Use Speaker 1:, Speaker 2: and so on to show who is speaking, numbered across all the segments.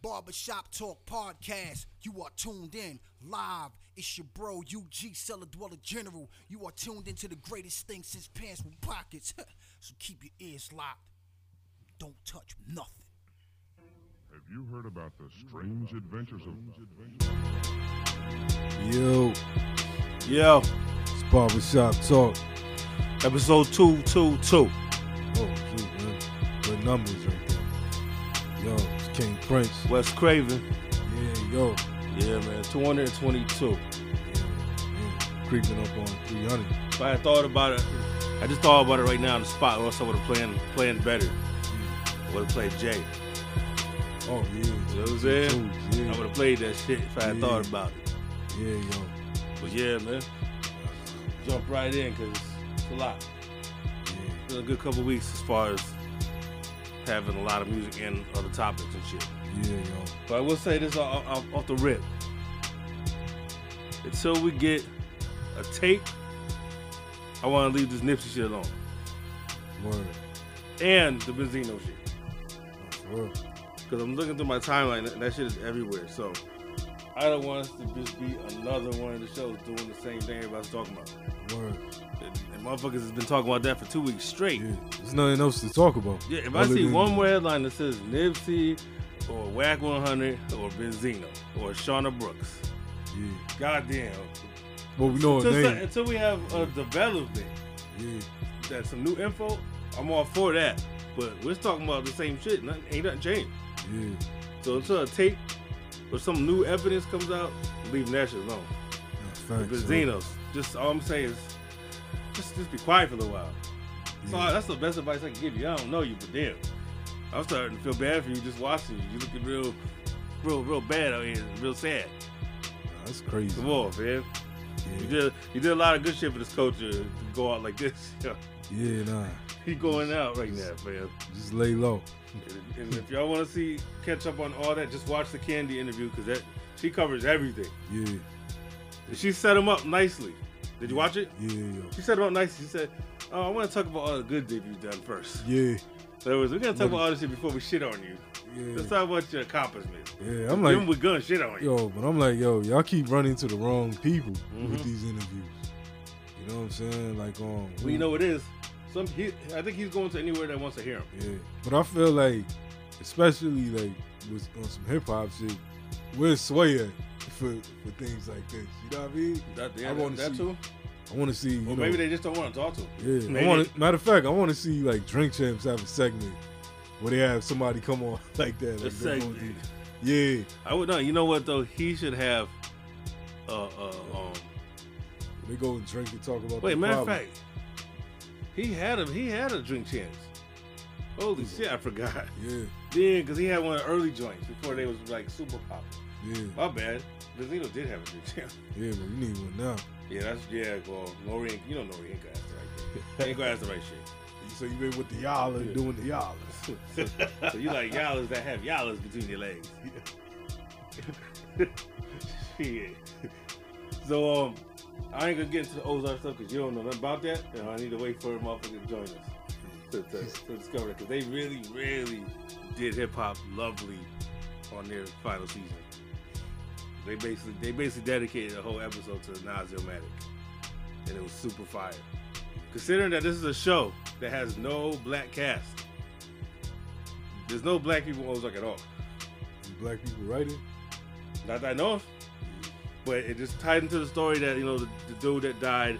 Speaker 1: Barbershop Talk Podcast. You are tuned in live. It's your bro, UG Cellar Dweller General. You are tuned into the greatest thing since pants with pockets. so keep your ears locked. Don't touch nothing.
Speaker 2: Have you heard about the strange adventures of
Speaker 3: Yo,
Speaker 4: Yo,
Speaker 3: it's Barbershop Talk.
Speaker 4: episode 222.
Speaker 3: Oh, shoot, man. Good numbers right there. Yo, it's King Prince.
Speaker 4: West Craven.
Speaker 3: Yeah, yo.
Speaker 4: Yeah, man, 222.
Speaker 3: Yeah, creeping up on 300.
Speaker 4: If I had thought about it, I just thought about it right now on the spot, or else I would have playing, playing better. I would have played Jay.
Speaker 3: Oh, yeah.
Speaker 4: You know what I'm saying?
Speaker 3: Dudes,
Speaker 4: I
Speaker 3: Yeah,
Speaker 4: would have played that shit if I had
Speaker 3: Yeah.
Speaker 4: thought about it.
Speaker 3: yeah, yo.
Speaker 4: But yeah, man, jump right in because it's a lot.
Speaker 3: Yeah,
Speaker 4: It's been a good couple weeks as far as having a lot of music and other topics and shit.
Speaker 3: yeah, yo.
Speaker 4: But I will say this off, off, off the rip. Until we get a tape, I want to leave this Nipsey shit alone.
Speaker 3: Word.
Speaker 4: And the Benzino shit.
Speaker 3: Word.
Speaker 4: Because I'm looking through my timeline and that shit is everywhere. So I don't want us to just be another one of the shows doing the same thing everybody's talking about.
Speaker 3: Word.
Speaker 4: And, and motherfuckers has been talking about that for two weeks straight.
Speaker 3: Yeah.
Speaker 4: Yeah,
Speaker 3: There's nothing else to talk about.
Speaker 4: if I
Speaker 3: Other
Speaker 4: see
Speaker 3: than-
Speaker 4: one more headline that says Nipsey or Whack 100 or Benzino or Shauna Brooks,
Speaker 3: Yeah.
Speaker 4: goddamn.
Speaker 3: Well, we know her
Speaker 4: Until,
Speaker 3: name.
Speaker 4: until we have a development
Speaker 3: Yeah.
Speaker 4: that's some new info, I'm all for that. But we're talking about the same shit. Nothing, ain't nothing changed.
Speaker 3: Yeah.
Speaker 4: So until a tape or some new evidence comes out, leave that shit alone.
Speaker 3: That's
Speaker 4: The
Speaker 3: facts, yo.
Speaker 4: Benzino's. Just all I'm saying is, just just be quiet for a little while. So
Speaker 3: Yeah.
Speaker 4: that's the best advice I can give you. I don't know you, but damn, I'm starting to feel bad for you just watching you. You looking real, real, real bad out here. Real sad.
Speaker 3: That's crazy.
Speaker 4: Come on, man. You
Speaker 3: Yeah.
Speaker 4: did you did a lot of good shit for this culture to go out like this. yo.
Speaker 3: yeah, nah.
Speaker 4: He going out right now, man.
Speaker 3: Just lay low.
Speaker 4: And, and if y'all want to see catch up on all that, just watch the Candy interview because that she covers everything.
Speaker 3: Yeah.
Speaker 4: And she set him up nicely. Did you watch it?
Speaker 3: Yeah, yo.
Speaker 4: She set him up nicely. She said, "Oh, I want to talk about all the good that you've done first.
Speaker 3: Yeah.
Speaker 4: In other words, we gotta talk about all this shit before we shit on you.
Speaker 3: Yeah.
Speaker 4: Let's talk about your accomplishments.
Speaker 3: Yeah, I'm
Speaker 4: Then
Speaker 3: like,
Speaker 4: we gonna shit on you.
Speaker 3: yo, but I'm like, yo, y'all keep running to the wrong people
Speaker 4: Mm-hmm.
Speaker 3: with these interviews. You know what I'm saying? Like, um,
Speaker 4: We know it is. Some he, I think he's going to anywhere that wants to hear him.
Speaker 3: Yeah, but I feel like, especially like with on some hip hop shit, where's Sway at for for things like this? You know what I mean?
Speaker 4: That,
Speaker 3: I wanna
Speaker 4: that
Speaker 3: see-
Speaker 4: too.
Speaker 3: I want to see. You know,
Speaker 4: Or maybe they just don't want to talk to him.
Speaker 3: yeah.
Speaker 4: maybe
Speaker 3: I want matter of fact, I want to see like Drink Champs have a segment where they have somebody come on like that.
Speaker 4: A
Speaker 3: Like they're gonna
Speaker 4: segment.
Speaker 3: do- Yeah,
Speaker 4: I would know. You know what though? He should have. Uh, uh, um,
Speaker 3: they go and drink and talk about.
Speaker 4: wait,
Speaker 3: their
Speaker 4: matter of
Speaker 3: problem.
Speaker 4: fact, he had a he had a drink chance. Holy shit, I forgot.
Speaker 3: Yeah,
Speaker 4: Yeah, because he had one of the early joints before they was like super popular.
Speaker 3: yeah,
Speaker 4: My bad. Benzino did have a drink chance.
Speaker 3: yeah, but we need one now.
Speaker 4: Yeah, that's yeah. Well, Lori, ain't- you know Lori ain't gonna ask the right thing. Ain't gonna ask the right shit.
Speaker 3: So you been with the y'all and
Speaker 4: Yeah.
Speaker 3: doing the y'all.
Speaker 4: So, so you like y'allers that have y'allers between your legs. Shit. So um, I ain't gonna get into the Ozark stuff because you don't know nothing about that, and I need to wait for a motherfucker to join us to, to, to discover it because they really, really did hip hop lovely on their final season. They basically they basically dedicated a whole episode to Nas Illmatic, and it was super fire. Considering that this is a show that has no black cast, there's no black people on Ozark at all.
Speaker 3: Black people writing.
Speaker 4: Not that I know of. But it just tied into the story that, you know, the, the dude that died,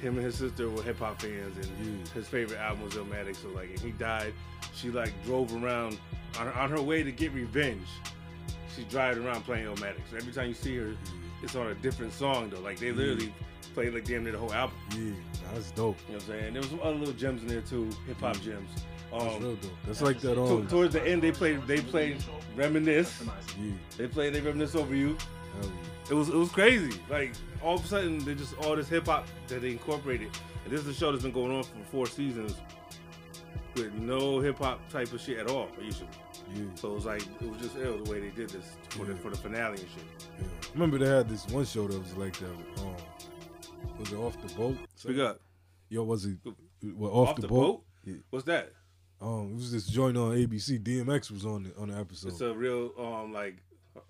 Speaker 4: him and his sister were hip hop fans and
Speaker 3: Yeah.
Speaker 4: his favorite album was Illmatic. So, like, he died, she, like, drove around on, on her way to get revenge. She driving around playing Illmatic. So every time you see her,
Speaker 3: Mm.
Speaker 4: it's on a different song, though. Like, they literally played, like, damn near the whole album.
Speaker 3: Yeah, that's dope.
Speaker 4: You know what I'm saying? There was some other little gems in there, too, hip hop gems.
Speaker 3: Mm. That's real
Speaker 4: Um,
Speaker 3: dope. That's like that
Speaker 4: to-
Speaker 3: um.
Speaker 4: towards the end, they played, they played Reminisce.
Speaker 3: Yeah,
Speaker 4: They played, they reminisce over you.
Speaker 3: hell yeah.
Speaker 4: It was it was crazy. Like all of a sudden, they just all this hip hop that they incorporated. And this is a show that's been going on for four seasons with no hip hop type of shit at all usually.
Speaker 3: yeah,
Speaker 4: So it was like it was just ill the way they did this for the for the finale and shit.
Speaker 3: yeah. I remember they had this one show that was like that. Um, was it off the boat?
Speaker 4: Speak up.
Speaker 3: Yo, was it? Well, off,
Speaker 4: Off the boat.
Speaker 3: Yeah.
Speaker 4: What's that?
Speaker 5: Um, it was this joint on ABC. DMX was on the on the episode.
Speaker 4: It's a real um like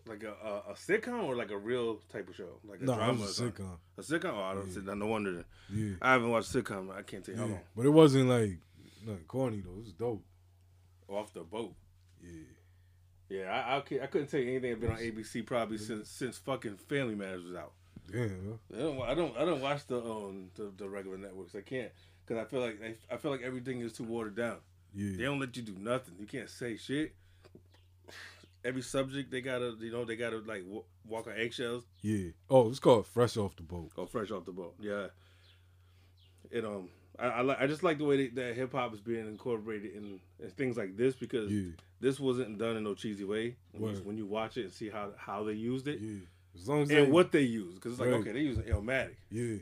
Speaker 4: like a, a, a sitcom or like a real type of show, like a
Speaker 5: no,
Speaker 4: drama.
Speaker 5: it
Speaker 4: or
Speaker 5: was a
Speaker 4: something?
Speaker 5: sitcom.
Speaker 4: A sitcom. Oh, I don't. see- No wonder. then.
Speaker 5: Yeah,
Speaker 4: I haven't watched sitcom. I can't tell you how
Speaker 5: yeah.
Speaker 4: long.
Speaker 5: but it wasn't like nothing corny though. It was dope.
Speaker 4: Off the boat.
Speaker 5: Yeah.
Speaker 4: Yeah, I, I, cou- I couldn't tell you anything. I've been on ABC probably since since fucking Family Matters was out.
Speaker 5: Damn. Huh?
Speaker 4: I don't, I don't, I don't watch the um the, the regular networks. I can't because I feel like I, I feel like everything is too watered down.
Speaker 5: Yeah.
Speaker 4: They don't let you do nothing. You can't say shit. Every subject they gotta, you know, they gotta like w- walk on eggshells.
Speaker 5: Yeah. Oh, it's called Fresh Off the Boat.
Speaker 4: Go fresh off the boat. Yeah. It um, I I, li- I just like the way that, that hip hop is being incorporated in, in things like this because
Speaker 5: Yeah.
Speaker 4: this wasn't done in no cheesy way. When you,
Speaker 5: Word.
Speaker 4: when you watch it and see how how they used it
Speaker 5: Yeah. As long as they
Speaker 4: and what they use, because it's like
Speaker 5: Right.
Speaker 4: okay, they using Illmatic.
Speaker 5: Yeah.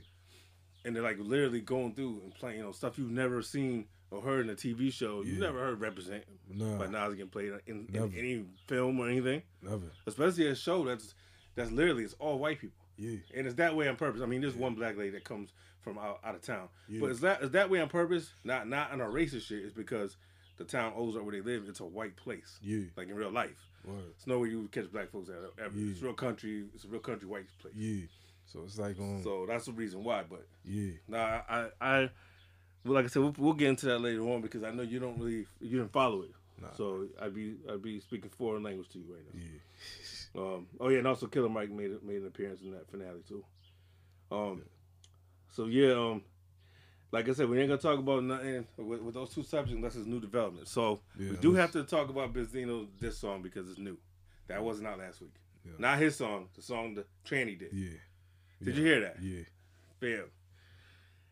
Speaker 4: and they're like literally going through and playing you know stuff you've never seen or heard in a TV show. You've
Speaker 5: Yeah.
Speaker 4: never heard represent
Speaker 5: Nah.
Speaker 4: by Nas getting played in, in
Speaker 5: Never.
Speaker 4: any film or anything,
Speaker 5: Never.
Speaker 4: especially a show that's that's literally it's all white people.
Speaker 5: Yeah.
Speaker 4: And it's that way on purpose. I mean, there's one black lady that comes from out, out of town,
Speaker 5: Yeah.
Speaker 4: but it's that it's that way on purpose. Not not on a racist shit. It's because the town Ozark where they live, it's a white place.
Speaker 5: Yeah.
Speaker 4: Like in real life,
Speaker 5: Word.
Speaker 4: it's nowhere you would catch black folks at ever.
Speaker 5: Yeah.
Speaker 4: It's real country. It's a real country white place.
Speaker 5: Yeah. So it's like um.
Speaker 4: So that's the reason why. But
Speaker 5: yeah.
Speaker 4: Nah, I, I, well, like I said, we'll, we'll get into that later on because I know you don't really, you didn't follow it.
Speaker 5: Nah.
Speaker 4: So I'd be, I'd be speaking foreign language to you right now.
Speaker 5: Yeah.
Speaker 4: Um, oh yeah, and also Killer Mike made made an appearance in that finale too. Um, so yeah, um, like I said, we ain't gonna talk about nothing with, with those two subjects unless it's new development. So we
Speaker 5: Yeah,
Speaker 4: do have
Speaker 5: let's-
Speaker 4: to talk about Bizzino's this song because it's new. That wasn't out last week.
Speaker 5: Yeah.
Speaker 4: Not his song, the song the tranny did.
Speaker 5: Yeah.
Speaker 4: Did you hear that?
Speaker 5: Yeah.
Speaker 4: Fam.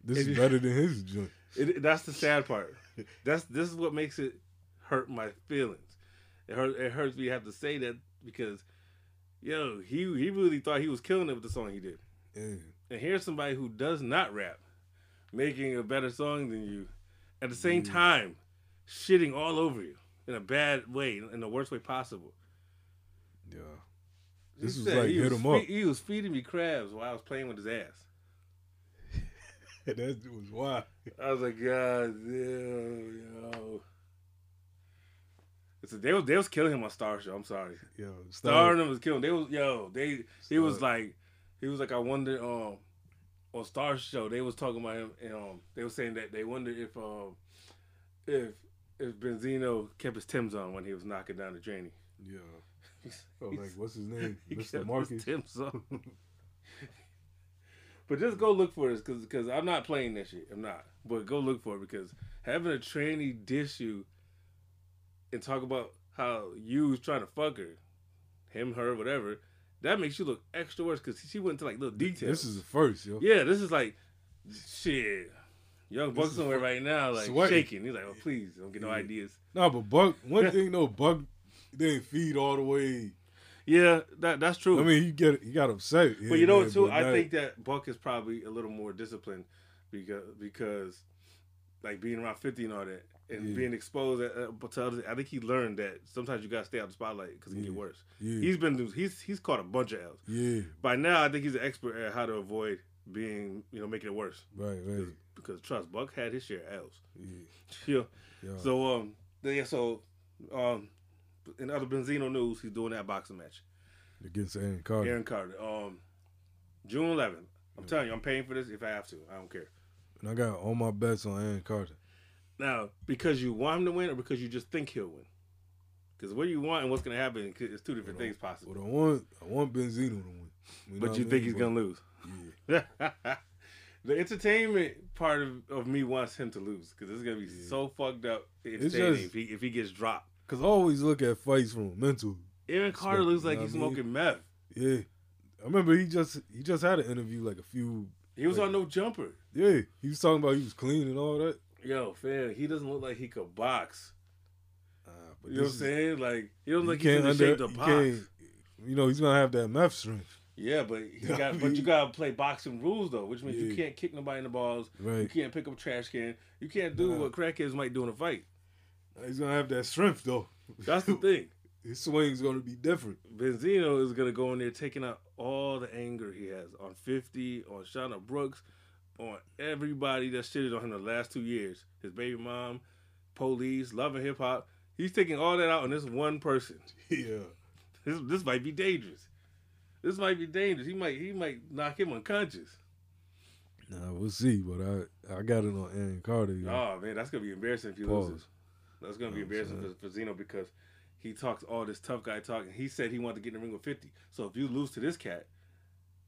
Speaker 5: This
Speaker 4: If
Speaker 5: is
Speaker 4: you-
Speaker 5: better than his joint.
Speaker 4: It, that's the sad part. That's this is what makes it hurt my feelings. It hurt. It hurts me to have to say that because, yo, he he really thought he was killing it with the song he did.
Speaker 5: Yeah.
Speaker 4: And here's somebody who does not rap, making a better song than you, at the same
Speaker 5: Mm.
Speaker 4: time, shitting all over you in a bad way, in the worst way possible.
Speaker 5: Yeah. This
Speaker 4: He
Speaker 5: was
Speaker 4: said
Speaker 5: like
Speaker 4: he
Speaker 5: hit
Speaker 4: was
Speaker 5: him up.
Speaker 4: fe- He was feeding me crabs while I was playing with his ass.
Speaker 5: that was wild.
Speaker 4: I was like, God damn, yo. It's they was they was killing him on Star Show. I'm sorry,
Speaker 5: Yo,
Speaker 4: Star
Speaker 5: Star.
Speaker 4: and them was killing. They was yo. They he was
Speaker 5: Star.
Speaker 4: like he was like I wonder um on Star Show they was talking about him and um they was saying that they wonder if um if if Benzino kept his Tim's on when he was knocking down the drainy.
Speaker 5: Yeah. Oh, like what's his name?
Speaker 4: He
Speaker 5: Mr.
Speaker 4: kept
Speaker 5: Marcus.
Speaker 4: his Tim's on. but just go look for this because because I'm not playing that shit. I'm not. But go look for it because having a tranny dish you and talk about how you was trying to fuck her, him, her, whatever, that makes you look extra worse because she went into like little details.
Speaker 5: This is the first, yo.
Speaker 4: yeah, this is like shit. Young Buck's
Speaker 5: is
Speaker 4: somewhere right now, like
Speaker 5: sweating.
Speaker 4: shaking. He's like, "Oh, please, don't get no
Speaker 5: Yeah.
Speaker 4: ideas."
Speaker 5: Nah, but Buck. One thing though, Buck didn't feed all the way.
Speaker 4: Yeah, that that's true.
Speaker 5: I mean, he get he got upset.
Speaker 4: But you know what too? I think that Buck is probably a little more disciplined because because like being around fifty and all that and
Speaker 5: Yeah.
Speaker 4: being exposed at, uh, to others. I think he learned that sometimes you gotta stay out the spotlight because it can get
Speaker 5: Yeah.
Speaker 4: worse.
Speaker 5: Yeah.
Speaker 4: He's been through- he's he's caught a bunch of L's.
Speaker 5: Yeah.
Speaker 4: By now, I think he's an expert at how to avoid being you know making it worse
Speaker 5: Right. Right.
Speaker 4: because trust Buck had his share of L's.
Speaker 5: Yeah.
Speaker 4: Yeah.
Speaker 5: Yeah.
Speaker 4: So um yeah so um in other Benzino news, he's doing that boxing match.
Speaker 5: Against Aaron Carter.
Speaker 4: Aaron Carter. Um, June 11th. I'm telling you, I'm paying for this if I have to. I don't care.
Speaker 5: And I got all my bets on Aaron Carter.
Speaker 4: Now, because you want him to win, or because you just think he'll win? Because what you want and what's going to happen is two different things possible.
Speaker 5: But I want I want Benzino to win. know
Speaker 4: But
Speaker 5: what
Speaker 4: you
Speaker 5: I mean?
Speaker 4: think he's
Speaker 5: But-
Speaker 4: going to lose.
Speaker 5: Yeah.
Speaker 4: the entertainment part of, of me wants him to lose because it's going to be so fucked up entertaining
Speaker 5: just-
Speaker 4: if, he, if he gets dropped.
Speaker 5: Cause I always look at fights from a mental.
Speaker 4: Aaron Carter
Speaker 5: Smoking,
Speaker 4: looks like
Speaker 5: you know
Speaker 4: he's
Speaker 5: what I mean?
Speaker 4: smoking meth.
Speaker 5: Yeah. I remember he just he just had an interview like a few
Speaker 4: He was
Speaker 5: Like-
Speaker 4: on no jumper.
Speaker 5: Yeah. He was talking about he was clean and all that.
Speaker 4: Yo, fam, he doesn't look like he could box.
Speaker 5: Uh,
Speaker 4: You know what I'm saying? Like, he
Speaker 5: You
Speaker 4: don't look like he's
Speaker 5: can't
Speaker 4: in the
Speaker 5: under
Speaker 4: shape to
Speaker 5: you
Speaker 4: box.
Speaker 5: can't you know, he's gonna have that meth strength.
Speaker 4: Yeah, but he
Speaker 5: Yeah,
Speaker 4: got,
Speaker 5: I
Speaker 4: but you
Speaker 5: mean-
Speaker 4: gotta play boxing rules though, which means you
Speaker 5: Yeah.
Speaker 4: can't kick nobody in the balls, you
Speaker 5: Right.
Speaker 4: can't pick up a trash can, you can't do
Speaker 5: Nah.
Speaker 4: what crackheads might do in a fight.
Speaker 5: He's gonna have that strength though.
Speaker 4: That's the thing.
Speaker 5: His swing's gonna be different.
Speaker 4: Benzino is gonna go in there taking out all the anger he has on Fifty, on Shauna Brooks, on everybody that shitted on him the last two years. His baby mom, police, loving hip hop. He's taking all that out on this one person.
Speaker 3: Yeah.
Speaker 4: This this might be dangerous. This might be dangerous. He might he might knock him unconscious.
Speaker 3: Nah, we'll see. But I I got it on Aaron Carter. yo.
Speaker 4: Oh man, that's gonna be embarrassing if you
Speaker 3: Pause.
Speaker 4: lose this. That's gonna be
Speaker 3: You know what I'm
Speaker 4: embarrassing for, for Zeno because he talks all this tough guy talk, and He said he wanted to get in the ring with fifty. So if you lose to this cat,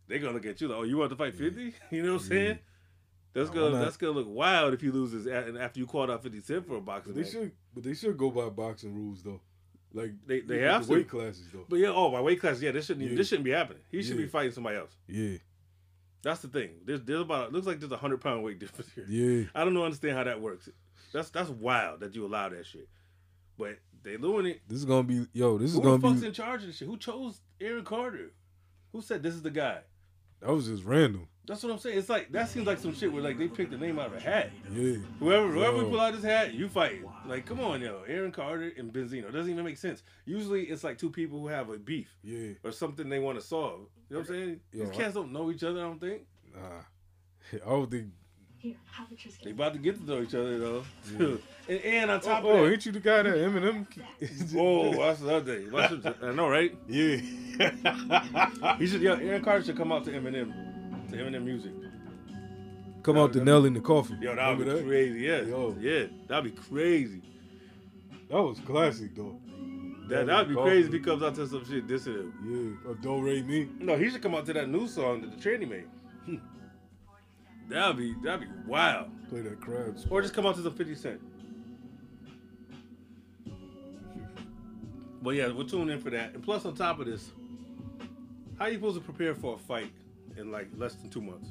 Speaker 4: they're gonna look at you like, oh, you want to fight fifty? You know what I'm saying? That's
Speaker 3: Mm-hmm. Nah, why
Speaker 4: gonna
Speaker 3: not?
Speaker 4: that's gonna look wild if you lose this a- and after you called out fifty cent for a boxing
Speaker 3: But they
Speaker 4: match.
Speaker 3: should, but they should go by boxing rules though. Like
Speaker 4: They-
Speaker 3: look
Speaker 4: they
Speaker 3: at
Speaker 4: have
Speaker 3: the
Speaker 4: to.
Speaker 3: weight classes though.
Speaker 4: But yeah, oh my weight class, yeah, this shouldn't
Speaker 3: Yeah.
Speaker 4: this shouldn't be happening. He should be
Speaker 3: Yeah.
Speaker 4: fighting somebody else.
Speaker 3: yeah,
Speaker 4: That's the thing. There's there's about looks like there's a hundred pound weight difference here.
Speaker 3: yeah.
Speaker 4: I don't know understand how that works. That's that's wild that you allow that shit. But they doing it.
Speaker 3: This is gonna be yo. This is
Speaker 4: Who the
Speaker 3: gonna
Speaker 4: fuck's
Speaker 3: be.
Speaker 4: in charge of this shit? Who chose Aaron Carter? Who said this is the guy?
Speaker 3: that was just random.
Speaker 4: That's what I'm saying. It's like that seems like some shit where like they picked the name out of a hat.
Speaker 3: Yeah,
Speaker 4: Whoever whoever
Speaker 3: Yo.
Speaker 4: we pull out his hat, you fight. Like, come on, yo, Aaron Carter and Benzino. It doesn't even make sense. Usually it's like two people who have a beef
Speaker 3: yeah.
Speaker 4: or something they want to solve. You know what I'm saying?
Speaker 3: Yo,
Speaker 4: These cats don't know each other, I don't think.
Speaker 3: Nah, I don't think.
Speaker 6: Here, have a Triscuit.
Speaker 4: They about to get to know each other though. and, and on top
Speaker 3: Oh,
Speaker 4: of that, Oh,
Speaker 3: ain't you the guy that Eminem?
Speaker 4: whoa, that's another thing. Watch him- I know, right?
Speaker 3: yeah,
Speaker 4: He should, yo, Aaron Carter should come out to Eminem, to Eminem music.
Speaker 3: come out the nail in the coffin.
Speaker 4: Yo, that would be
Speaker 3: Remember that?
Speaker 4: crazy. Yeah,
Speaker 3: Yo.
Speaker 4: yeah, that'd be crazy.
Speaker 3: That was classic though.
Speaker 4: That that'd be
Speaker 3: Coffee.
Speaker 4: crazy if he comes out to some shit dissing him.
Speaker 3: Yeah, or do Ray me.
Speaker 4: No, he should come out to that new song that the tranny made. that'd be that'd be wild.
Speaker 3: Play that crab.
Speaker 4: Or just come out to some Fifty Cent. But yeah, we'll tune in for that. And plus, on top of this, how you supposed to prepare for a fight in like less than two months?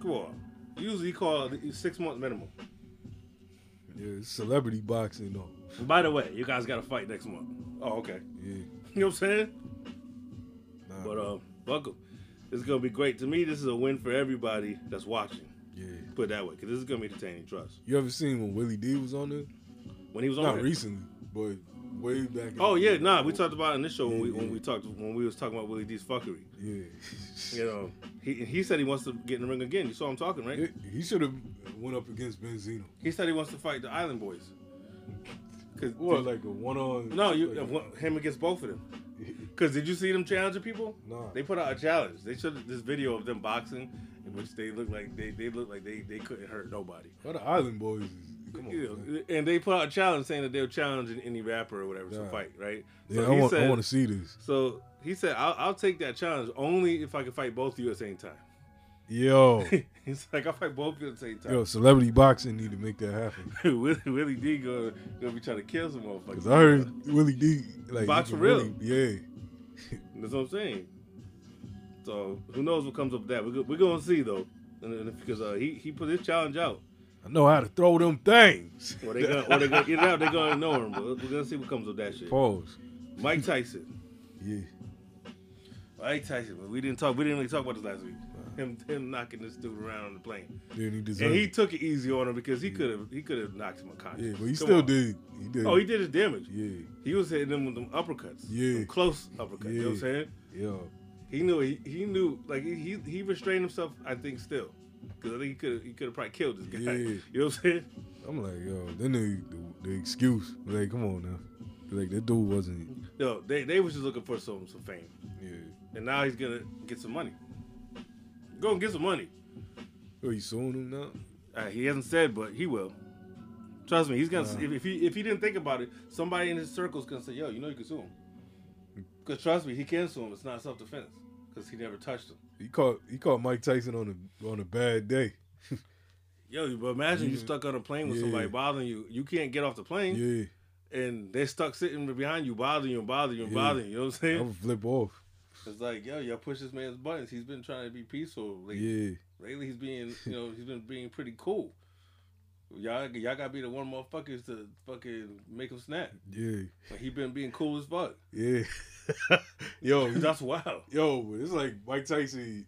Speaker 4: Come on, usually you call it six months minimum.
Speaker 3: Yeah, it's celebrity boxing though.
Speaker 4: And by the way, you guys got to fight next month. Oh, okay.
Speaker 3: Yeah,
Speaker 4: You know what I'm saying?
Speaker 3: nah,
Speaker 4: But um, welcome. It's gonna be great. To me, this is a win for everybody that's watching.
Speaker 3: yeah.
Speaker 4: Put it that way, because this is gonna be entertaining. Trust.
Speaker 3: You ever seen when Willie D was on there?
Speaker 4: When he was on,
Speaker 3: Not
Speaker 4: there-
Speaker 3: recently, but way back. in-
Speaker 4: Oh yeah, nah. We talked about it in this show when we
Speaker 3: Yeah,
Speaker 4: when
Speaker 3: yeah.
Speaker 4: we talked when we was talking about Willie D's fuckery.
Speaker 3: Yeah.
Speaker 4: You know, he he said he wants to get in the ring again. You saw him talking, right?
Speaker 3: It- he should have went up against Benzino.
Speaker 4: He said he wants to fight the Island Boys. Cause
Speaker 3: What, like a one on?
Speaker 4: no, you uh, him against both of them. Cause did you see them challenging people?
Speaker 3: Nah.
Speaker 4: They put out a challenge. They showed this video of them boxing, in which they look like they they look like they they couldn't hurt nobody.
Speaker 3: Why the Island Boys? Is, come on.
Speaker 4: You know,
Speaker 3: man.
Speaker 4: and they put out a challenge saying that they're challenging any rapper or whatever to
Speaker 3: Yeah.
Speaker 4: fight, right?
Speaker 3: Yeah,
Speaker 4: so
Speaker 3: I
Speaker 4: he
Speaker 3: want. I
Speaker 4: said,
Speaker 3: want to see this.
Speaker 4: so he said, I'll, "I'll take that challenge only if I can fight both of you at the same time."
Speaker 3: Yo,
Speaker 4: He's like, "I'll fight both of you at the same
Speaker 3: yo,
Speaker 4: time."
Speaker 3: celebrity boxing need to make that happen.
Speaker 4: Willie, Willie D gonna, gonna be trying to kill some motherfuckers.
Speaker 3: Cause I heard Willie D like
Speaker 4: Box
Speaker 3: he
Speaker 4: for
Speaker 3: can
Speaker 4: real.
Speaker 3: yeah,
Speaker 4: That's what I'm saying. So who knows what comes up with that? We're, go- we're gonna see though, and, then- because uh, he he put his challenge out.
Speaker 3: I know how to throw them things.
Speaker 4: Or they gonna or they gonna get it out. They gonna ignore him. But we're gonna see what comes with that shit.
Speaker 3: Pause.
Speaker 4: Mike Tyson.
Speaker 3: Yeah,
Speaker 4: Mike Tyson. but We didn't talk. We didn't really talk about this last week. Him him knocking this dude around on the plane,
Speaker 3: then he
Speaker 4: and
Speaker 3: deserved.
Speaker 4: he took it easy on him because he could have he could have knocked him unconscious.
Speaker 3: yeah, but he
Speaker 4: Come
Speaker 3: still
Speaker 4: on.
Speaker 3: did. He did.
Speaker 4: Oh, he did his damage.
Speaker 3: Yeah,
Speaker 4: He was hitting them with them uppercuts.
Speaker 3: Yeah.
Speaker 4: Them close uppercuts. You know what I'm
Speaker 3: Yeah.
Speaker 4: saying?
Speaker 3: yo,
Speaker 4: He knew he, he knew like he he- he restrained himself. I think still because I think he could he could have probably killed this guy.
Speaker 3: Yeah.
Speaker 4: You know what I'm saying?
Speaker 3: I'm like yo. Then the, the, the excuse like, come on now, like that dude wasn't.
Speaker 4: No, they they was just looking for some some fame,
Speaker 3: Yeah.
Speaker 4: and now he's gonna get some money. Go and get some money.
Speaker 3: Oh, you suing him now?
Speaker 4: Uh, he hasn't said, but he will. Trust me, he's gonna.
Speaker 3: Nah.
Speaker 4: If, if he if he didn't think about it, somebody in his circle's gonna say, "Yo, you know you can sue him."
Speaker 3: Mm.
Speaker 4: Because trust me, he can sue him. It's not self defense because he never touched him.
Speaker 3: He caught he caught Mike Tyson on a on a bad day.
Speaker 4: Yo, but imagine you
Speaker 3: Yeah.
Speaker 4: stuck on a plane with
Speaker 3: Yeah.
Speaker 4: somebody bothering you. You can't get off the plane,
Speaker 3: Yeah,
Speaker 4: and they're stuck sitting behind you, bothering you and bothering you and
Speaker 3: Yeah.
Speaker 4: bothering you. You know what I'm
Speaker 3: I
Speaker 4: saying?
Speaker 3: would flip off.
Speaker 4: It's like, yo, y'all push this man's buttons. He's been trying to be peaceful. Like,
Speaker 3: Yeah,
Speaker 4: Lately, he's being, you know, he's been being pretty cool. Y'all, y'all gotta be the one motherfuckers to fucking make him snap.
Speaker 3: yeah,
Speaker 4: Like he been being cool as fuck.
Speaker 3: yeah. yo, he-
Speaker 4: That's wild.
Speaker 3: yo, but it's like Mike Tyson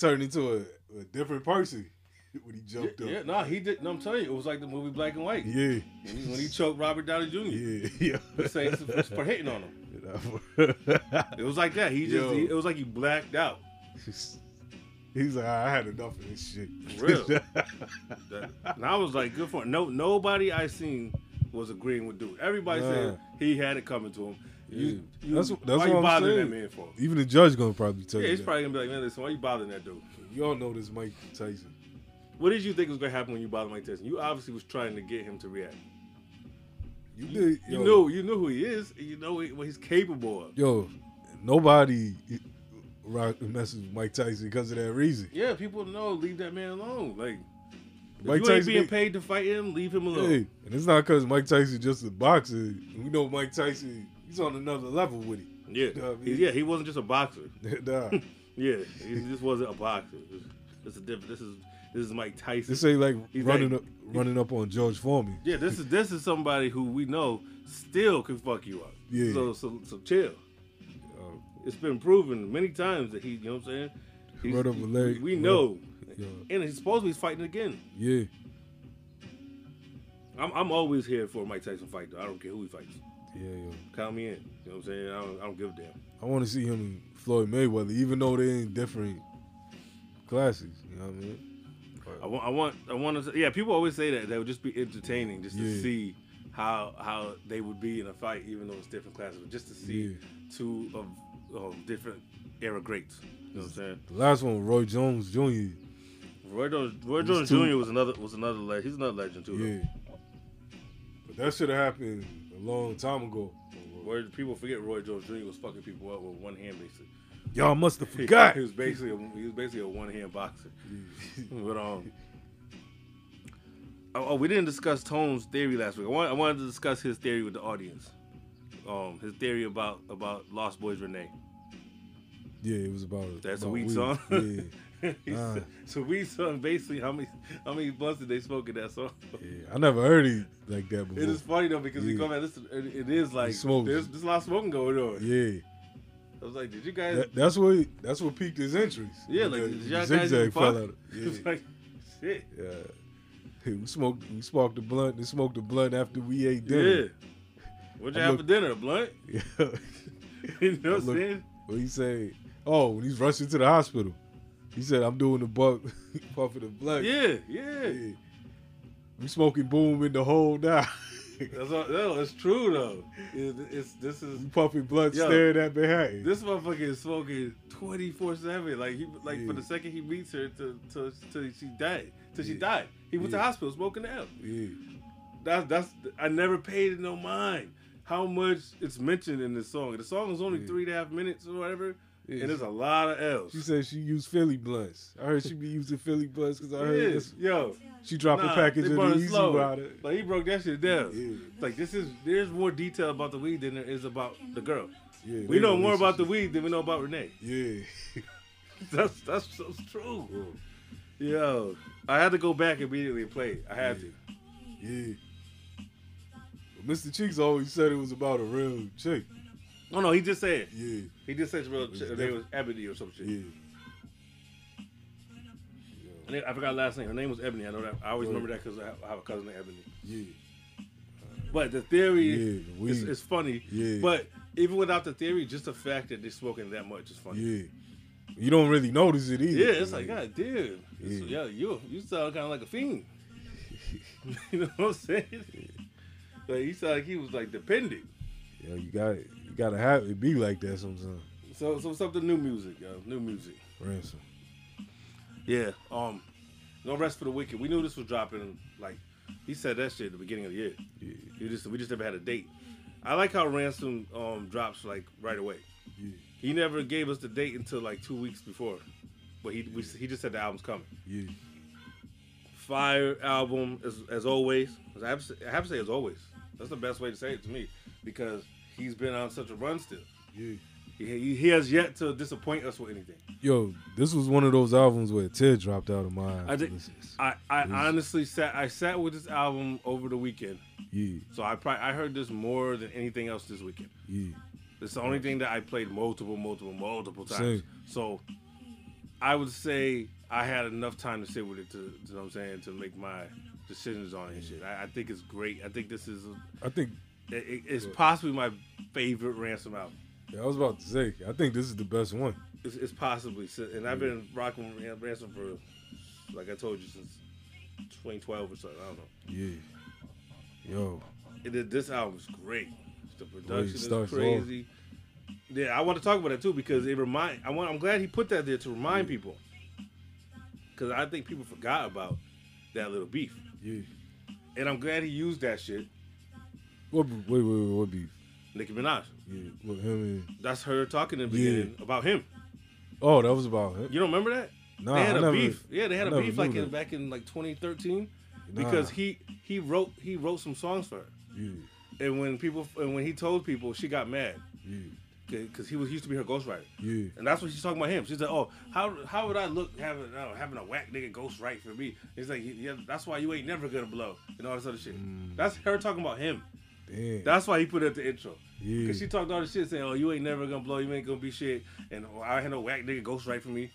Speaker 3: turned into a, a different person when he
Speaker 4: Yeah,
Speaker 3: jumped
Speaker 4: yeah,
Speaker 3: up.
Speaker 4: no, he did. No, I'm telling you, it was like the movie Black and White
Speaker 3: Yeah,
Speaker 4: when, he, when he choked Robert Downey Jr.
Speaker 3: yeah, yeah.
Speaker 4: for saying for hitting on him.
Speaker 3: Nah, for-
Speaker 4: It was like that. He just,
Speaker 3: Yo.
Speaker 4: he, it was like he blacked out.
Speaker 3: He's like, I had enough of this shit.
Speaker 4: Really? And I was like, good for him. No, nobody I seen was agreeing with dude. Everybody
Speaker 3: Nah.
Speaker 4: said he had it coming to him. You,
Speaker 3: Yeah.
Speaker 4: you,
Speaker 3: That's- that's
Speaker 4: why you
Speaker 3: what I'm
Speaker 4: bothering that
Speaker 3: saying.
Speaker 4: man for?
Speaker 3: Even the judge gonna probably tell
Speaker 4: Yeah,
Speaker 3: you.
Speaker 4: he's
Speaker 3: that.
Speaker 4: probably gonna be like, man, listen, why you bothering that dude?
Speaker 3: you all know this Mike Tyson.
Speaker 4: What did you think was gonna happen when you bothered Mike Tyson? You obviously was trying to get him to react.
Speaker 3: You did.
Speaker 4: You
Speaker 3: yo,
Speaker 4: knew, you knew who he is. and You know what he's capable of.
Speaker 3: Yo, nobody rock messes with Mike Tyson because of that reason.
Speaker 4: Yeah, people know. Leave that man alone. Like, if
Speaker 3: Mike
Speaker 4: you ain't
Speaker 3: Tyson
Speaker 4: being
Speaker 3: ain't-
Speaker 4: paid to fight him, leave him alone.
Speaker 3: Hey, and it's not because Mike Tyson just a boxer. We know Mike Tyson. He's on another level with it.
Speaker 4: Yeah,
Speaker 3: Nah,
Speaker 4: He-
Speaker 3: man.
Speaker 4: yeah. He wasn't just a boxer.
Speaker 3: nah,
Speaker 4: Yeah, he just wasn't a boxer. This is different. This is this is Mike Tyson.
Speaker 3: this ain't like
Speaker 4: He's
Speaker 3: running
Speaker 4: like-
Speaker 3: up, running up on George Foreman.
Speaker 4: yeah, this is this is somebody who we know still can fuck you up.
Speaker 3: Yeah.
Speaker 4: So so, so chill.
Speaker 3: Oh.
Speaker 4: It's been proven many times that he, you know what I'm saying. He's-
Speaker 3: Run up a leg,
Speaker 4: We
Speaker 3: run
Speaker 4: know,
Speaker 3: yeah.
Speaker 4: and he's supposed to be fighting again.
Speaker 3: Yeah,
Speaker 4: I'm I'm always here for a Mike Tyson fight. Though. I don't care who he fights.
Speaker 3: yeah, yo.
Speaker 4: Count me in. You know what I'm saying? I don't, I don't give a damn.
Speaker 3: I want to see him and Floyd Mayweather, even though they in different classes. You know what I mean?
Speaker 4: I want, I want, I want to. Yeah, people always say that that would just be entertaining, just to
Speaker 3: Yeah.
Speaker 4: see how how they would be in a fight, even though it's different classes, but just to see
Speaker 3: Yeah.
Speaker 4: two of um, different era greats. You know what I'm saying?
Speaker 3: The last one, Roy Jones Jr.
Speaker 4: Roy Jones, Roy
Speaker 3: These
Speaker 4: Jones
Speaker 3: two-
Speaker 4: Jr. was another was another legend. He's another legend too.
Speaker 3: Yeah, but that should have happened a long time ago.
Speaker 4: though. Where people forget Roy Jones Jr. was fucking people up with one hand basically.
Speaker 3: Y'all must have forgot.
Speaker 4: he was basically a, he was basically a one hand boxer. But um, oh, oh, we didn't discuss Tone's theory last week. I, want, I wanted to discuss his theory with the audience. Um, his theory about about Lost Boys Renee.
Speaker 3: Yeah, it was about
Speaker 4: That's a
Speaker 3: about
Speaker 4: weed
Speaker 3: weed.
Speaker 4: song.
Speaker 3: Yeah,
Speaker 4: He
Speaker 3: Ah.
Speaker 4: said- So we sung basically how many how many blunts did they smoke in that song?
Speaker 3: yeah. I never heard it like that before.
Speaker 4: It is funny though because we
Speaker 3: Yeah.
Speaker 4: go back listen. It, it is like
Speaker 3: smokes.
Speaker 4: there's, there's a lot of smoking going on.
Speaker 3: yeah,
Speaker 4: I was like, did you guys?
Speaker 3: that, that's what that's what piqued his interest.
Speaker 4: yeah,
Speaker 3: The-
Speaker 4: like did
Speaker 3: the
Speaker 4: y'all guys even fuck?
Speaker 3: out.
Speaker 4: It was
Speaker 3: Yeah,
Speaker 4: like, shit.
Speaker 3: yeah. Hey, we smoked we smoked the blunt. and smoked the blunt after we ate
Speaker 4: Yeah.
Speaker 3: dinner.
Speaker 4: What'd you
Speaker 3: I
Speaker 4: have for
Speaker 3: look-
Speaker 4: dinner? A blunt?
Speaker 3: Yeah.
Speaker 4: you know what I'm
Speaker 3: Look-
Speaker 4: saying?
Speaker 3: What he say? Oh, when he's rushing to the hospital, he said, "I'm doing the buck, puff of the blunt."
Speaker 4: Yeah, yeah.
Speaker 3: Yeah. We smoking boom in the hole now. we
Speaker 4: That's all, no, it's true though. It, it's this is
Speaker 3: puffing blunt,
Speaker 4: Yo.
Speaker 3: staring at Manhattan.
Speaker 4: this motherfucker is smoking twenty four seven. Like he like
Speaker 3: Yeah.
Speaker 4: for the second he meets her to to till she died till she
Speaker 3: Yeah.
Speaker 4: died. He went to
Speaker 3: Yeah.
Speaker 4: hospital smoking out.
Speaker 3: yeah,
Speaker 4: That's that's I never paid no mind how much it's mentioned in this song. The song is only
Speaker 3: Yeah.
Speaker 4: three and a half minutes or whatever,
Speaker 3: Yeah,
Speaker 4: and there's
Speaker 3: she-
Speaker 4: a lot of L's.
Speaker 3: she said she used Philly blunts. I heard she be using Philly blunts because I heard
Speaker 4: Yeah,
Speaker 3: this,
Speaker 4: yo.
Speaker 3: she dropped
Speaker 4: Nah,
Speaker 3: a package
Speaker 4: they
Speaker 3: of
Speaker 4: brought
Speaker 3: the
Speaker 4: it
Speaker 3: Easy
Speaker 4: slow.
Speaker 3: Rider.
Speaker 4: Like he broke that shit down.
Speaker 3: Yeah.
Speaker 4: Like this is there's more detail about the weed than there is about the girl.
Speaker 3: Yeah,
Speaker 4: we
Speaker 3: they
Speaker 4: know more
Speaker 3: released
Speaker 4: about the
Speaker 3: it.
Speaker 4: weed than we know about Renee.
Speaker 3: Yeah,
Speaker 4: That's that's, so true. Yo, I had to go back immediately and play. It. I had to.
Speaker 3: yeah. But Mr. Cheeks always said it was about a real chick.
Speaker 4: Oh, No, no, he just said
Speaker 3: Yeah,
Speaker 4: he just said it's real.
Speaker 3: was
Speaker 4: Ch- her name was Ebony or some shit.
Speaker 3: yeah.
Speaker 4: I think- I forgot her last name. Her name was Ebony. I know that. I always
Speaker 3: Right.
Speaker 4: remember that because I have, I have a cousin named Ebony.
Speaker 3: Yeah.
Speaker 4: But the theory
Speaker 3: Yeah, the
Speaker 4: is,
Speaker 3: weed.
Speaker 4: is funny.
Speaker 3: Yeah.
Speaker 4: But even without the theory, just the fact that they're smoking that much is funny.
Speaker 3: Yeah. You don't really notice it either.
Speaker 4: Yeah, it's like, God damn. It's-
Speaker 3: Yeah.
Speaker 4: Yeah, you you sound kind of like a fiend. you know what I'm saying? Like, he sounded like he was like dependent.
Speaker 3: Yo, you got you gotta have it be like that sometimes.
Speaker 4: So, so something new music, yo. New music.
Speaker 3: Ransom.
Speaker 4: Yeah. Um, no rest for the wicked. We knew this was dropping. Like, he said that shit at the beginning of the year.
Speaker 3: Yeah.
Speaker 4: You just we just never had a date. I like how ransom um drops like right away.
Speaker 3: Yeah.
Speaker 4: He never gave us the date until like two weeks before, but he we, he just said the album's coming.
Speaker 3: Yeah.
Speaker 4: Fire album as, as always. 'Cause I have, to, say- I have to say as always. That's the best way to say it to me because he's been on such a run still.
Speaker 3: Yeah.
Speaker 4: He, he has yet to disappoint us with anything.
Speaker 3: Yo, this was one of those albums where a tear dropped out of my eyes.
Speaker 4: I did,
Speaker 3: Listen.
Speaker 4: I, I honestly sat I sat with this album over the weekend,
Speaker 3: Yeah,
Speaker 4: so I probably I heard this more than anything else this weekend.
Speaker 3: yeah.
Speaker 4: It's the only thing that I played multiple, multiple, multiple times.
Speaker 3: Same.
Speaker 4: So I would say I had enough time to sit with it to, you know what I'm saying, to make my decisions on it and shit. I, I think it's great. I think this is,
Speaker 3: I think
Speaker 4: it, it's possibly my favorite Ransom album.
Speaker 3: Yeah, I was about to say. I think this is the best one.
Speaker 4: It's, it's possibly, si- and I've been
Speaker 3: Mm-hmm.
Speaker 4: rocking with Ran- Ransom for, like I told you, since 2012 or something. I don't know.
Speaker 3: Yeah. Yo.
Speaker 4: And then this album's great. The production is
Speaker 3: starts
Speaker 4: crazy. Yeah, I want to talk about that too because it remind. I want. I'm glad he put that there to remind people, because I think people forgot about that little beef,
Speaker 3: Yeah.
Speaker 4: and I'm glad he used that shit.
Speaker 3: What? be- Wait, wait, wait. What beef?
Speaker 4: Nicki Minaj.
Speaker 3: Yeah. With him and.
Speaker 4: That's her talking in the
Speaker 3: Yeah.
Speaker 4: beginning about him.
Speaker 3: Oh, that was about him.
Speaker 4: You don't remember that?
Speaker 3: Nah,
Speaker 4: they had
Speaker 3: I
Speaker 4: a
Speaker 3: never-
Speaker 4: beef. Yeah, they had
Speaker 3: I
Speaker 4: a
Speaker 3: never
Speaker 4: beef like
Speaker 3: knew
Speaker 4: in,
Speaker 3: that.
Speaker 4: back in like 2013
Speaker 3: Nah.
Speaker 4: because he he wrote he wrote some songs for her.
Speaker 3: Yeah.
Speaker 4: And when people and when he told people, she got mad
Speaker 3: Yeah.
Speaker 4: because he was he used to be her ghostwriter.
Speaker 3: Yeah.
Speaker 4: And that's what she's talking about him. She said, "Oh, how how would I look having uh, having a whack nigga ghostwrite for me?" He's like, "Yeah, that's why you ain't never gonna blow and all this other shit."
Speaker 3: Mm.
Speaker 4: That's her talking about him.
Speaker 3: Damn.
Speaker 4: That's why he put up the intro.
Speaker 3: Yeah.
Speaker 4: Cause she talked all this shit saying, "Oh, you ain't never gonna blow. You ain't gonna be shit." And oh, I had no whack nigga ghost right for me.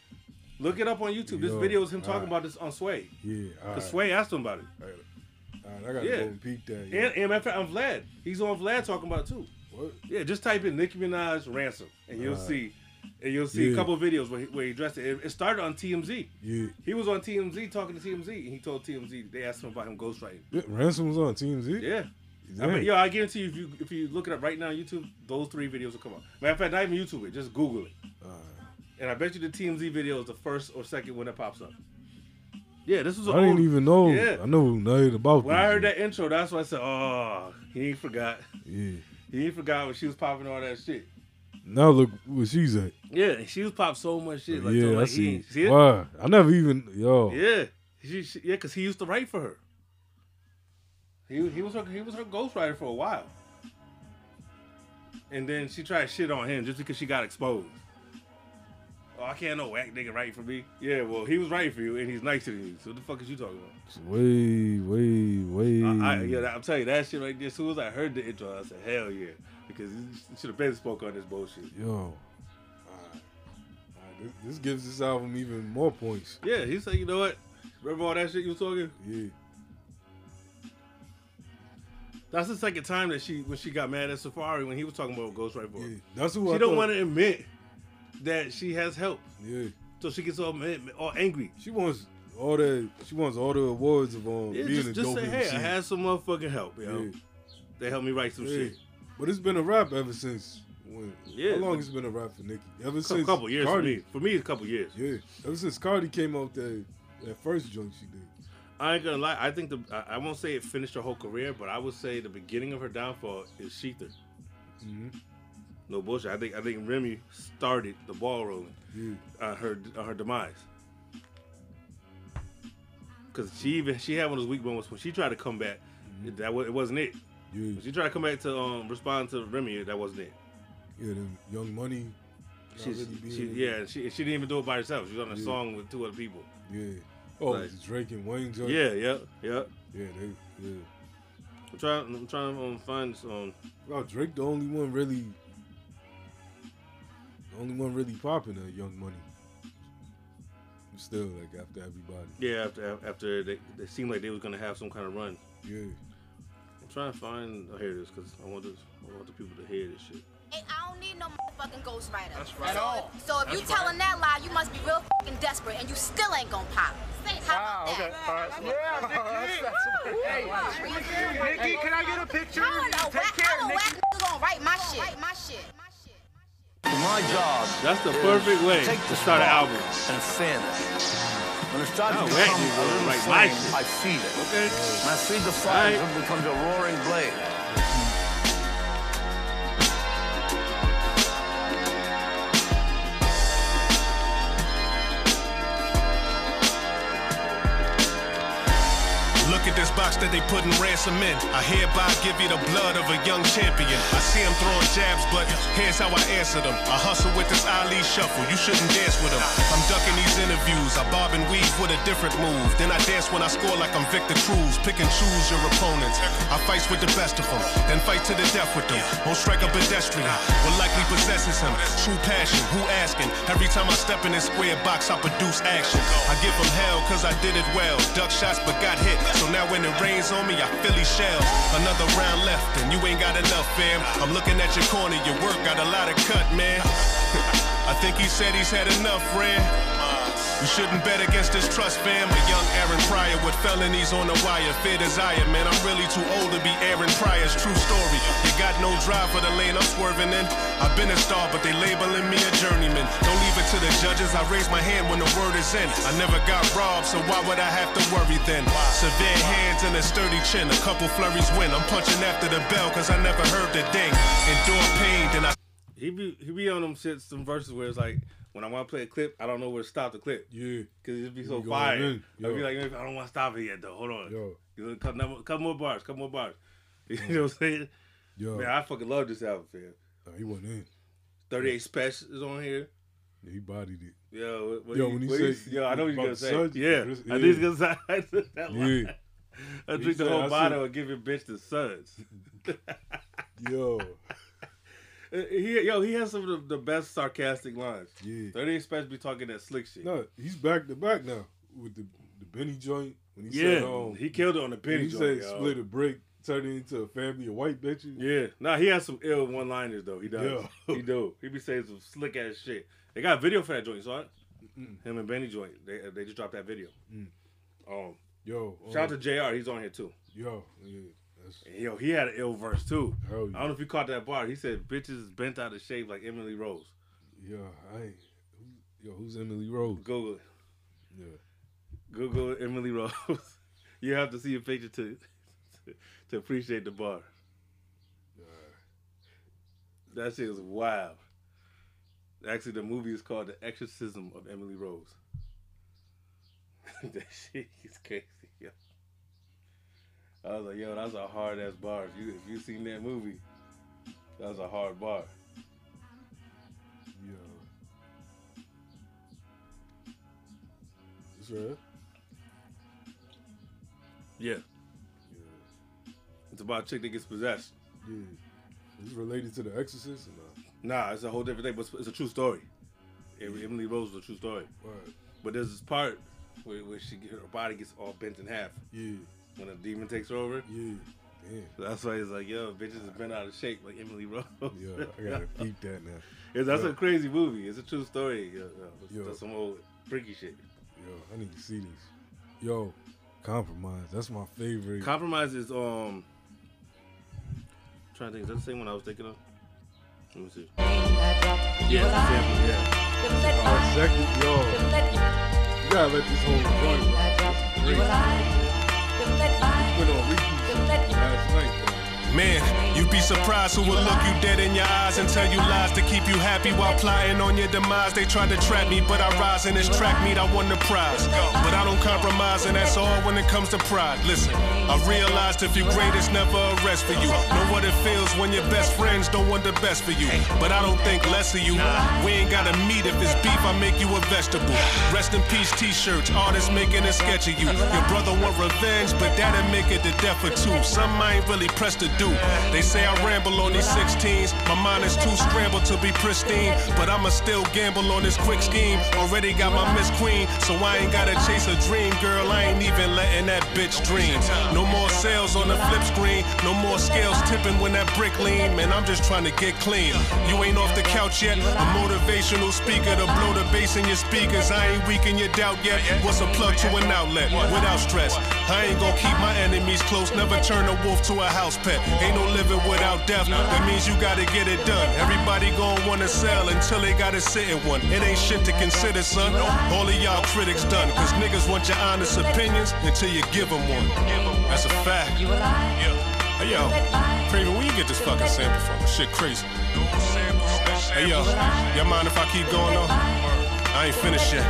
Speaker 4: Look it up on YouTube. this
Speaker 3: Yo,
Speaker 4: video is him talking
Speaker 3: alright.
Speaker 4: about this on Sway.
Speaker 3: yeah. All right.
Speaker 4: Cause Sway asked him about it.
Speaker 3: All right, I gotta
Speaker 4: Yeah.
Speaker 3: go and peek that.
Speaker 4: And, and matter of fact, I'm Vlad. He's on Vlad talking about it too.
Speaker 3: What?
Speaker 4: Yeah, just type in Nicki Minaj ransom, and you'll see, and you'll see a
Speaker 3: Yeah.
Speaker 4: couple of videos where he, where he dressed it. It- It started on TMZ.
Speaker 3: Yeah.
Speaker 4: He was on TMZ talking to TMZ, and he told TMZ they asked him about him ghostwriting.
Speaker 3: Yeah, Ransom was on Team Z.
Speaker 4: Yeah. I
Speaker 3: Damn.
Speaker 4: mean, yo, I guarantee you if you if you look it up right now on YouTube, those three videos will come up. Matter of fact, not even YouTube it, just Google it. and I bet you the TMZ video is the first or second one that pops up. Yeah, this was.
Speaker 3: I
Speaker 4: an
Speaker 3: didn't
Speaker 4: old-
Speaker 3: even know.
Speaker 4: Yeah.
Speaker 3: I know nothing about.
Speaker 4: When I
Speaker 3: this
Speaker 4: heard
Speaker 3: shit.
Speaker 4: that intro, that's why I said, "Oh, he ain't forgot.
Speaker 3: Yeah.
Speaker 4: He ain't forgot when she was popping all that shit."
Speaker 3: Now look where she's at.
Speaker 4: Yeah, she was pop so much shit. Like,
Speaker 3: yeah,
Speaker 4: so, like,
Speaker 3: I see.
Speaker 4: He, see it?
Speaker 3: Wow. I never even yo.
Speaker 4: Yeah, she, she, yeah, because he used to write for her. He, he was her he was her ghostwriter for a while, and then she tried shit on him just because she got exposed. Oh, I can't no whack nigga write for me. Yeah, well, he was writing for you, and he's nicer than you. So what the fuck is you talking about?
Speaker 3: It's Way, way, way.
Speaker 4: I, I, yeah, that- I'm telling you that shit right there. As soon as I heard the intro, I said, "Hell yeah!" Because you should have been spoke on this bullshit.
Speaker 3: Yo. All right. All right, This, this gives this album even more points.
Speaker 4: Yeah, he said, "You know what? Remember all that shit you was talking?
Speaker 3: Yeah.
Speaker 4: That's the second time that she when she got mad at Safari when he was talking about Ghost Right for her.
Speaker 3: yeah. That's who
Speaker 4: She
Speaker 3: I
Speaker 4: don't
Speaker 3: thought-
Speaker 4: want to admit that she has help,
Speaker 3: Yeah.
Speaker 4: so she gets all mad, all angry.
Speaker 3: She wants all the. She wants all the awards of um,
Speaker 4: Yeah,
Speaker 3: being
Speaker 4: just,
Speaker 3: a
Speaker 4: just
Speaker 3: dope
Speaker 4: say, "Hey,
Speaker 3: MC.
Speaker 4: I had some motherfucking help, yo.
Speaker 3: Yeah.
Speaker 4: They helped me write some
Speaker 3: Yeah.
Speaker 4: shit."
Speaker 3: But it's been a rap ever since when
Speaker 4: Yeah.
Speaker 3: how long it's been a rap for Nicki? Ever
Speaker 4: A
Speaker 3: since
Speaker 4: couple years
Speaker 3: Cardi.
Speaker 4: for me. For me, it's a couple years.
Speaker 3: Yeah. Ever since Cardi came out that that first joint she did.
Speaker 4: I ain't gonna lie. I think the I- I won't say it finished her whole career, but I would say the beginning of her downfall is Sheether.
Speaker 3: Mm-hmm.
Speaker 4: No bullshit. I think I think Remy started the ball rolling
Speaker 3: Yeah.
Speaker 4: on her on her demise. Cause she even she had one of those weak moments when she tried to come back.
Speaker 3: Mm-hmm.
Speaker 4: That was, it wasn't it.
Speaker 3: Yeah.
Speaker 4: When she tried to come back to um, respond to Remy. That wasn't it.
Speaker 3: Yeah, them Young Money. not
Speaker 4: She,
Speaker 3: really being-
Speaker 4: she, yeah, she, she didn't even do it by herself. She was on a song with two other people.
Speaker 3: Yeah. Oh,
Speaker 4: Like-
Speaker 3: the Drake and Wayne joint.
Speaker 4: Yeah, yeah, yeah.
Speaker 3: Yeah, they yeah.
Speaker 4: I'm trying I'm trying to um, find this um,
Speaker 3: Well, Drake the only one really the only one really popping at Young Money. Still like after everybody.
Speaker 4: Yeah, after after they, they seemed like they was gonna have some kind of run.
Speaker 3: Yeah.
Speaker 4: I'm trying to find. Oh, here it is, cause I want this. I want the people to hear this shit.
Speaker 7: Hey, I don't need no motherfucking ghostwriter.
Speaker 8: That's right.
Speaker 7: So,
Speaker 8: At all.
Speaker 7: If, so if you telling that lie, you must be real fucking desperate, and you still ain't gonna pop. Say how about that?
Speaker 8: Nikki, can I get a picture?
Speaker 7: I don't know.
Speaker 8: Take
Speaker 7: whack-
Speaker 8: care,
Speaker 7: I don't
Speaker 8: Nikki.
Speaker 7: whack nigga gonna write my shit. Write my shit. My shit.
Speaker 9: My job
Speaker 4: That's the perfect way
Speaker 9: take
Speaker 4: to
Speaker 9: the
Speaker 4: start an
Speaker 9: spark
Speaker 4: album.
Speaker 9: and fan it. When it starts
Speaker 4: Oh,
Speaker 9: to
Speaker 4: wait,
Speaker 9: become
Speaker 4: you
Speaker 9: a
Speaker 4: were
Speaker 9: little
Speaker 4: right,
Speaker 9: flame,
Speaker 4: nice.
Speaker 9: I feed it.
Speaker 4: Okay.
Speaker 9: When I feed the fire,
Speaker 4: All right.
Speaker 9: it becomes a roaring blade.
Speaker 10: Look at this box that they putting ransom in. I hereby give you the blood of a young champion. I see him throwing jabs, but here's how I answer them. I hustle with this Ali shuffle. You shouldn't dance with him. I'm ducking these interviews. I bob and weave with a different move. Then I dance when I score like I'm Victor Cruz. Pick and choose your opponents. I fights with the best of them. Then fight to the death with them. Won't strike a pedestrian. What likely possesses him? True passion. Who asking? Every time I step in this square box, I produce action. I give them hell cause I did it well. Duck shots but got hit. So now when it rains on me, I Philly shells. Another round left, and you ain't got enough, fam. I'm looking at your corner, your work got a lot of cut, man. I think he said he's had enough, Ren. You shouldn't bet against this trust, fam. A young Aaron Pryor with felonies on the wire. Fear desire, man. I'm really too old to be Aaron Pryor's true story. You got no drive for the lane I'm swerving in. I've been a star, but they labeling me a journeyman. Don't leave it to the judges. I raise my hand when the word is in. I never got robbed, so why would I have to worry then? Severe hands and a sturdy chin. A couple flurries win. I'm punching after the bell, cause I never heard the ding. Endure pain, then I
Speaker 4: He be he be on them shits, some verses where it's like when I want to play a clip, I don't know where to stop the clip.
Speaker 5: Yeah.
Speaker 4: Cause it just be so
Speaker 5: going
Speaker 4: fire.
Speaker 5: in,
Speaker 4: I'll be
Speaker 5: yo.
Speaker 4: like, I don't want to stop it yet though. Hold on.
Speaker 5: Yo.
Speaker 4: You know, Couple, number- couple more bars. Couple more bars. You know what I'm saying?
Speaker 5: Yo,
Speaker 4: Man, I fucking love this album, man.
Speaker 5: nah, he went in.
Speaker 4: 38 Special is on here.
Speaker 5: Yeah, he bodied it.
Speaker 4: Yo, what, what
Speaker 5: Yo,
Speaker 4: you,
Speaker 5: when he
Speaker 4: what you-
Speaker 5: said-
Speaker 4: yo, I know what you're
Speaker 5: about
Speaker 4: gonna say.
Speaker 5: surgery,
Speaker 4: yeah,
Speaker 5: Chris-
Speaker 4: I think
Speaker 5: yeah.
Speaker 4: he's gonna say that line.
Speaker 5: Yeah.
Speaker 4: I
Speaker 5: He
Speaker 4: drink the
Speaker 5: said,
Speaker 4: whole
Speaker 5: I
Speaker 4: bottle
Speaker 5: said-
Speaker 4: and give your bitch the suds.
Speaker 5: Yo.
Speaker 4: Uh, he, yo, he has some of the, the best sarcastic lines.
Speaker 5: Yeah.
Speaker 4: 38 Special be talking that slick shit.
Speaker 5: No, he's back to back now with the, the Benny joint. When he
Speaker 4: yeah,
Speaker 5: said, um,
Speaker 4: he killed it on the
Speaker 5: when
Speaker 4: penny
Speaker 5: he
Speaker 4: joint.
Speaker 5: said
Speaker 4: yo.
Speaker 5: split a brick, turn it into a family of white bitches.
Speaker 4: Yeah, nah, he has some ill one liners though. He does.
Speaker 5: Yeah.
Speaker 4: He do. He be saying some slick ass shit. They got a video for that joint. You saw it? Him and Benny joint. They they just dropped that video.
Speaker 5: Mm.
Speaker 4: Um,
Speaker 5: Yo. um,
Speaker 4: shout out to Jr. He's on here too.
Speaker 5: Yo. Yeah. That's,
Speaker 4: Yo, he had an ill verse too.
Speaker 5: Hell
Speaker 4: I don't know if you caught that part. He said, "Bitches is bent out of shape like Emily Rose."
Speaker 5: yo, I ain't. who- Yo, who's Emily Rose?
Speaker 4: Google, it.
Speaker 5: Yeah.
Speaker 4: Google Emily Rose. you have to see a picture to to appreciate the bar. That shit is wild. Actually, the movie is called The Exorcism of Emily Rose. that shit is crazy. Yo. I was like, yo, that's a hard ass bar. If you if you seen that movie, that was a hard bar.
Speaker 5: Yo. This right?
Speaker 4: Yeah. It's about a chick that gets possessed.
Speaker 5: Yeah. Is it related to The Exorcist or not?
Speaker 4: Nah, it's a whole different thing, but it's, it's a true story. Em- Emily Rose is a true story.
Speaker 5: Right.
Speaker 4: But there's this part where, where she get, her body gets all bent in half
Speaker 5: Yeah.
Speaker 4: when a demon takes her over.
Speaker 5: Yeah. Damn.
Speaker 4: So that's why he's like, yo, bitches is bent out of shape like Emily Rose.
Speaker 5: Yo, I gotta peep that now.
Speaker 4: Yeah, that's
Speaker 5: Yeah.
Speaker 4: a crazy movie. It's a true story. Yo, yo, That's-
Speaker 5: Yeah.
Speaker 4: That's some old freaky shit.
Speaker 5: Yo, I need to see this. Yo, compromise. That's my favorite.
Speaker 4: Compromise is um. trying to think, is that the same one I was thinking of? Let me see. Yeah, yeah, yeah.
Speaker 5: My second, yo, you gotta let this whole joint ride. It's great. Put on repeat last night.
Speaker 10: Man, you'd be surprised who will look you dead in your eyes and tell you lies to keep you happy while plotting on your demise. They tried to trap me, but I rise in this track meet. I won the prize. But I don't compromise, and that's all when it comes to pride. Listen, I realized if you're great, it's never a rest for you. Know what it feels when your best friends don't want the best for you. But I don't think less of you. We ain't gotta meet if it's beef, I make you a vegetable. Rest in peace t-shirts, artists making a sketch of you. Your brother want revenge, but that'll make it the death of two. Some I ain't really pressed to do. They say I ramble on these 16s. My mind is too scrambled to be pristine. But I'ma still gamble on this quick scheme. Already got my Miss Queen, so I ain't gotta chase a dream, girl. I ain't even letting that bitch dream. No more sales on the flip screen. No more scales tipping when that brick lean. Man, I'm just trying to get clean. You ain't off the couch yet. A motivational speaker to blow the bass in your speakers. I ain't weak in your doubt yet. What's a plug to an outlet without stress? I ain't gonna keep my enemies close. Never turn a wolf to a house pet. Ain't no living without death. That means you gotta get it done. Everybody gon' wanna sell until they gotta sit in one. It ain't shit to consider, son. All of y'all critics done. Cause niggas want your honest opinions until you give them one. That's a fact. Yeah. Hey, yo. Craven, where you get this fucking sample from? This Shit crazy. Hey, yo. Y'all mind if I keep going on? I ain't finished yet.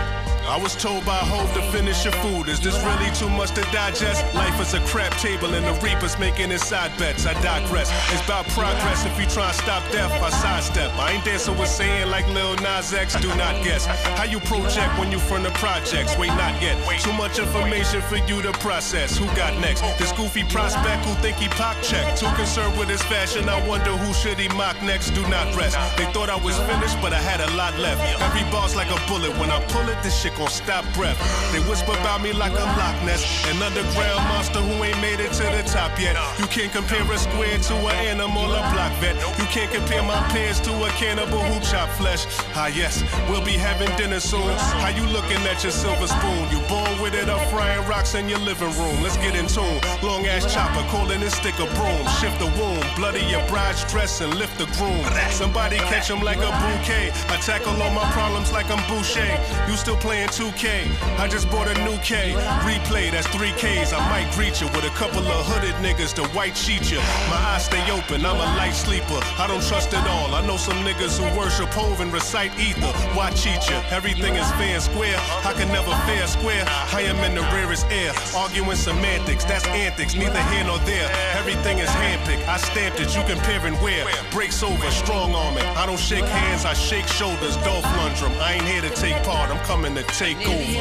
Speaker 10: I was told by Hove to finish your food. Is this really too much to digest? Life is a crap table and the reapers making his side bets. I digress. It's about progress. If you try to stop death, I sidestep. I ain't dancing with saying like Lil Nas X. Do not guess how you project when you from the projects. Wait, not yet. Too much information for you to process. Who got next? This goofy prospect who think he pop check. Too concerned with his fashion. I wonder who should he mock next. Do not rest. They thought I was finished, but I had a lot left. Every ball's like a bullet. When I pull it, this shit back on stop breath. They whisper about me like I'm Loch Ness, an underground monster who ain't made it to the top yet. You can't compare a square to an animal, a block vet. You can't compare my peers to a cannibal who chop flesh. Ah yes, we'll be having dinner soon. How you looking at your silver spoon? You born with it, I'm frying rocks in your living room. Let's get in tune. Long ass chopper, calling this stick a broom. Shift the womb, bloody your bride's dress and lift the groom. Somebody catch him like a bouquet. I tackle all my problems like I'm Boucher. You still playing 2K? I just bought a new K. Replay, that's 3Ks. I might greet you with a couple of hooded niggas to white cheat you. My eyes stay open, I'm a light sleeper. I don't trust it all. I know some niggas who worship Hove and recite ether. Why cheat you? Everything is fair and square. I can never fair square. I am in the rarest air. Arguing semantics, that's antics, neither here nor there. Everything is handpicked. I stamped it, you comparing where? Breaks over, strong arming. I don't shake hands, I shake shoulders. Dolph Lundrum. I ain't here to take part, I'm coming to take over.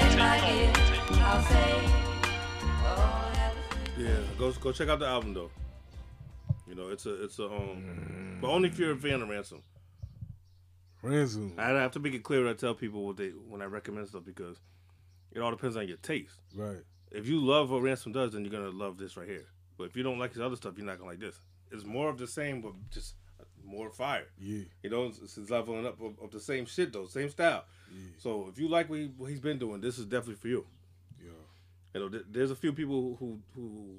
Speaker 4: Yeah, go go check out the album though. You know, it's a it's a
Speaker 5: Mm.
Speaker 4: um, but only if you're a fan of Ransom.
Speaker 5: Ransom.
Speaker 4: I have to make it clear when I tell people what they when I recommend stuff because it all depends on your taste.
Speaker 5: Right.
Speaker 4: If you love what Ransom does, then you're gonna love this right here. But if you don't like his other stuff, you're not gonna like this. It's more of the same, but just more fire.
Speaker 5: Yeah.
Speaker 4: You know, it's, it's leveling up of, of the same shit though, same style. So if you like what, he, what he's been doing, this is definitely for you.
Speaker 5: Yeah.
Speaker 4: You know, th- there's a few people who who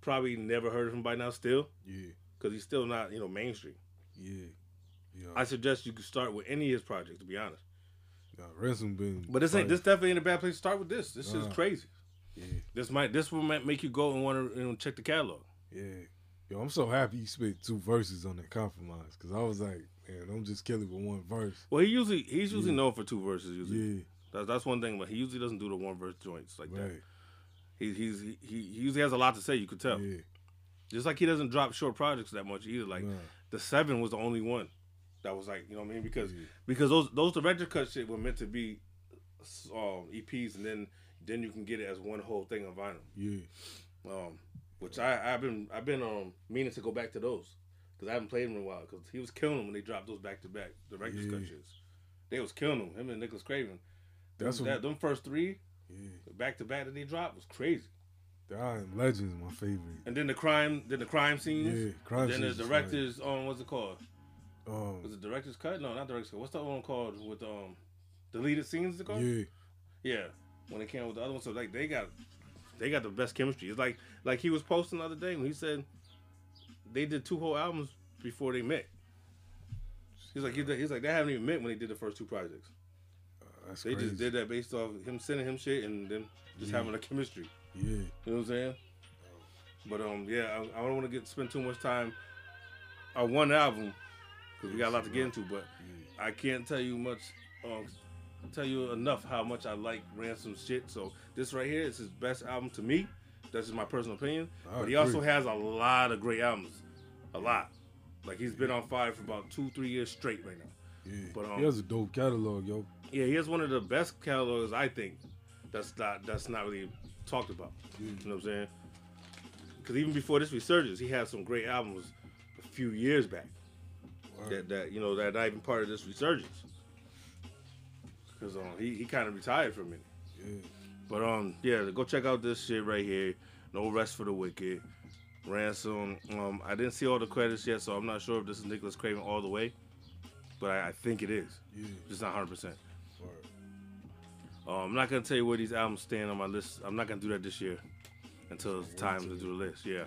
Speaker 4: probably never heard of him by now still,
Speaker 5: Yeah.
Speaker 4: because he's still not you know mainstream.
Speaker 5: Yeah. Yeah.
Speaker 4: I suggest you could start with any of his projects, to be honest.
Speaker 5: Nah, ransom been.
Speaker 4: But this ain't this definitely ain't a bad place to start with this. This shit is
Speaker 5: Uh-huh.
Speaker 4: crazy.
Speaker 5: Yeah.
Speaker 4: This might this will might make you go and want to you know, check the catalog.
Speaker 5: Yeah. Yo, I'm so happy you spit two verses on that compromise because I was like, man, don't just kill it with one verse.
Speaker 4: Well, he usually he's usually known for two verses. Usually,
Speaker 5: Yeah.
Speaker 4: that's that's one thing. But he usually doesn't do the one verse joints like that.
Speaker 5: Right.
Speaker 4: He, he's he, he usually has a lot to say. You could tell.
Speaker 5: Yeah.
Speaker 4: Just like he doesn't drop short projects that much either. Like
Speaker 5: Nah.
Speaker 4: the seven was the only one that was like you know what I mean because because those those director cut shit were meant to be um, EPs and then then you can get it as one whole thing on vinyl.
Speaker 5: Yeah.
Speaker 4: Um, which I I've been I've been um meaning to go back to those because I haven't played them in a while because he was killing them when they dropped those back to back director's cut
Speaker 5: Yeah.
Speaker 4: shits. They was killing them. Him and Nicholas Craven.
Speaker 5: That's what.
Speaker 4: that them first three
Speaker 5: yeah.
Speaker 4: back to back that they dropped was crazy.
Speaker 5: The Iron Legends, my favorite.
Speaker 4: And then the crime, then the crime scenes.
Speaker 5: Yeah, crime
Speaker 4: then
Speaker 5: scenes
Speaker 4: the
Speaker 5: is
Speaker 4: directors. Um, what's it called? Was
Speaker 5: Um.
Speaker 4: it director's cut? No, not director's cut. What's the one called with um deleted scenes? Is it called?
Speaker 5: Yeah.
Speaker 4: Yeah, when it came with the other one, so like they got they got the best chemistry. It's like like he was posting the other day when he said they did two whole albums before they met. He's like he's like, he's like they haven't even met when they did the first two projects.
Speaker 5: That's
Speaker 4: They
Speaker 5: crazy.
Speaker 4: just did that based off him sending him shit and them just having a chemistry.
Speaker 5: Yeah.
Speaker 4: You know what I'm saying? But um, yeah, I, I don't want to get spend too much time on one album because we got a lot to get into. But I can't tell you much, um, tell you enough how much I like Ransom shit. So this right here is his best album to me. That's just my personal opinion.
Speaker 5: I
Speaker 4: but
Speaker 5: agree.
Speaker 4: he also has a lot of great albums, a lot. Like he's been on fire for about two, three years straight right now.
Speaker 5: Yeah.
Speaker 4: But, um,
Speaker 5: he has a dope catalog, yo.
Speaker 4: Yeah, he has one of the best catalogs I think. That's not that's not really talked about. You know what I'm saying? Because even before this resurgence, he had some great albums a few years back. That that you know that not even part of this resurgence. Because um, he he kind of retired for a minute.
Speaker 5: Yeah.
Speaker 4: But um, yeah, go check out this shit right here. No rest for the wicked. Ransom. Um, I didn't see all the credits yet, so I'm not sure if this is Nicholas Craven all the way, but I, I think it is.
Speaker 5: Yeah.
Speaker 4: Just not 100. percent
Speaker 5: Word.
Speaker 4: uh, I'm not gonna tell you where these albums stand on my list. I'm not gonna do that this year until it's time to do the list. Yeah,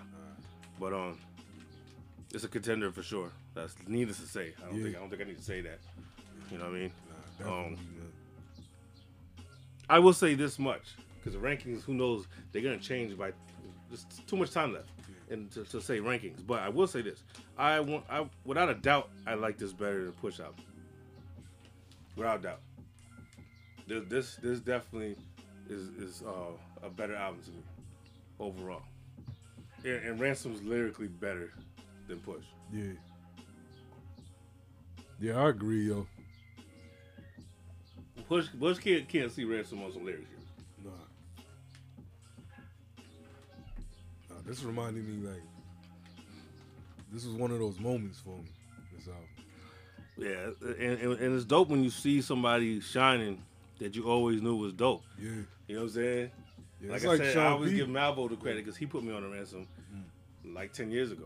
Speaker 4: but um, it's a contender for sure. That's needless to say. I don't
Speaker 5: Yeah.
Speaker 4: think I don't think I need to say that. You know what I mean?
Speaker 5: Definitely,
Speaker 4: Um,
Speaker 5: man.
Speaker 4: I will say this much because the rankings, who knows, they're gonna change by. There's too much time left, and to, to say rankings. But I will say this: I want, I without a doubt, I like this better than Push Out. Without a doubt, this this this definitely is is uh, a better album to me overall. And, and Ransom's lyrically better than Push.
Speaker 5: Yeah. Yeah, I agree, yo.
Speaker 4: Push Push can't can't see Ransom on some lyrics. Here.
Speaker 5: Nah. Nah, this reminded me like this was one of those moments for me. This album.
Speaker 4: Yeah, and, and, and it's dope when you see somebody shining that you always knew was dope.
Speaker 5: Yeah.
Speaker 4: You know what I'm saying?
Speaker 5: Yeah,
Speaker 4: like
Speaker 5: it's
Speaker 4: I
Speaker 5: like
Speaker 4: said, I
Speaker 5: Sean
Speaker 4: always
Speaker 5: B.
Speaker 4: give Malvo the credit because he put me on the ransom
Speaker 5: Mm.
Speaker 4: like 10 years ago.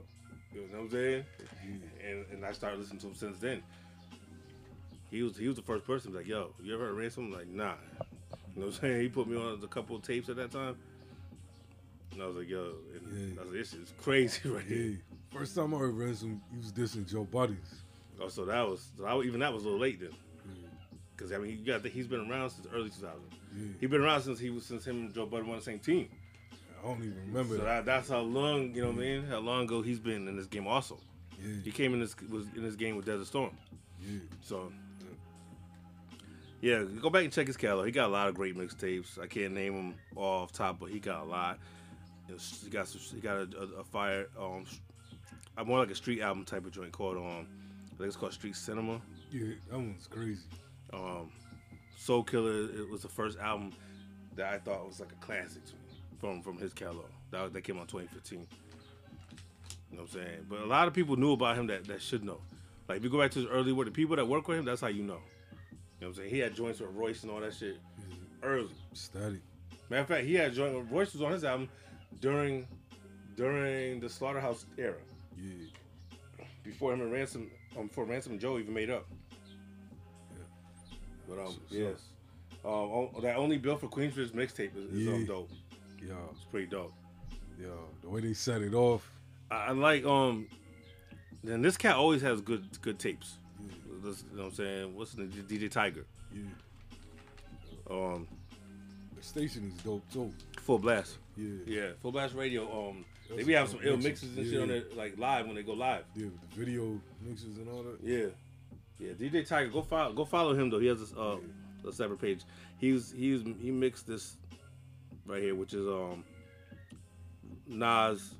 Speaker 4: You know what I'm saying? And, and I started listening to him since then. He was he was the first person like, yo, you ever heard of ransom? I'm like, nah. You know what I'm saying? He put me on a couple of tapes at that time. And I was like, yo, and
Speaker 5: Yeah.
Speaker 4: I was like, this is crazy right
Speaker 5: Yeah.
Speaker 4: here.
Speaker 5: First time I heard Ransom, he was dissing Joe Buddies.
Speaker 4: Oh, so that was so I, even that was a little late then, because I mean you got the, he's been around since the early 2000s.
Speaker 5: Yeah.
Speaker 4: He's been around since he was since him and Joe Budden were on the same team.
Speaker 5: I don't even remember
Speaker 4: So
Speaker 5: that.
Speaker 4: that, that's how long you know what I mean. How long ago he's been in this game also. He
Speaker 5: Yeah.
Speaker 4: came in this was in this game with Desert Storm.
Speaker 5: Yeah.
Speaker 4: So yeah, go back and check his catalog. He got a lot of great mixtapes. I can't name them all off top, but he got a lot. You know, He got some, he got a, a, a fire um, I'm more like a street album type of joint called um, I think it's called Street Cinema.
Speaker 5: Yeah. That one's crazy.
Speaker 4: um, Soul Killer. It was the first album that I thought was like a classic to me from from his catalog. That, that came out 2015. You know what I'm saying? But a lot of people knew about him that, that should know. Like if you go back to his early work, the people that work with him, that's how you know. You know what I'm saying? He had joints with Royce and all that shit early.
Speaker 5: Static.
Speaker 4: Matter of fact, he had joint with Royce was on his album during during the Slaughterhouse era,
Speaker 5: Yeah.
Speaker 4: before him and Ransom, um, before Ransom and Joe even made up. But um, yes, um, o- that only built for Queensbridge mixtape is, is um,
Speaker 5: Yeah.
Speaker 4: dope.
Speaker 5: Yeah.
Speaker 4: It's pretty dope.
Speaker 5: Yeah. The way they set it off.
Speaker 4: I, I like um, then this cat always has good good tapes. This- you know what I'm saying? What's the DJ Tiger?
Speaker 5: Yeah.
Speaker 4: Um,
Speaker 5: The station is dope too.
Speaker 4: Full Blast.
Speaker 5: Yeah.
Speaker 4: Yeah, Full Blast Radio. Um, they
Speaker 5: That's
Speaker 4: be having
Speaker 5: a
Speaker 4: some
Speaker 5: dope
Speaker 4: ill
Speaker 5: mixes.
Speaker 4: mixes and shit on
Speaker 5: Yeah.
Speaker 4: there, like live when they go live.
Speaker 5: Yeah. With the video mixes and all that.
Speaker 4: Yeah, yeah. DJ Tiger, go follow go follow him though. He has this, uh, a separate page. He was he was, he mixed this right here, which is um Nas.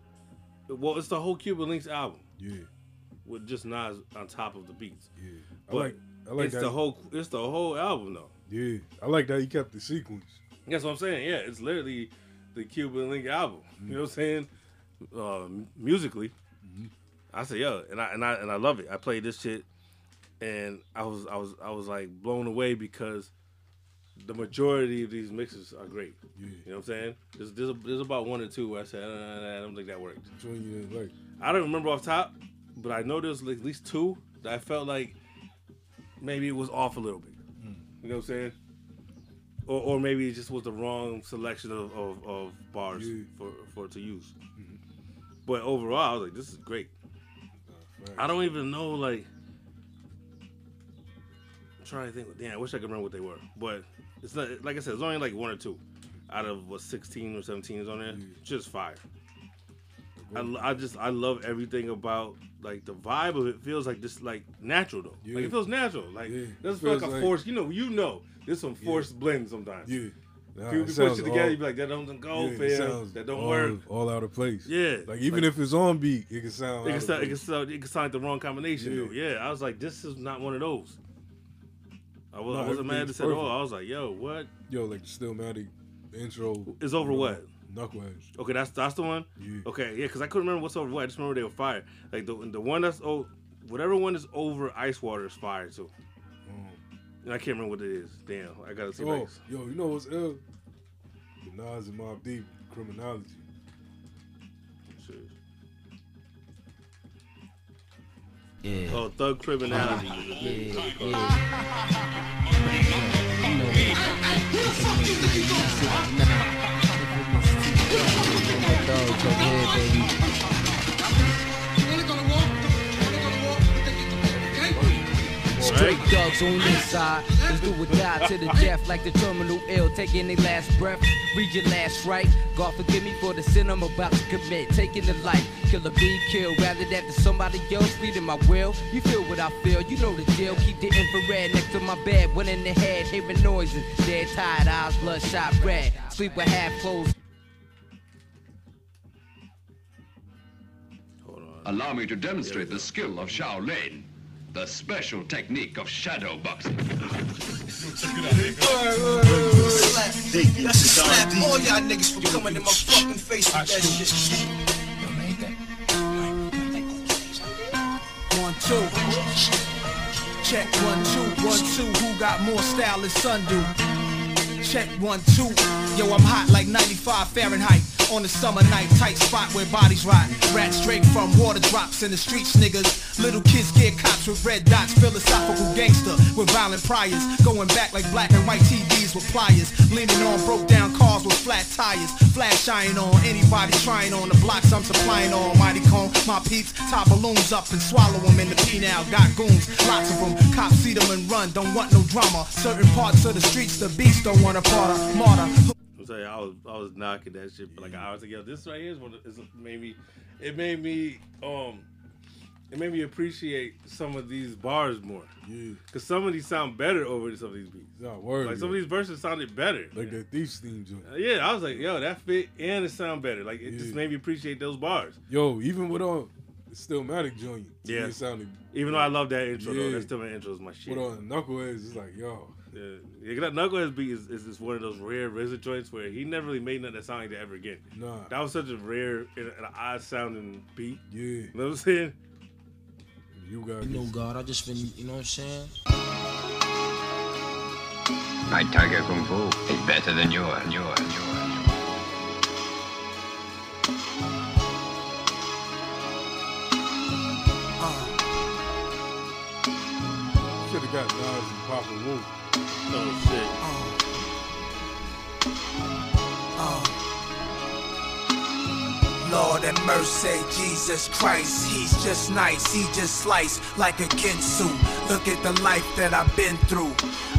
Speaker 4: Well, it's the whole Cuban Links album
Speaker 5: Yeah.
Speaker 4: with just Nas on top of the beats.
Speaker 5: Yeah. I
Speaker 4: But
Speaker 5: like. I like
Speaker 4: it's
Speaker 5: that.
Speaker 4: the whole it's the whole album though.
Speaker 5: yeah. I like that he kept the sequence.
Speaker 4: That's what I'm saying. Yeah, it's literally the Cuban Link album. You know what I'm saying? Uh, m- musically, I said, yo, and I and I and I love it. I played this shit, and I was I was I was like blown away because the majority of these mixes are great.
Speaker 5: Yeah.
Speaker 4: You know what I'm saying? There's there's, there's about one or two where I said, "Uh, I don't think that worked.
Speaker 5: Join you didn't like.
Speaker 4: I don't remember off top, but I know there's like at least two that I felt like maybe it was off a little bit. You know what I'm saying? Or, or maybe it just was the wrong selection of, of, of bars
Speaker 5: Yeah.
Speaker 4: for, for it to use. But overall, I was like, this is great. I don't even know like. I'm trying to think. Damn, I wish I could remember what they were, but it's not like I said. It's only like one or two out of what 16 or 17 is on there.
Speaker 5: Mm.
Speaker 4: Just fire. I, lo- I just I love everything about like the vibe of it. Feels like just like natural though. Like
Speaker 5: Yeah.
Speaker 4: it feels natural. Like
Speaker 5: Yeah.
Speaker 4: it doesn't
Speaker 5: It
Speaker 4: feel like
Speaker 5: feels
Speaker 4: a
Speaker 5: like-
Speaker 4: forced. You know, you know, there's some forced blend sometimes.
Speaker 5: Yeah. Nah,
Speaker 4: People
Speaker 5: it
Speaker 4: be putting
Speaker 5: sounds
Speaker 4: shit together.
Speaker 5: all-
Speaker 4: You be like, that don't go,
Speaker 5: it
Speaker 4: fam.
Speaker 5: sounds
Speaker 4: That don't
Speaker 5: all,
Speaker 4: work.
Speaker 5: All out of place.
Speaker 4: Yeah,
Speaker 5: Like even
Speaker 4: like-
Speaker 5: if it's on beat, it can sound.
Speaker 4: It
Speaker 5: out
Speaker 4: can,
Speaker 5: of
Speaker 4: sound, it, can
Speaker 5: place.
Speaker 4: sound, it can sound like the wrong combination,
Speaker 5: Yeah.
Speaker 4: though. Yeah, I was like, this is not one of those. I, was,
Speaker 5: No,
Speaker 4: I wasn't mad at
Speaker 5: everything's
Speaker 4: this at all.
Speaker 5: perfect.
Speaker 4: I was like, yo, what?
Speaker 5: Yo, like Stillmatic intro.
Speaker 4: It's over what?
Speaker 5: Knucklehead.
Speaker 4: Okay, that's that's the one?
Speaker 5: Yeah.
Speaker 4: Okay, yeah, because I couldn't remember what's over what. I just remember they were fire. Like, the, the one that's, oh, whatever one is over ice water is fire, too.
Speaker 5: Mm.
Speaker 4: And I can't remember what it is. Damn, I gotta see
Speaker 5: Oh,
Speaker 4: oh.
Speaker 5: yo, you know what's ill? The Nas and Mob Deep criminology.
Speaker 2: Yeah.
Speaker 4: Oh, Thug Criminality. is it?
Speaker 2: Straight thugs on this side. Let's do or die to the death, like the terminal ill, taking their last breath. Read your last right. God forgive me for the sin I'm about to commit. Taking the life, killer be killed. Rather that to somebody else, feeding my will. You feel what I feel, you know the deal. Keep the infrared next to my bed. One in the head, hearing noises. Dead tired, eyes bloodshot red. Sleep with half closed.
Speaker 4: Hold on.
Speaker 9: Allow me to demonstrate the skill of Shaolin, the special technique of shadow boxing.
Speaker 2: All y'all niggas for coming in my fucking face with that shit.
Speaker 11: One, two. Check one, two, one, two. Who got more style than Sundu?
Speaker 8: Check one, two. Yo, I'm hot like 95 Fahrenheit on a summer night. Tight spot where bodies rot. Rats straight from water drops in the streets, niggas. Little kids get cops with red dots. Philosophical gangster with violent priors. Going back like black and white TVs with pliers. Leaning on broke down cars with flat tires. Flash iron on anybody trying on the blocks I'm supplying on. Mighty cone, my peeps. Tie balloons up and swallow them in the penal. Got goons, lots of them. Cops see them and run. Don't want no drama. Certain parts of the streets, the beast don't want a part of. Martyr.
Speaker 4: I'm saying I was I was knocking that shit for like an hour together. This right here is one of, is made me it made me um it made me appreciate some of these bars more. Yeah. Cause some of these sound better over some of these beats.
Speaker 5: Yeah, word,
Speaker 4: like some of
Speaker 5: yeah.
Speaker 4: these verses sounded better.
Speaker 5: Like that thief theme joint.
Speaker 4: Uh, Yeah, I was like, yo, that fit and it sound better. Like it just
Speaker 5: Yeah.
Speaker 4: made me appreciate those bars.
Speaker 5: Yo, even with on Stillmatic joint, to me
Speaker 4: Yeah.
Speaker 5: it sounded.
Speaker 4: Even though I love that intro, though,
Speaker 5: Yeah.
Speaker 4: that Stillmatic intro is my shit.
Speaker 5: With on Knuckleheads, it's like yo,
Speaker 4: Yeah, yeah that Knuckleheads beat is, is just one of those rare RZA joints where he never really made nothing that sounded like that ever again.
Speaker 5: Nah.
Speaker 4: That was such a rare and, and an odd sounding beat.
Speaker 5: Yeah.
Speaker 4: You know what I'm saying?
Speaker 5: You got
Speaker 12: You know, God, I just been, you know what I'm saying?
Speaker 9: My tiger kung fu is better than yours, yours, yours.
Speaker 5: should have Uh. got Nas and Papa Wu.
Speaker 4: Oh shit.
Speaker 1: Lord and mercy, Jesus Christ. He's just nice, he just sliced like a kinsu. Look at the life that I've been through.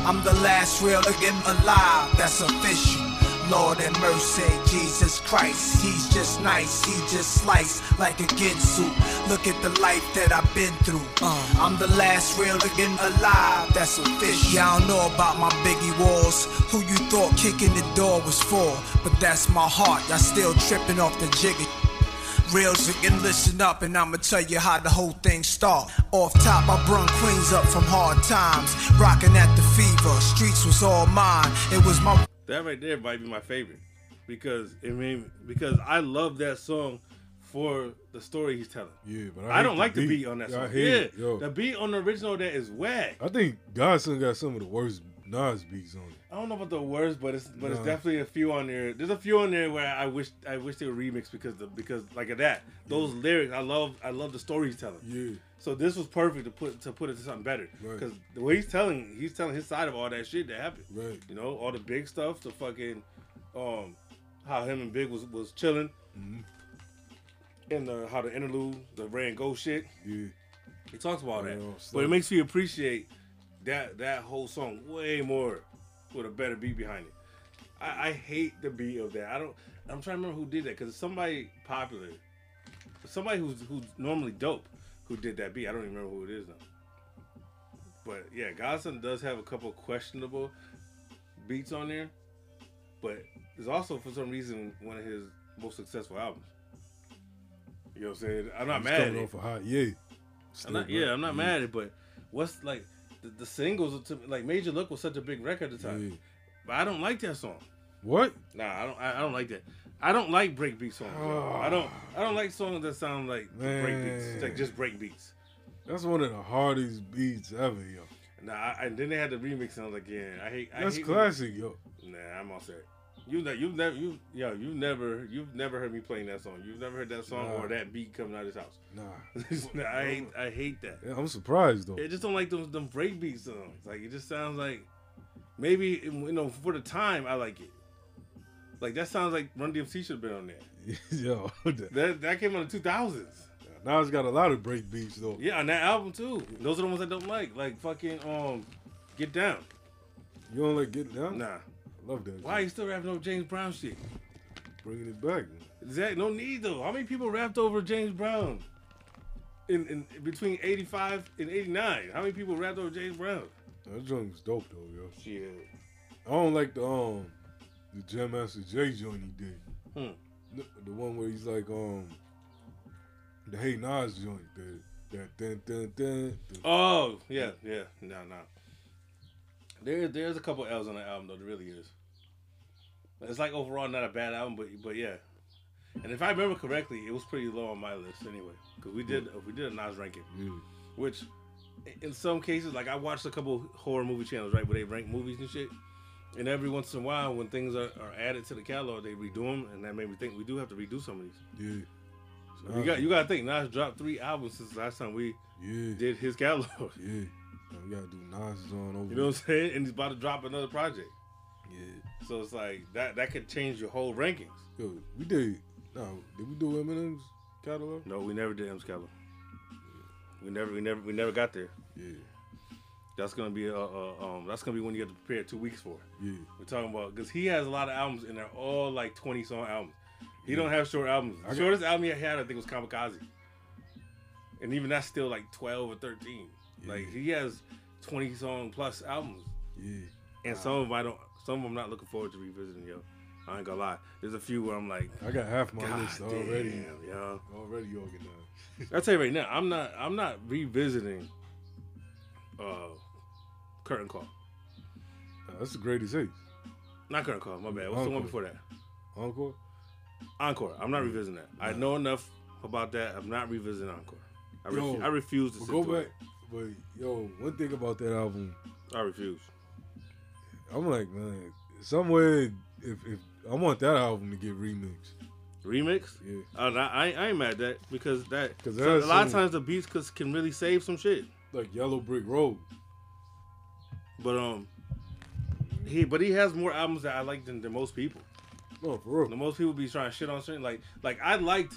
Speaker 1: I'm the last real again alive, that's official. Lord and mercy, Jesus Christ. He's just nice, he just sliced like a ginsu. Look at the life that I've been through. I'm the last real again alive, that's official. Y'all know about my biggie walls. Who you thought kicking the door was for? But that's my heart, y'all still tripping off the jiggy. Reels again, listen up, and I'ma tell you how the whole thing start. Off top, I brung queens up from hard times. Rockin' at the fever, streets was all mine. It was my
Speaker 4: That right there might be my favorite because it made because I love that song for the story he's telling.
Speaker 5: Yeah, but I
Speaker 4: I,
Speaker 5: hate
Speaker 4: don't
Speaker 5: the
Speaker 4: like the
Speaker 5: beat.
Speaker 4: beat on that
Speaker 5: Yeah,
Speaker 4: song.
Speaker 5: I
Speaker 4: yeah,
Speaker 5: hate it. Yo.
Speaker 4: the beat on the original that is whack.
Speaker 5: I think Godson got some of the worst Nas beats on it.
Speaker 4: I don't know about the worst, but it's but it's
Speaker 5: Nah.
Speaker 4: definitely a few on there. There's a few on there where I wish I wish they were remixed because the because like of that those lyrics. I love I love the story he's telling.
Speaker 5: Yeah.
Speaker 4: So this was perfect to put to put it to something better
Speaker 5: Right.
Speaker 4: because the way he's telling he's telling his side of all that shit that happened.
Speaker 5: Right.
Speaker 4: You know all the big stuff, the fucking, um, how him and Big was was chilling,
Speaker 5: Mm-hmm.
Speaker 4: and the, how the interlude, the Ray and Go shit.
Speaker 5: Yeah.
Speaker 4: He talks about that, but
Speaker 5: stuff.
Speaker 4: it makes you appreciate that that whole song way more with a better beat behind it. I, I hate the beat of that. I don't. I'm trying to remember who did that because somebody popular, somebody who's who's normally dope, who did that beat. I don't even remember who it is now. But yeah, Godson does have a couple questionable beats on there, but it's also for some reason one of his most successful albums. You know what I'm saying? I'm not
Speaker 5: He's
Speaker 4: mad at
Speaker 5: coming
Speaker 4: it.
Speaker 5: off a high, yeah.
Speaker 4: I'm not, yeah, I'm not mad at it, but what's like the, the singles are to- like Major Look was such a big record at the time, but I don't like that song.
Speaker 5: What?
Speaker 4: Nah, I don't. I, I don't like that. I don't like breakbeat songs. yo. I don't. I don't like songs that sound like breakbeats,
Speaker 5: Man.
Speaker 4: like just breakbeats.
Speaker 5: That's one of the hardest beats ever, yo.
Speaker 4: Nah, I, and then they had the remix, and I was like, yeah, I hate. I
Speaker 5: That's
Speaker 4: hate
Speaker 5: classic, yo.
Speaker 4: Nah, I'm all set. You ne- you never you yo you never you've never heard me playing that song. You've never heard that song
Speaker 5: Nah.
Speaker 4: or that beat coming out of his house.
Speaker 5: Nah.
Speaker 4: Nah, I hate I hate that.
Speaker 5: Yeah, I'm surprised though.
Speaker 4: I just don't like those them breakbeat songs. Like it just sounds like maybe you know for the time I like it. Like that sounds like Run DMC should have been on there.
Speaker 5: yo,
Speaker 4: That that came out in the 2000s.
Speaker 5: Nas got a lot of break beats though.
Speaker 4: Yeah, on that album too. Those are the ones I don't like. Like fucking um, Get Down.
Speaker 5: You don't like getting down?
Speaker 4: Nah.
Speaker 5: Love that.
Speaker 4: Why you still rapping over James Brown shit?
Speaker 5: Bringing it back. man.
Speaker 4: Zach, no need though. How many people rapped over James Brown in, in between eighty five and eighty nine? How many people rapped over James Brown?
Speaker 5: That joint was dope though, yo.
Speaker 4: Yeah.
Speaker 5: I don't like the um the Jam Master Jay joint he did.
Speaker 4: Hmm.
Speaker 5: The, the one where he's like um the Hey Nas joint. The, that dun dun dun. the-
Speaker 4: Oh yeah, yeah, no, no. There, there's a couple L's on the album though. There really is. It's like overall not a bad album, but but yeah. And if I remember correctly, it was pretty low on my list anyway, because we did we did a Nas ranking, which in some cases, like I watched a couple horror movie channels right where they rank movies and shit, And every once in a while, when things are, are added to the catalog, they redo them, and that made me think we do have to redo some of these. Yeah. So you got you got to think Nas dropped three albums since last time we did his catalog. Yeah.
Speaker 3: We gotta do Nas's on over.
Speaker 4: You know what I'm saying? And he's about to drop another project. Yeah. So it's like that that could change your whole rankings.
Speaker 3: Yo, we did. No, did we do Eminem's catalog?
Speaker 4: No, we never did M's catalog. We never we never we never got there. Yeah. That's gonna be a, a um that's gonna be one you have to prepare two weeks for.
Speaker 3: Yeah.
Speaker 4: We're talking about because he has a lot of albums and they're all like twenty song albums. He don't have short albums. The
Speaker 3: got-
Speaker 4: shortest album he had, I think, was Kamikaze, and even that's still like twelve or thirteen. Like he has twenty song plus albums.
Speaker 3: Yeah.
Speaker 4: And some of 'em I don't. Some of 'em I'm not looking forward to revisiting. Yo, I ain't gonna lie. There's a few where I'm like,
Speaker 3: I got half my
Speaker 4: "God
Speaker 3: list already.
Speaker 4: damn, yo.
Speaker 3: Already organized.
Speaker 4: I tell you right now, I'm not. I'm not revisiting. Uh, curtain call.
Speaker 3: That's the greatest hits.
Speaker 4: Not curtain call. My bad. What's the
Speaker 3: Encore.
Speaker 4: one before that?
Speaker 3: Encore.
Speaker 4: Encore. I'm not revisiting that. I know enough about that. I'm not revisiting encore. I, refu-
Speaker 3: Yo,
Speaker 4: I refuse to
Speaker 3: but
Speaker 4: sit
Speaker 3: go
Speaker 4: through
Speaker 3: back.
Speaker 4: it.
Speaker 3: But yo, one thing about that album,
Speaker 4: I refuse.
Speaker 3: I'm like, man, somewhere if if I want that album to get remixed.
Speaker 4: Remix?
Speaker 3: Yeah.
Speaker 4: Uh, I, I I ain't mad at that because that
Speaker 3: 'Cause
Speaker 4: so a
Speaker 3: there's
Speaker 4: lot of
Speaker 3: some-
Speaker 4: times the beats cause can really save some shit.
Speaker 3: Like Yellow Brick Road.
Speaker 4: But um, he but he has more albums that I like than, than most people.
Speaker 3: No, for real.
Speaker 4: The most people be trying to shit on certain like like I liked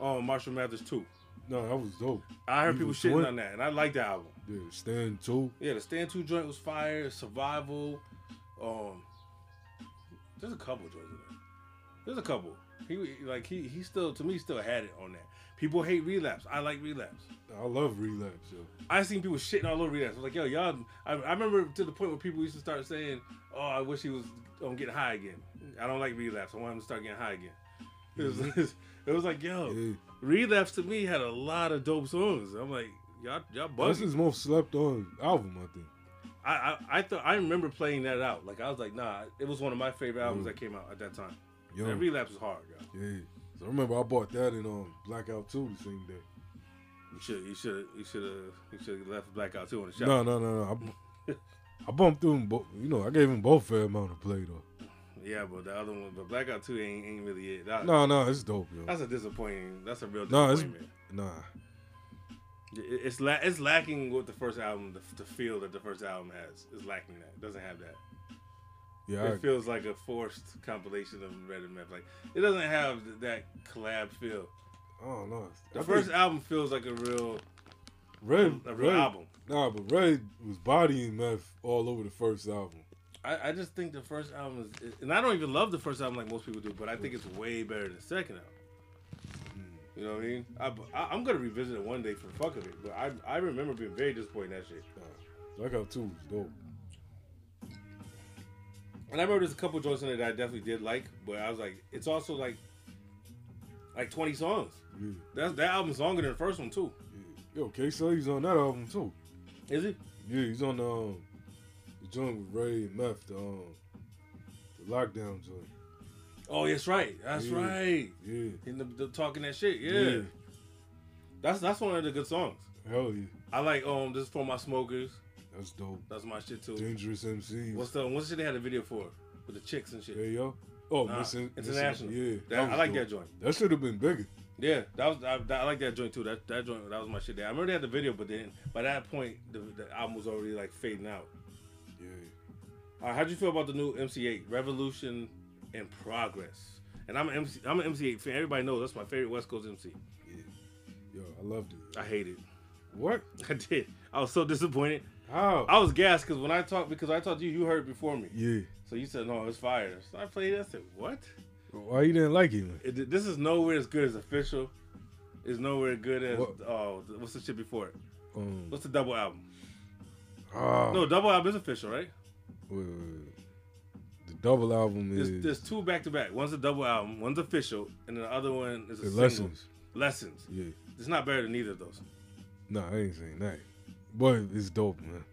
Speaker 4: um Marshall Mathers too.
Speaker 3: No, that was dope.
Speaker 4: I heard
Speaker 3: He
Speaker 4: people
Speaker 3: was
Speaker 4: shitting
Speaker 3: doing-
Speaker 4: on that and I liked the album.
Speaker 3: Yeah, Stand Two.
Speaker 4: Yeah, the Stand Two joint was fire. Survival. Um, there's a couple joints. in there. There's a couple. He like he he still to me still had it on that. People hate relapse. I like relapse.
Speaker 3: I love Relapse, yo.
Speaker 4: I seen people shitting all over relapse. I was like, yo, y'all. I, I remember to the point where people used to start saying, "Oh, I wish he was um, getting high again." I don't like relapse. I want him to start getting high again. It was,
Speaker 3: Mm-hmm.
Speaker 4: it was like, yo, relapse to me had a lot of dope songs. I'm like, y'all, y'all
Speaker 3: That's
Speaker 4: bugging.
Speaker 3: his most slept on album, I think.
Speaker 4: I I, I thought I remember playing that out. Like I was like, nah, it was one of my favorite albums that came out at that time.
Speaker 3: Mm. Yo.
Speaker 4: That relapse was hard, yo.
Speaker 3: Yeah. So I remember I bought that in um Blackout Two the same day.
Speaker 4: You should you should you should have you should have left blackout too on the shot.
Speaker 3: No, no, no, no. I, bu- I bumped through them both. You know, I gave them both fair amount of play though.
Speaker 4: Yeah, but the other one, but blackout two ain't ain't really it. That-
Speaker 3: No, no, it's dope, yo.
Speaker 4: That's a disappointing. That's a real
Speaker 3: No, it's
Speaker 4: disappointment.
Speaker 3: nah.
Speaker 4: It- It's la- it's lacking what the first album, the, the feel that the first album has. It's lacking that. It doesn't have that.
Speaker 3: Yeah,
Speaker 4: it
Speaker 3: I-
Speaker 4: feels like a forced compilation of Red and Meth. Like it doesn't have th- that collab feel.
Speaker 3: Oh no,
Speaker 4: the
Speaker 3: I
Speaker 4: first
Speaker 3: think-
Speaker 4: album feels like a real
Speaker 3: Red,
Speaker 4: a real
Speaker 3: Red-
Speaker 4: album.
Speaker 3: Nah, but Red was bodying meth all over the first album.
Speaker 4: I, I just think the first album is, and I don't even love the first album like most people do, but I think it's way better than the second album. You know what I mean? I, I, am gonna revisit it one day for the fuck of it, but I I remember being very disappointed in that shit.
Speaker 3: Blackout Two was dope.
Speaker 4: And I remember there's a couple joints in there that I definitely did like, but I was like, it's also like like 20 songs.
Speaker 3: Yeah.
Speaker 4: That's that album's longer than the first one too.
Speaker 3: Yo, K Slave's on that album too.
Speaker 4: Is he?
Speaker 3: Yeah, he's on the um, the joint with Ray and Meth, the um, the lockdown joint.
Speaker 4: Oh, that's right. That's
Speaker 3: Yeah.
Speaker 4: right.
Speaker 3: Yeah.
Speaker 4: And the, the talking that shit. Yeah.
Speaker 3: Yeah.
Speaker 4: That's that's one of the good songs.
Speaker 3: Hell yeah.
Speaker 4: I like um this is for my smokers.
Speaker 3: That's dope.
Speaker 4: That's my shit too.
Speaker 3: Dangerous MCs.
Speaker 4: What's the what's the shit they had a video for with the chicks and shit?
Speaker 3: There you go. Oh,
Speaker 4: Nah,
Speaker 3: missing
Speaker 4: international.
Speaker 3: Missing, yeah,
Speaker 4: That- I
Speaker 3: was
Speaker 4: like
Speaker 3: dope.
Speaker 4: that joint.
Speaker 3: That should have been bigger.
Speaker 4: Yeah, that was I, that, I like that joint too. That that joint that was my shit. There. I remember they had the video, but then by that point the, the album was already like fading out.
Speaker 3: Yeah.
Speaker 4: Uh, how'd you feel about the new MC8 Revolution in Progress? And I'm an MC, I'm an MC8 fan. Everybody knows that's my favorite West Coast MC.
Speaker 3: Yo, I loved it.
Speaker 4: I hate it.
Speaker 3: What?
Speaker 4: I did. I was so disappointed.
Speaker 3: How?
Speaker 4: I was gassed because when I talked because I talked to you, you heard it before me.
Speaker 3: Yeah.
Speaker 4: So you said no, it's fire. So I played. it. I said what?
Speaker 3: Why you didn't like it? Man?
Speaker 4: It, this is nowhere as good as official. It's nowhere good as
Speaker 3: What?
Speaker 4: oh what's the shit before it?
Speaker 3: Um,
Speaker 4: What's the double album?
Speaker 3: Ah.
Speaker 4: No, double album is official, right?
Speaker 3: Wait, wait, wait. The double album
Speaker 4: There's,
Speaker 3: is
Speaker 4: there's two back to back. One's a double album, one's official, and then the other one is a
Speaker 3: The
Speaker 4: single.
Speaker 3: Lessons.
Speaker 4: Lessons.
Speaker 3: Yeah.
Speaker 4: It's not better than either of those.
Speaker 3: no, I ain't saying that, but it's dope, man.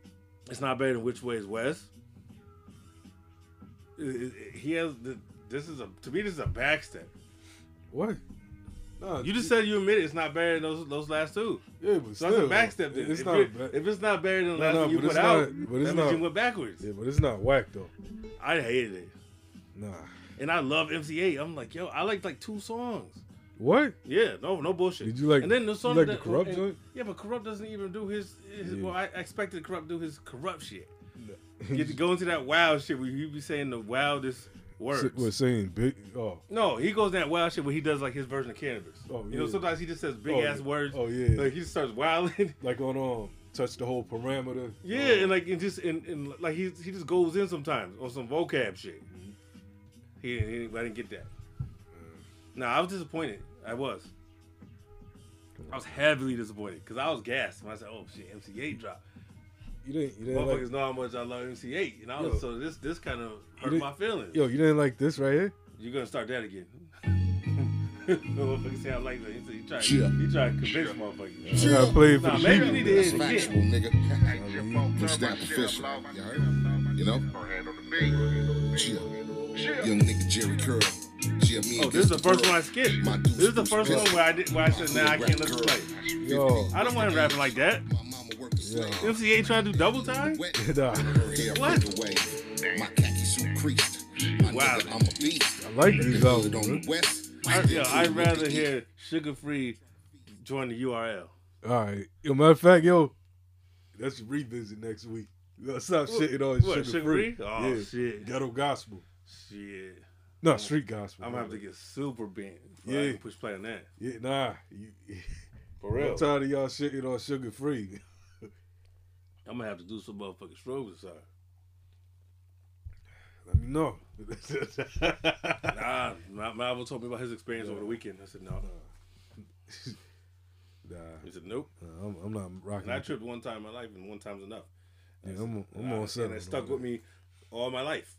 Speaker 4: It's not better than Which Way Is West. It- it- it- he has the, this is a to me this is a backstep.
Speaker 3: What?
Speaker 4: you just said you admit it's not better than those those last two.
Speaker 3: Yeah, but
Speaker 4: so
Speaker 3: still,
Speaker 4: that's a backstep. Then.
Speaker 3: it's
Speaker 4: if,
Speaker 3: not
Speaker 4: it-
Speaker 3: ba-
Speaker 4: if it's not better than the
Speaker 3: No,
Speaker 4: last
Speaker 3: no,
Speaker 4: one you
Speaker 3: but
Speaker 4: put
Speaker 3: it's
Speaker 4: out,
Speaker 3: not- but it's
Speaker 4: that means
Speaker 3: not-
Speaker 4: you went backwards.
Speaker 3: Yeah, but it's not whack though.
Speaker 4: I hated it,
Speaker 3: Nah.
Speaker 4: and I love MCA. I'm like, yo, I liked like two songs.
Speaker 3: What?
Speaker 4: Yeah, no, no bullshit.
Speaker 3: Did you like-
Speaker 4: And then the
Speaker 3: you
Speaker 4: song
Speaker 3: like
Speaker 4: that
Speaker 3: the Corrupt
Speaker 4: and-
Speaker 3: joint?
Speaker 4: Yeah, but corrupt doesn't even do his. his
Speaker 3: Yeah.
Speaker 4: Well, I I expected corrupt to do his corrupt shit. Get to go into that wild shit where you be saying the wildest words.
Speaker 3: S- What saying big? Oh,
Speaker 4: No, he goes in that wild shit where he does like his version of cannabis.
Speaker 3: Oh,
Speaker 4: You know,
Speaker 3: yeah.
Speaker 4: sometimes he just says big
Speaker 3: Oh,
Speaker 4: ass
Speaker 3: yeah.
Speaker 4: words.
Speaker 3: Oh, yeah.
Speaker 4: Like he just starts wilding.
Speaker 3: like on um, touch the whole parameter.
Speaker 4: Yeah, and like and just and, and like he he just goes in sometimes on some vocab shit.
Speaker 3: Mm-hmm.
Speaker 4: He, he I didn't get that. No, I was disappointed. I was. I was heavily disappointed because I was gassed when I said, "Oh shit, MCA drop."
Speaker 3: You didn't. You didn't
Speaker 4: Motherfuckers
Speaker 3: like.
Speaker 4: know how much I love MCA, and I was
Speaker 3: Yo.
Speaker 4: so this this kind of
Speaker 3: you
Speaker 4: hurt
Speaker 3: didn't-
Speaker 4: my feelings.
Speaker 3: Yo, you didn't like this right here.
Speaker 4: You're gonna start that again. motherfucker say I like that. He, said, he tried. He tried to convince motherfuckers.
Speaker 3: I gotta play it for
Speaker 4: nah,
Speaker 3: the
Speaker 4: maybe
Speaker 3: people.
Speaker 4: we need to
Speaker 13: That's
Speaker 4: hear it
Speaker 13: factual,
Speaker 4: again.
Speaker 13: nigga. Mm-hmm. You stay professional, you heard? You know? Chill. Young nigga Jerry Curl. Chill, me
Speaker 4: Oh,
Speaker 13: and
Speaker 4: this is the
Speaker 13: Pistol
Speaker 4: first
Speaker 13: Curl.
Speaker 4: one I skipped. This is the first one where I did where I said, "Nah, I can't let this play."
Speaker 3: Yo.
Speaker 4: I don't want him rapping like that. MCA trying to do double time?
Speaker 3: nah.
Speaker 4: What?
Speaker 13: My khaki suit creased. My
Speaker 4: Wow.
Speaker 13: nigga, I'm a beast.
Speaker 3: I like these albums.
Speaker 13: On the west.
Speaker 4: I, yo, I'd rather hear Sugar Free join the URL.
Speaker 3: All right. Yo, matter of fact, yo, let's revisit next week. Let's stop
Speaker 4: What-
Speaker 3: shitting on
Speaker 4: what,
Speaker 3: sugar,
Speaker 4: Sugar
Speaker 3: free.
Speaker 4: Free? Oh,
Speaker 3: yeah.
Speaker 4: shit.
Speaker 3: Ghetto gospel.
Speaker 4: Shit.
Speaker 3: No, street gospel.
Speaker 4: I'm gonna have to get super bent. Yeah, I
Speaker 3: Yeah.
Speaker 4: can push play on that.
Speaker 3: Yeah, nah. You,
Speaker 4: For real.
Speaker 3: I'm tired of y'all shitting on sugar free.
Speaker 4: I'm gonna have to do some motherfucking strobes, sir.
Speaker 3: Let me know.
Speaker 4: Nah, my, my uncle told me about his experience over the weekend. I said no.
Speaker 3: nah,
Speaker 4: He said nope.
Speaker 3: nah, I'm, I'm not rocking.
Speaker 4: And I
Speaker 3: with-
Speaker 4: tripped one time in my life, and one time's enough.
Speaker 3: Yeah, I'm, Uh-huh. I'm
Speaker 4: And I-
Speaker 3: on
Speaker 4: and
Speaker 3: seven.
Speaker 4: it stuck
Speaker 3: on
Speaker 4: with
Speaker 3: that.
Speaker 4: me all my life.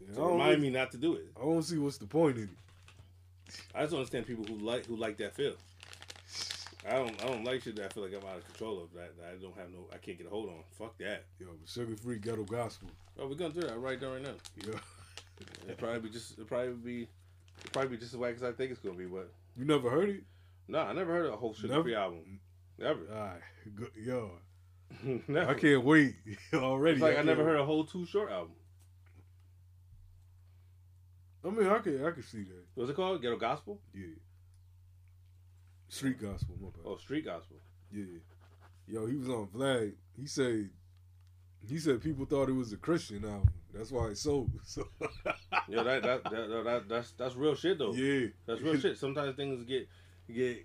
Speaker 3: Yeah, I
Speaker 4: To
Speaker 3: don't
Speaker 4: remind
Speaker 3: really-
Speaker 4: me not to do it.
Speaker 3: I don't see what's the point in it.
Speaker 4: I just don't understand people who like who like that feel. I don't I don't like shit that I feel like I'm out of control of that, that I don't have no I can't get a hold on. Fuck that.
Speaker 3: Yo, sugar free ghetto gospel.
Speaker 4: Oh, we're gonna do that right there right now.
Speaker 3: Yeah.
Speaker 4: It probably be just it probably be it probably be just as whack as I think it's gonna be, but
Speaker 3: You never heard it?
Speaker 4: no, I never heard of a whole sugar free
Speaker 3: Never?
Speaker 4: album. Never.
Speaker 3: All right, Ah, go, yo,
Speaker 4: never.
Speaker 3: Uh, I can't wait already.
Speaker 4: It's like I,
Speaker 3: can't
Speaker 4: never
Speaker 3: wait.
Speaker 4: heard a whole two short album.
Speaker 3: I mean, I can I can see that.
Speaker 4: What's it called? Ghetto Gospel?
Speaker 3: Yeah. Street gospel, my bad.
Speaker 4: Oh street gospel.
Speaker 3: Yeah. Yo, he was on Vlad. He said he said people thought it was a Christian album. That's why it's sold. So
Speaker 4: Oh, Yeah, that, that, that, that, that that's that's real shit though.
Speaker 3: Yeah.
Speaker 4: That's real shit. Sometimes things get get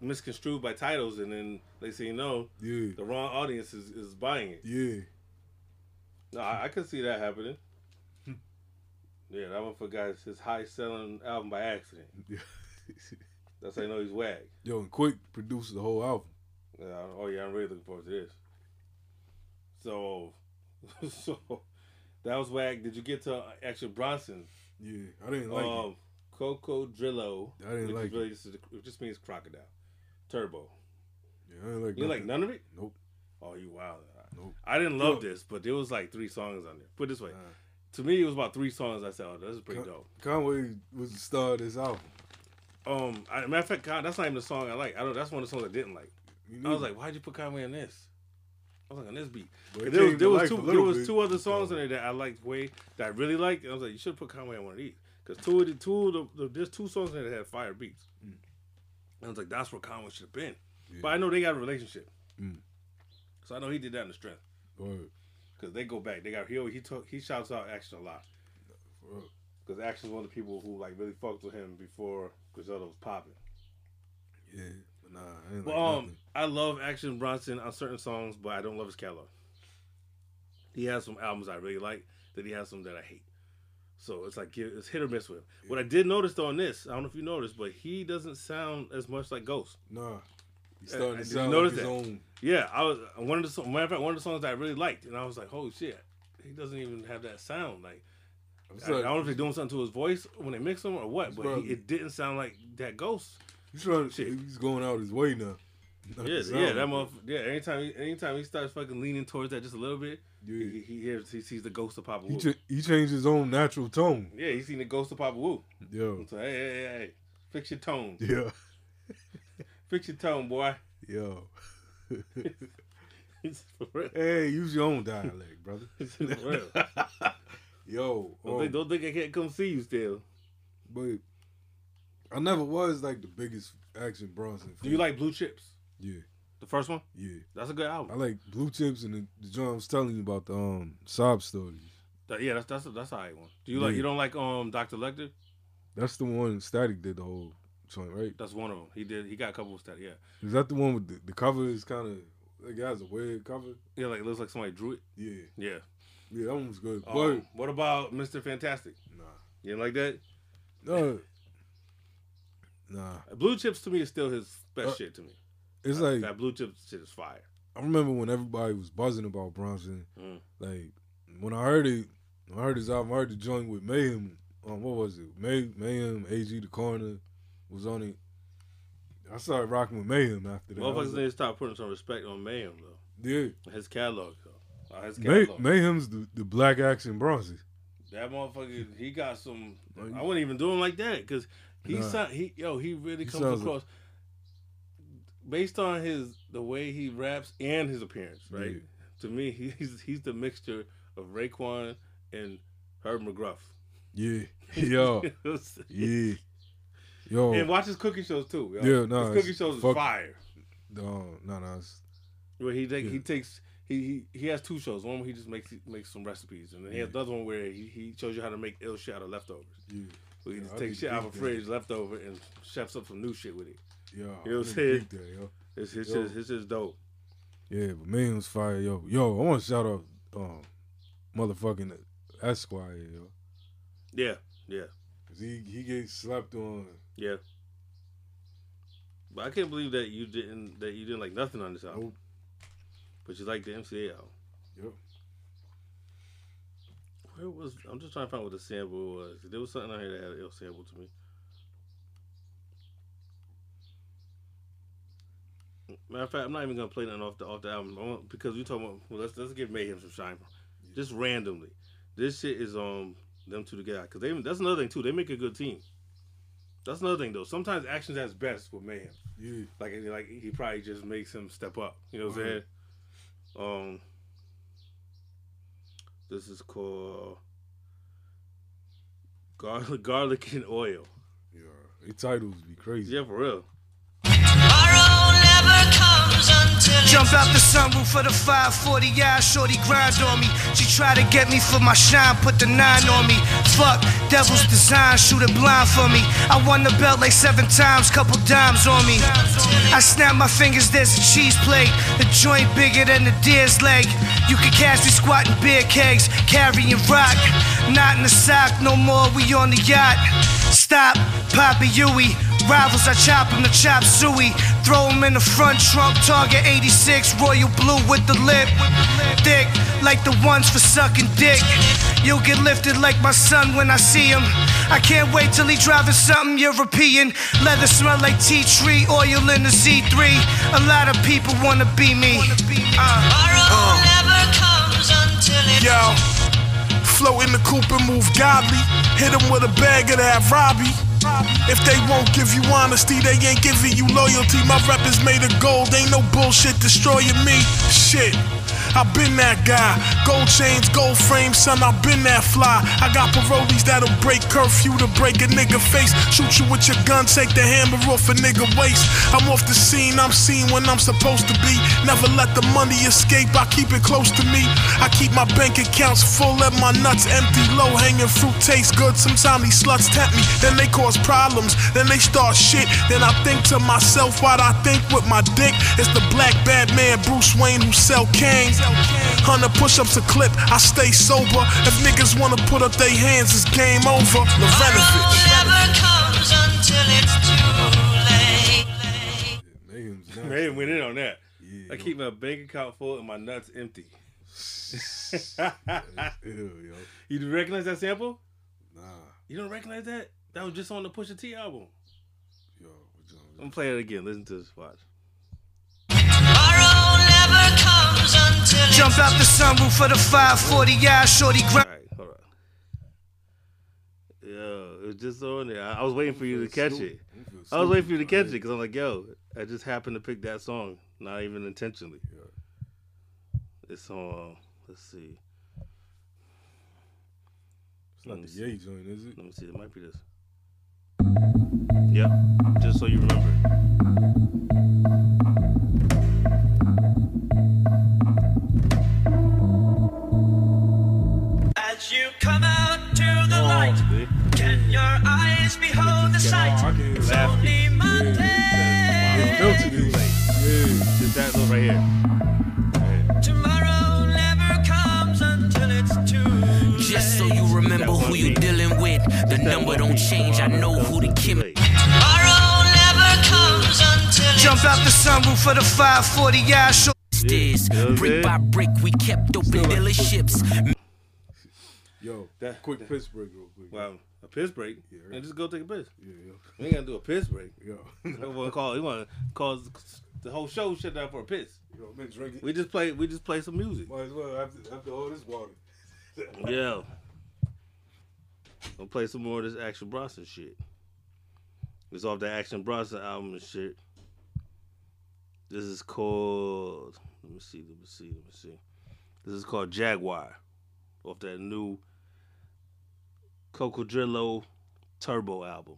Speaker 4: misconstrued by titles, and then they say no.
Speaker 3: Yeah.
Speaker 4: The wrong audience is, is buying it.
Speaker 3: Yeah.
Speaker 4: No, I, I could see that happening.
Speaker 3: Hmm.
Speaker 4: yeah, that one for guys his high selling album by accident. That's how you know he's whack.
Speaker 3: Yo, and Quick produced the whole album.
Speaker 4: Yeah, I- oh yeah, I'm really looking forward to this. So, so that was whack. Did you get to Action Bronson?
Speaker 3: Yeah. I didn't like
Speaker 4: Um,
Speaker 3: it.
Speaker 4: Coco Drillo.
Speaker 3: I didn't
Speaker 4: which
Speaker 3: like
Speaker 4: is really just, it just means crocodile. Turbo.
Speaker 3: Yeah, I didn't like
Speaker 4: You like
Speaker 3: nothing.
Speaker 4: none of it?
Speaker 3: Nope.
Speaker 4: Oh, you wild.
Speaker 3: Nope.
Speaker 4: I didn't love
Speaker 3: Yo. Uh.
Speaker 4: this, but there was like three songs on there. Put it this way, to me it was about three songs. I said, "Oh, this is pretty
Speaker 3: Con-
Speaker 4: dope."
Speaker 3: Conway was the star of this album.
Speaker 4: Um, I, matter of fact, Con- that's not even the song I like. I don't. That's one of the songs I didn't like.
Speaker 3: Me
Speaker 4: I was
Speaker 3: neither.
Speaker 4: like, "Why'd you put Conway in this?" I was like, "On this beat."
Speaker 3: But it
Speaker 4: And There was,
Speaker 3: came
Speaker 4: there
Speaker 3: to life
Speaker 4: was
Speaker 3: a
Speaker 4: two there
Speaker 3: little
Speaker 4: was
Speaker 3: bit.
Speaker 4: two other songs in there that I liked way that I really liked. And I was like, "You should put Conway on one of these." Because two of the two of the, the there's two songs in there that had fire beats.
Speaker 3: Mm.
Speaker 4: And I was like, "That's where Conway should have been." But I know they got a relationship,
Speaker 3: Mm.
Speaker 4: so I know he did that in the strength.
Speaker 3: Word.
Speaker 4: Because they go back. They got he he took he shouts out Action a lot. Because Action's one of the people who like really fucked with him before Griselda was popping.
Speaker 3: Yeah. But nah, I didn't
Speaker 4: But
Speaker 3: like
Speaker 4: um, I love Action Bronson on certain songs, but I don't love his catalog. He has some albums I really like, then he has some that I hate. So it's like it's hit or miss with him. What I did notice though on this, I don't know if you noticed, but he doesn't sound as much like Ghost.
Speaker 3: nothing. Nah. He
Speaker 4: Uh,
Speaker 3: started
Speaker 4: did
Speaker 3: to
Speaker 4: you
Speaker 3: sound like
Speaker 4: notice
Speaker 3: his
Speaker 4: that?
Speaker 3: own
Speaker 4: Yeah, I was uh, one of the song- matter of fact one of the songs that I really liked, and I was like, holy shit, he doesn't even have that sound. Like,
Speaker 3: I'm
Speaker 4: I, I
Speaker 3: sorry.
Speaker 4: don't know if they're doing something to his voice when they mix him or what,
Speaker 3: He's
Speaker 4: but he,
Speaker 3: probably-
Speaker 4: it didn't sound like that Ghost.
Speaker 3: He's trying to, he's going out his way now. Not
Speaker 4: Yeah,
Speaker 3: to sound
Speaker 4: yeah, that
Speaker 3: like
Speaker 4: motherfucker. Yeah, anytime, he, anytime he starts fucking leaning towards that just a little bit, he, he hears, he sees the ghost of Papa
Speaker 3: He,
Speaker 4: Wu.
Speaker 3: ch- he changed his own natural tone.
Speaker 4: yeah, he's seen the ghost of Papa Wu.
Speaker 3: Yo.
Speaker 4: So hey, hey, hey, hey, fix your tone.
Speaker 3: Yeah.
Speaker 4: Fix your tone, boy.
Speaker 3: Yo. hey, use your own dialect, brother. Yo,
Speaker 4: Don't, think,
Speaker 3: um,
Speaker 4: don't think I can't come see you still.
Speaker 3: but I never was like the biggest action Bronson.
Speaker 4: Do you like Blue Chips?
Speaker 3: Yeah.
Speaker 4: The first one?
Speaker 3: Yeah.
Speaker 4: That's a good album.
Speaker 3: I like Blue Chips and the, the John was telling you about the um sob stories.
Speaker 4: That- yeah, that's that's a, that's a high one. Do you
Speaker 3: Yeah.
Speaker 4: like? You don't like um Dr. Lecter?
Speaker 3: That's the one Static did the whole joint, right?
Speaker 4: That's one of them. He did. He got a couple of stuff. Yeah,
Speaker 3: Is that the one with the, the cover is kind of the guy's a weird cover?
Speaker 4: yeah. Like it looks like somebody drew it.
Speaker 3: Yeah.
Speaker 4: Yeah.
Speaker 3: Yeah, that one was good.
Speaker 4: Um,
Speaker 3: but
Speaker 4: what about Mr. Fantastic?
Speaker 3: Nah.
Speaker 4: You didn't like that?
Speaker 3: no, nah.
Speaker 4: Blue Chips to me is still his best
Speaker 3: Uh,
Speaker 4: shit to me.
Speaker 3: It's
Speaker 4: That-
Speaker 3: like
Speaker 4: that Blue Chips shit is fire.
Speaker 3: I remember when everybody was buzzing about Bronson.
Speaker 4: Mm.
Speaker 3: Like when I heard it, when I heard his album. I heard the joint with Mayhem. Um, what was it? May Mayhem, AG the Corner was on it. I started rocking with Mayhem after that. I was
Speaker 4: Motherfuckers
Speaker 3: like,
Speaker 4: need to stop putting some respect on Mayhem though.
Speaker 3: yeah,
Speaker 4: His catalog though. Uh, his
Speaker 3: May,
Speaker 4: catalog.
Speaker 3: Mayhem's the, the black action Bronson.
Speaker 4: that motherfucker, he got some. I wouldn't even do him like that because he
Speaker 3: Nah.
Speaker 4: sound, he yo he really
Speaker 3: He
Speaker 4: comes
Speaker 3: sounds
Speaker 4: across based on his the way he raps and his appearance. Right
Speaker 3: Yeah.
Speaker 4: to me, he's he's the mixture of Raekwon and Herb McGruff.
Speaker 3: Yeah, yo, yeah, yo.
Speaker 4: And watch his cooking shows too. Yo.
Speaker 3: Yeah, nah,
Speaker 4: his cooking
Speaker 3: it's
Speaker 4: shows is
Speaker 3: fuck-
Speaker 4: fire.
Speaker 3: No, no, no. It's,
Speaker 4: Where he take, he takes he, he he has two shows. One where he just makes makes some recipes, and then he has the other one where he, he shows you how to make ill shit out of leftovers.
Speaker 3: Yeah.
Speaker 4: So he
Speaker 3: Yeah,
Speaker 4: just
Speaker 3: I
Speaker 4: takes
Speaker 3: need
Speaker 4: shit
Speaker 3: to
Speaker 4: out of a
Speaker 3: peep that.
Speaker 4: fridge leftover and chefs up some new shit with it.
Speaker 3: Yeah,
Speaker 4: you know what
Speaker 3: I
Speaker 4: I'm
Speaker 3: need to
Speaker 4: saying?
Speaker 3: peep that, yo.
Speaker 4: It's it's
Speaker 3: Yo.
Speaker 4: just it's just dope.
Speaker 3: Yeah, but man was fire, yo. Yo, I want to shout out, um, motherfucking Esquire, yo.
Speaker 4: Yeah, yeah,
Speaker 3: 'Cause he he gets slapped on.
Speaker 4: yeah. But I can't believe that you didn't that you didn't like nothing on this album. But you like the MCA album.
Speaker 3: Yep.
Speaker 4: Where was I'm just trying to find what the sample was. There was something on here that had an ill sample to me. Matter of fact, I'm not even gonna play nothing off the off the album I want- because we talking about. Well, let's let's give Mayhem some shine, just randomly. This shit is um them two together because they that's another thing too. They make a good team. That's another thing though. Sometimes actions that's best with Mayhem.
Speaker 3: Yeah.
Speaker 4: Like like he probably just makes him step up. You know what I'm
Speaker 3: Right.
Speaker 4: saying? Um. This is called garlic garlic and oil.
Speaker 3: His titles be crazy.
Speaker 4: Yeah, for real.
Speaker 8: Jump out the sunroof for the 540 eyes, shorty grind on me. She tried to get me for my shine, put the nine on me. Fuck, devil's design, shoot it blind for me. I won the belt like seven times, couple dimes on me. I snap my fingers, there's a cheese plate. The joint bigger than the deer's leg. You can catch me squatting beer kegs, carrying rock. Not in the sock no more, we on the yacht. Stop, Poppy Yui. Rivals, I chop him to chop suey. Throw him in the front trunk, Target 86, Royal Blue with the lip. Thick, like the ones for sucking dick. You'll get lifted like my son when I see him. I can't wait till he driving something European. Leather smell like tea tree, oil in the Z3. A lot of people wanna be me. Uh.
Speaker 14: Yo, float in the coupe and move godly. Hit 'em with a bag of that Robbie. If they won't give you honesty, they ain't giving you loyalty. My rep is made of gold, ain't no bullshit destroying me. Shit, I been that guy. Gold chains, gold frame, son, I been that fly. I got parolees that'll break curfew to break a nigga face. Shoot you with your gun, take the hammer off a nigga waist. I'm off the scene, I'm seen when I'm supposed to be. Never let the money escape, I keep it close to me. I keep my bank accounts full, let my nuts empty. Low hanging fruit tastes good, sometimes these sluts tempt me. Then they cause problems, then they start shit. Then I think to myself, why'd I think with my dick? It's the black Batman, Bruce Wayne, who sell cane. Hundred push-ups a clip, I stay sober. If niggas wanna put up their hands, it's game over. Lorenovich.
Speaker 3: Mayhem's
Speaker 4: They didn't went in on that. I keep my bank account full and my nuts empty.
Speaker 3: Ew,
Speaker 4: You do recognize that sample?
Speaker 3: yo. Nah,
Speaker 4: You don't recognize that? That was just on the Pusha T album.
Speaker 3: yo. What y'all-
Speaker 4: I'm gonna play it again. Listen to this. Watch.
Speaker 8: Jump out the sunroof for the 540 eyes, shorty grind.
Speaker 4: Yeah, it was just on there. I, I was waiting for you to catch it.
Speaker 3: was
Speaker 4: I was waiting for you to
Speaker 3: sleeping,
Speaker 4: catch it because I'm like, yo, I just happened to pick that song, not even intentionally. It's on. Let's see.
Speaker 3: It's not the Ye joint, is it?
Speaker 4: Let me see. It might be this. Yep. Just so you remember.
Speaker 15: As you come out to the light, can your eyes behold the sight? It's only Monday.
Speaker 4: Just that little right here.
Speaker 15: Tomorrow never comes until it's too late.
Speaker 16: Just so you remember who you dealing with. The number don't change. I know who the Kim.
Speaker 8: Jump out the sunroof for the 540 I show.
Speaker 16: Stairs, brick by brick, we kept open dealerships.
Speaker 3: Yo, that quick piss break real quick.
Speaker 4: Wow, a piss break. Yeah, and just go take a piss. Yeah, We ain't gonna do a piss break.
Speaker 3: Yeah,
Speaker 4: wanna call. You wanna cause the whole show shut down for a piss.
Speaker 3: Yo, man, drink it.
Speaker 4: We just play. We just play some music.
Speaker 3: Might as well after, after all this water.
Speaker 4: Yeah. Gonna play some more of this Action Bronson shit. It's off the Action Bronson album and shit. This is called. Let me see. Let me see. Let me see. This is called Jaguar, off that new Cocodrillo Turbo album.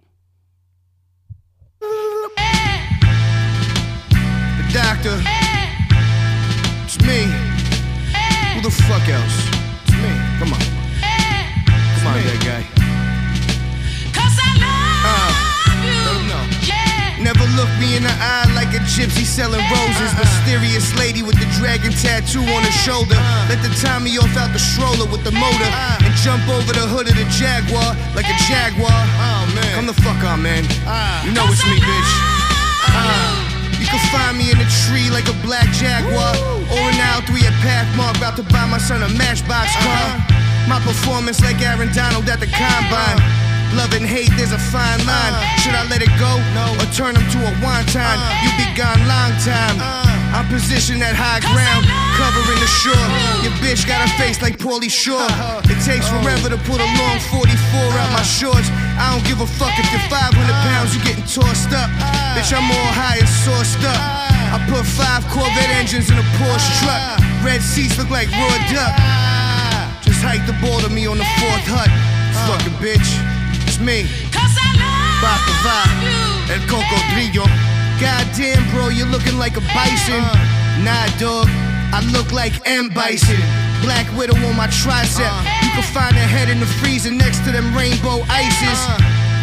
Speaker 17: The doctor. It's me. Who the fuck else? It's me. Come on. Come on, that guy. Uh, let him know. Never look me in the eye like a gypsy selling roses. Mysterious lady with the dragon tattoo on her shoulder. Let the Tommy off out the stroller with the motor. And jump over the hood of the Jaguar like a Jaguar. Oh, man. Ah. Come the fuck on, man. You know it's me, bitch. Uh, you can find me in a tree like a black jaguar. Or an Al 3 at Pathmark, about to buy my son a Matchbox car. My performance like Aaron Donald at the combine. Love and hate, there's a fine line. Should I let it go? Or turn him to a wonton? You be gone long time. I'm positioned at high ground, covering the shore. Your bitch got a face like Paulie Shore. It takes forever to pull a long 44 out my shorts. I don't give a fuck if you're 500 pounds, you getting tossed up. Bitch, I'm all high and sourced up. I put five Corvette engines in a Porsche truck. Red seats look like raw duck. Just hiked the ball to me on the fourth hut. Fucking bitch, it's me. Bop the vibe, El Coco Trillo. Goddamn, bro, you're looking like a bison. Nah, dog, I look like M. Bison. Black widow on my tricep. You can find a head in the freezer next to them rainbow ices.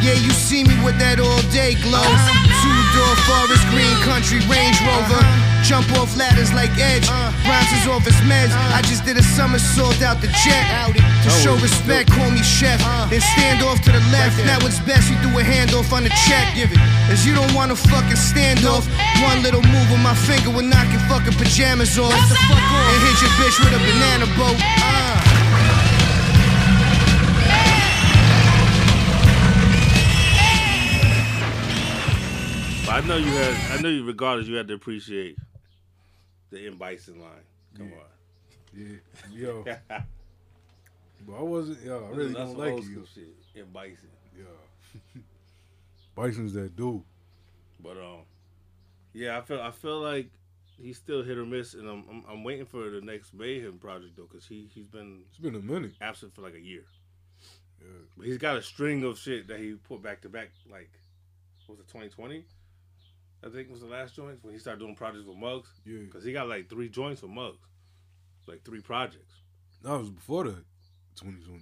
Speaker 17: Yeah, you see me with that all day glow. Two door forest green country Range Rover. Jump off ladders like Edge. Browns is off his meds. I just did a somersault out the jet. To
Speaker 18: That
Speaker 17: show
Speaker 18: was
Speaker 17: respect, call me chef. Then stand off to the left. Now it's best you do a handoff on the check. Give it. Cause you don't want a fucking standoff. One little move with my finger will knock your fucking pajamas off. And hit your bitch with a banana boat. Uh.
Speaker 4: But I know you had. I know you. Regardless, you had to appreciate the in Bison line. Come
Speaker 3: Yeah, yo.
Speaker 4: on.
Speaker 3: But I wasn't. Yo, I really
Speaker 4: That's
Speaker 3: don't
Speaker 4: some
Speaker 3: like
Speaker 4: old
Speaker 3: you.
Speaker 4: school shit. In Bison.
Speaker 3: Yeah. Bison's that dude.
Speaker 4: But um, yeah, I feel I feel like he's still hit or miss, and I'm I'm, I'm waiting for the next Mayhem project though, because he he's been
Speaker 3: It's been a minute.
Speaker 4: absent for like a year. But he's got a string of shit that he put back to back. Like, what was it 2020? I think was the last joints when he started doing projects with Mugs.
Speaker 3: Yeah.
Speaker 4: Because he got like three joints with Mugs, like three projects.
Speaker 3: No, it was before that. 2020.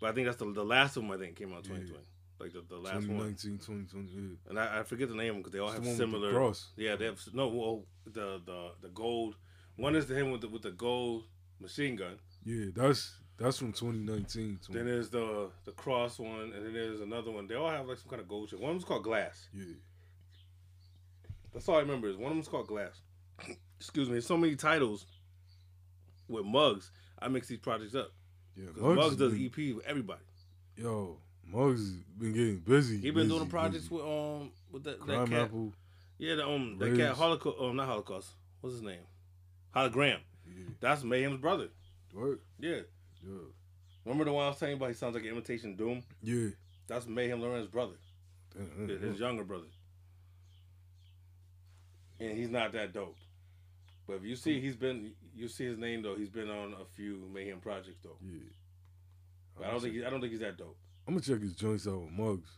Speaker 4: But I think that's the the last one I think came out in 2020. Like the, the last one.
Speaker 3: 2019, 2020. Yeah.
Speaker 4: and I, I forget the name of them because they all
Speaker 3: It's
Speaker 4: have
Speaker 3: the one with the
Speaker 4: similar.
Speaker 3: cross.
Speaker 4: Yeah, they have no. Well, the the the gold one is the him with the with the gold machine gun.
Speaker 3: Yeah, that's that's from 2019.
Speaker 4: Then there's the the cross one, and then there's another one. They all have like some kind of gold shit. One of them's called glass.
Speaker 3: Yeah.
Speaker 4: That's all I remember is one of them's called glass. Excuse me. There's so many titles with mugs. I mix these projects up.
Speaker 3: Yeah,
Speaker 4: Mugs,
Speaker 3: Muggs
Speaker 4: does E
Speaker 3: been-
Speaker 4: EP with everybody.
Speaker 3: Yo, Muggs has been getting busy.
Speaker 4: He been doing
Speaker 3: busy,
Speaker 4: the projects
Speaker 3: busy.
Speaker 4: with um with that, that
Speaker 3: Crime
Speaker 4: cat.
Speaker 3: Apple,
Speaker 4: Yeah, the, um that
Speaker 3: Rage.
Speaker 4: cat Holocaust. Um, not Holocaust. What's his name? Hologram. That's Mayhem's brother.
Speaker 3: What?
Speaker 4: Yeah.
Speaker 3: Yeah.
Speaker 4: Remember the one I was telling you about? He sounds like an imitation Doom.
Speaker 3: Yeah.
Speaker 4: That's Mayhem Loren's brother. His his younger brother. and he's not that dope. But if you see, he's been you see his name though. He's been on a few Mayhem projects though.
Speaker 3: Yeah.
Speaker 4: But I don't think he, I don't think he's that dope.
Speaker 3: I'm gonna check his joints out with Muggs.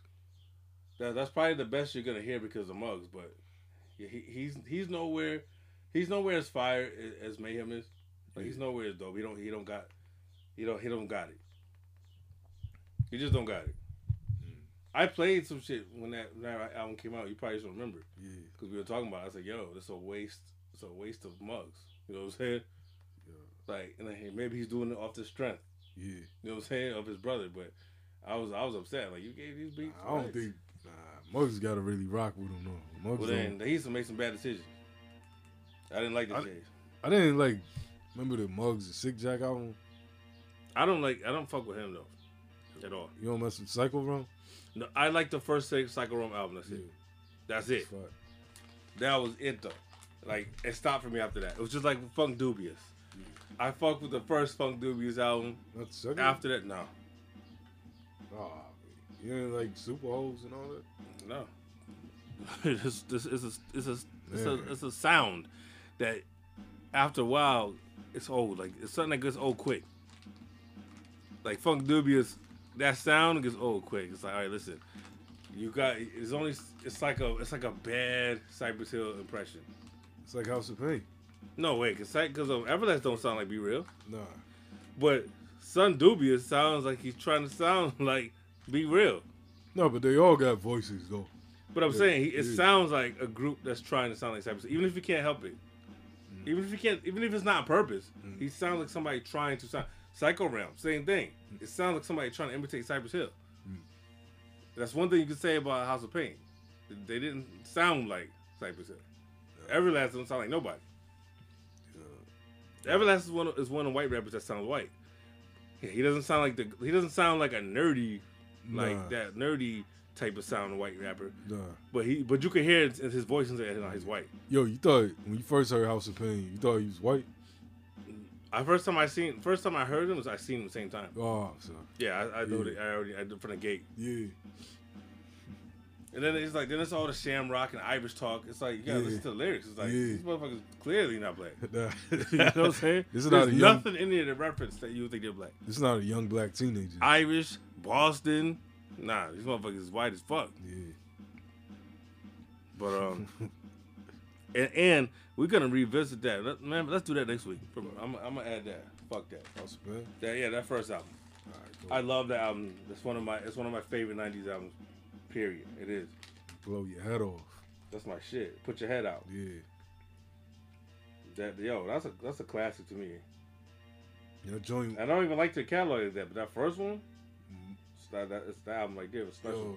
Speaker 4: That, that's probably the best you're gonna hear because of Muggs. But he, he's he's nowhere. He's nowhere as fire as- as Mayhem is. Like he's nowhere as dope. He don't he don't got he don't he don't got it. He just don't got it.
Speaker 3: Mm.
Speaker 4: I played some shit when that, when that album came out. You probably just don't remember.
Speaker 3: Yeah.
Speaker 4: Because we were talking about. It. I was like, "Yo, this a waste. It's a waste of mugs." You know what I'm saying? Like, and like, maybe he's doing it off the strength.
Speaker 3: Yeah.
Speaker 4: You know what I'm saying of his brother, but I was I was upset. Like, you gave these beats.
Speaker 3: I don't
Speaker 4: what?
Speaker 3: think nah, Muggs gotta really rock with him though. Muggs
Speaker 4: Well,
Speaker 3: don't-
Speaker 4: then he used to make some bad decisions. I didn't like the Jays.
Speaker 3: I didn't like remember the Muggs and Sick Jack album.
Speaker 4: I don't like. I don't fuck with him though, at all.
Speaker 3: You don't mess with Psycho Room?
Speaker 4: No, I like the first six Psycho Rome album. That's it. That's it. That was it though. Like it stopped for me after that. It was just like Funk Dubious. I fucked with the first Funk Dubious album. after that, no.
Speaker 3: Oh, you didn't like Super Hoes and all that?
Speaker 4: No. this this is a it's a it's, a
Speaker 3: Man.
Speaker 4: it's a sound that after a while it's old. Like it's something that gets old quick. Like Funk Dubious, that sound gets old quick. It's like all right, listen, you got it's only it's like a it's like a bad Cypress Hill impression.
Speaker 3: It's like House of Pain.
Speaker 4: No way, cause because Everlast don't sound like Be Real.
Speaker 3: Nah.
Speaker 4: But Son Dubious sounds like he's trying to sound like Be Real.
Speaker 3: No, but they all got voices though.
Speaker 4: But I'm
Speaker 3: Yeah,
Speaker 4: saying he, it
Speaker 3: yeah.
Speaker 4: sounds like a group that's trying to sound like Cypress, even if you can't help it,
Speaker 3: Mm.
Speaker 4: even if you can't, even if it's not on purpose. He sounds like somebody trying to sound Psycho Realm, same thing.
Speaker 3: Mm.
Speaker 4: It sounds like somebody trying to imitate Cypress Hill. That's one thing you can say about House of Pain. They didn't sound like Cypress Hill. Everlast don't sound like nobody. Everlast is one of, is one of the white rappers that sounds white. Yeah, he doesn't sound like the he doesn't sound like a nerdy, like
Speaker 3: Nah.
Speaker 4: that nerdy type of sound white rapper.
Speaker 3: Nah.
Speaker 4: But he, but you can hear it in his voice and say, "No, he's white."
Speaker 3: Yo, you thought when you first heard House of Pain, you thought he was white?
Speaker 4: I first time I seen, first time I heard him was I seen him the same time.
Speaker 3: Oh, so
Speaker 4: Yeah, I, I know
Speaker 3: Yeah.
Speaker 4: that I already I did from the gate.
Speaker 3: Yeah.
Speaker 4: And then it's like then it's all the shamrock and Irish talk. It's like you gotta
Speaker 3: Yeah.
Speaker 4: listen to the lyrics. It's like
Speaker 3: Yeah.
Speaker 4: these motherfuckers clearly not black.
Speaker 3: Nah.
Speaker 4: you know what I'm saying?
Speaker 3: This is not
Speaker 4: There's
Speaker 3: a young-
Speaker 4: nothing in there to reference that you would think they're black.
Speaker 3: This is not a young black teenager.
Speaker 4: Irish, Boston. Nah, these motherfuckers is white as fuck.
Speaker 3: Yeah.
Speaker 4: But um, and, and we're gonna revisit that. Let, man, let's do that next week. I'm, I'm gonna add that. Fuck that. That yeah, that first album. I love that album. It's one of my it's one of my favorite '90s albums. Period. It is.
Speaker 3: Blow your head off.
Speaker 4: That's my shit. Put your head out.
Speaker 3: Yeah.
Speaker 4: That yo, that's a that's a classic to me.
Speaker 3: Your joint
Speaker 4: I don't even like the catalog of that, but that first one, it's
Speaker 3: Mm-hmm.
Speaker 4: that, that it's the album like there was special.
Speaker 3: Yo,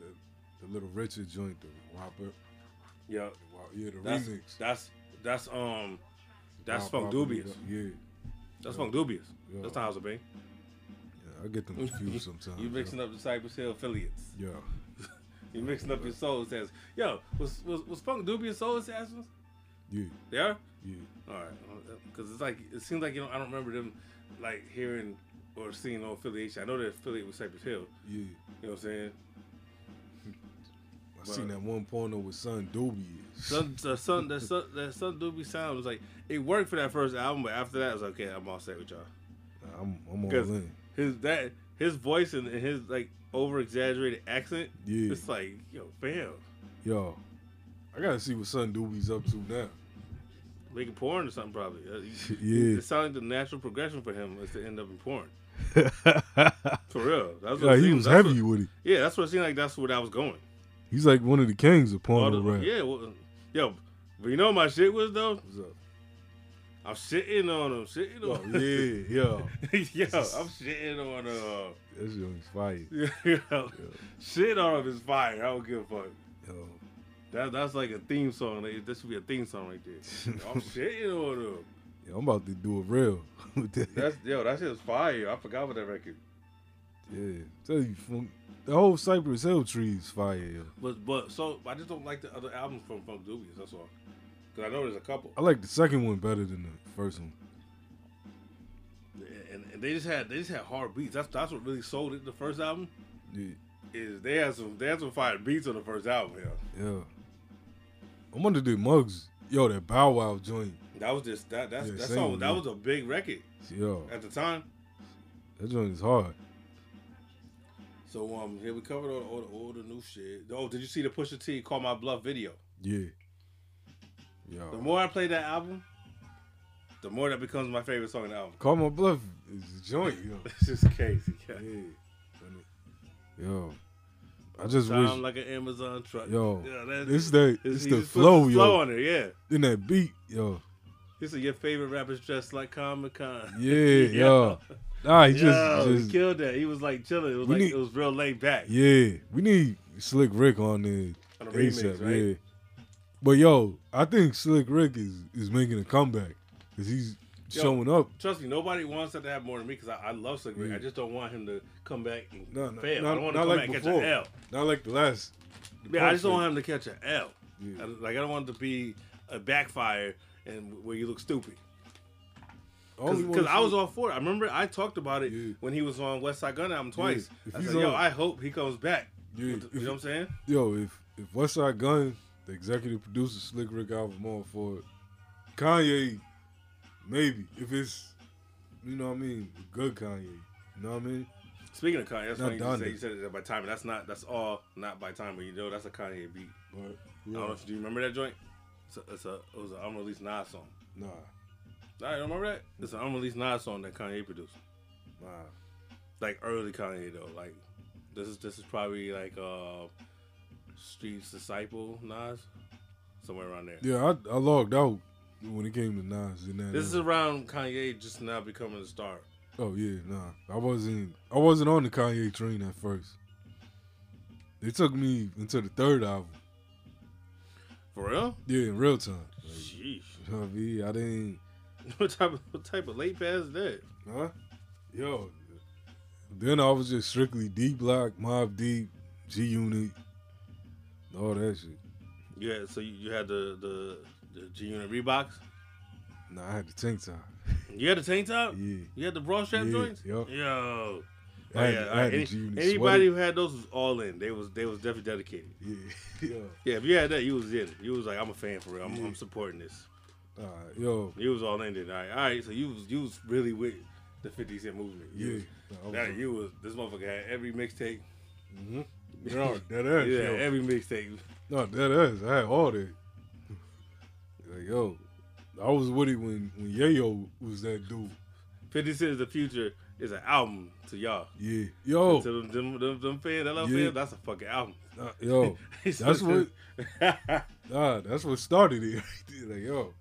Speaker 3: the, the little Richard joint, the Whopper.
Speaker 4: Yeah.
Speaker 3: Wow, yeah, the
Speaker 4: that's,
Speaker 3: remix.
Speaker 4: That's that's um that's
Speaker 3: Wow,
Speaker 4: Funk
Speaker 3: Papa,
Speaker 4: Dubious.
Speaker 3: Yeah.
Speaker 4: That's
Speaker 3: Yo.
Speaker 4: Funk Dubious.
Speaker 3: Yo.
Speaker 4: That's not House of Pain.
Speaker 3: Yeah, I get them confused sometimes.
Speaker 4: You mixing up the Cypress Hill affiliates.
Speaker 3: Yeah.
Speaker 4: You mixing up your soul says. Yo, was was, was Funk Dubious Soul Assassins?
Speaker 3: Yeah.
Speaker 4: They are.
Speaker 3: Yeah.
Speaker 4: All right, because uh, it's like it seems like you know I don't remember them like hearing or seeing no affiliation. I know they're affiliated with Cypress Hill.
Speaker 3: Yeah.
Speaker 4: You know what I'm saying?
Speaker 3: I seen that one porno with Son Doobie.
Speaker 4: Son, the son, the son, the son Doobie sound was like it worked for that first album, but after that, I was like, okay, I'm all set with y'all.
Speaker 3: Nah, I'm, I'm all
Speaker 4: 'Cause
Speaker 3: in.
Speaker 4: His that his voice and and his like over exaggerated accent.
Speaker 3: Yeah.
Speaker 4: it's like yo, fam,
Speaker 3: Yo, I gotta see what Son Doobie's up to now.
Speaker 4: making porn or something probably. Uh, you-
Speaker 3: Yeah.
Speaker 4: it sounded like the natural progression for him is to end up in porn. For real, that's what
Speaker 3: Yeah,
Speaker 4: it
Speaker 3: he
Speaker 4: seemed-
Speaker 3: was
Speaker 4: that's
Speaker 3: heavy
Speaker 4: what-
Speaker 3: with it.
Speaker 4: Yeah, that's what it seemed like. That's where that was going.
Speaker 3: He's like one of the kings of
Speaker 4: All
Speaker 3: porno
Speaker 4: the-
Speaker 3: rap.
Speaker 4: Yeah, well, yo, but you know what my shit was though. I'm sitting on him, sitting
Speaker 3: Oh,
Speaker 4: on.
Speaker 3: yeah, yo.
Speaker 4: yo, I'm shitting on uh,
Speaker 3: That joint's fire.
Speaker 4: yo, shit on him is fire. I don't give a fuck.
Speaker 3: Yo.
Speaker 4: That that's like a theme song. Like, That should be a theme song right there. I'm shitting on him.
Speaker 3: Yo, I'm about to do a reel with that.
Speaker 4: That's yo, that shit was fire. I forgot about that record.
Speaker 3: Yeah, tell you, from, the whole Cypress Hill tree is fire. Yo.
Speaker 4: But but so I just don't like the other albums from Funk Dubious. That's all. Cause I know there's a couple,
Speaker 3: I like the second one better than the first one.
Speaker 4: and, and they just had they just had hard beats. That's that's what really sold it. The first album
Speaker 3: Yeah,
Speaker 4: is they had some they had some fire beats on the first album. Yeah.
Speaker 3: yeah. I wonder did Muggs, yo, that Bow Wow joint.
Speaker 4: That was just that. That's
Speaker 3: Yeah,
Speaker 4: that
Speaker 3: same,
Speaker 4: song. That
Speaker 3: yeah.
Speaker 4: was a big record
Speaker 3: Yo,
Speaker 4: at the time.
Speaker 3: that joint is hard.
Speaker 4: So um, here we covered all, all, all the new shit. Oh, did you see the Pusha T "Call My Bluff" video?
Speaker 3: Yeah.
Speaker 4: The
Speaker 3: Yo,
Speaker 4: more I play that album, the more that becomes my favorite song in the album.
Speaker 3: Call My Bluff is a joint, yo.
Speaker 4: It's just crazy. Yeah.
Speaker 3: Yo, I just
Speaker 4: Sound
Speaker 3: wish.
Speaker 4: like an Amazon truck.
Speaker 3: Yo,
Speaker 4: Yeah, that-
Speaker 3: it's the
Speaker 4: he
Speaker 3: it's
Speaker 4: just
Speaker 3: the
Speaker 4: puts
Speaker 3: flow, yo.
Speaker 4: Flow on it, yeah.
Speaker 3: In that beat, yo.
Speaker 4: This is your favorite rappers dressed like Comic Con.
Speaker 3: Yeah, yo. Nah, he just-
Speaker 4: Yo,
Speaker 3: just-
Speaker 4: killed that. He was like chilling. It was
Speaker 3: We
Speaker 4: like
Speaker 3: need-
Speaker 4: it was real laid back.
Speaker 3: Yeah, we need Slick Rick on the
Speaker 4: On the remix,
Speaker 3: ASAP.
Speaker 4: right?
Speaker 3: Yeah, but yo, I think Slick Rick is is making a comeback because he's
Speaker 4: Yo,
Speaker 3: showing up.
Speaker 4: Trust me, nobody wants that to have more than me because I, I love Slick Rick.
Speaker 3: Yeah.
Speaker 4: I just don't want him to come back and
Speaker 3: No, no,
Speaker 4: fail.
Speaker 3: not-
Speaker 4: I don't want to
Speaker 3: not
Speaker 4: come
Speaker 3: like
Speaker 4: back and
Speaker 3: before.
Speaker 4: catch an L.
Speaker 3: Not like the last. the
Speaker 4: Yeah, I
Speaker 3: past
Speaker 4: just don't
Speaker 3: Rick.
Speaker 4: want him to catch an L. I- like I don't want it to be a backfire and where you look stupid.
Speaker 3: Only one
Speaker 4: Because I
Speaker 3: thing-
Speaker 4: was all for it. I remember I talked about it when he was on West Side Gun album twice.
Speaker 3: If
Speaker 4: I
Speaker 3: he's
Speaker 4: said, "Yo,
Speaker 3: on-
Speaker 4: I hope he comes back." With the- you know what I'm saying?
Speaker 3: Yo, if if West Side Gun, the executive producer Slick Rick album on for it, Kanye, maybe if it's you know what I mean, good Kanye. You know what I mean?
Speaker 4: Speaking of Kanye, that's
Speaker 3: Not
Speaker 4: funny you
Speaker 3: Donda.
Speaker 4: said you said it by time. That's not. That's all not by time. But you know, that's a Kanye beat.
Speaker 3: Right.
Speaker 4: I don't know if you remember that joint. It's a, it's a it was an unreleased Nas song.
Speaker 3: Nah.
Speaker 4: Nah, you don't remember that? It's an unreleased Nas song that Kanye produced.
Speaker 3: Nah.
Speaker 4: Like early Kanye though. Like this is this is probably like uh Streets Disciple Nas, somewhere around there.
Speaker 3: Yeah, I, I logged out when it came to Nas and that.
Speaker 4: This is
Speaker 3: uh,
Speaker 4: around Kanye just now becoming a star.
Speaker 3: oh yeah, nah. I wasn't I wasn't on the Kanye train at first. It took me until the third album.
Speaker 4: For real?
Speaker 3: Yeah, in real time. Like,
Speaker 4: Sheesh.
Speaker 3: you know what I mean? I didn't
Speaker 4: What type of what type of late pass is that?
Speaker 3: Huh? Yo. Then I was just strictly D Block, Mob Deep, G Unit, all that shit.
Speaker 4: Yeah, so you, you had the the, the G Unit Reeboks.
Speaker 3: Nah, I had the tank top.
Speaker 4: You had the tank top?
Speaker 3: Yeah.
Speaker 4: You had the bra strap
Speaker 3: Yeah,
Speaker 4: joints?
Speaker 3: yup.
Speaker 4: Yo.
Speaker 3: I
Speaker 4: Oh,
Speaker 3: had-
Speaker 4: yeah.
Speaker 3: I
Speaker 4: all
Speaker 3: had
Speaker 4: right.
Speaker 3: the
Speaker 4: Any-
Speaker 3: G-Unit
Speaker 4: anybody
Speaker 3: sweater.
Speaker 4: who had those was all in. They was they was definitely dedicated.
Speaker 3: Yeah. Yo.
Speaker 4: Yeah, if you had that, you was in. it. You was like, I'm a fan for real. I'm, I'm supporting this.
Speaker 3: All right, yo.
Speaker 4: You was all in it. All right, all right. So you was you was really with the 50 Cent movement. You
Speaker 3: Yeah.
Speaker 4: was-
Speaker 3: I was
Speaker 4: now
Speaker 3: a-
Speaker 4: you was this motherfucker had every mixtape.
Speaker 3: Mm-hmm. Yo, that ass,
Speaker 4: yeah,
Speaker 3: yo.
Speaker 4: every mixtape.
Speaker 3: No, that is. I had all that. Like, yo. I was with it when, when Yayo was that dude.
Speaker 4: 50 Cent is the future is an album to y'all.
Speaker 3: Yeah. Yo.
Speaker 4: To them, them, them, them fans that love
Speaker 3: Oh. Yeah.
Speaker 4: fans, that's a fucking album.
Speaker 3: Nah, yo. That's what Nah, that's what started it. like, yo.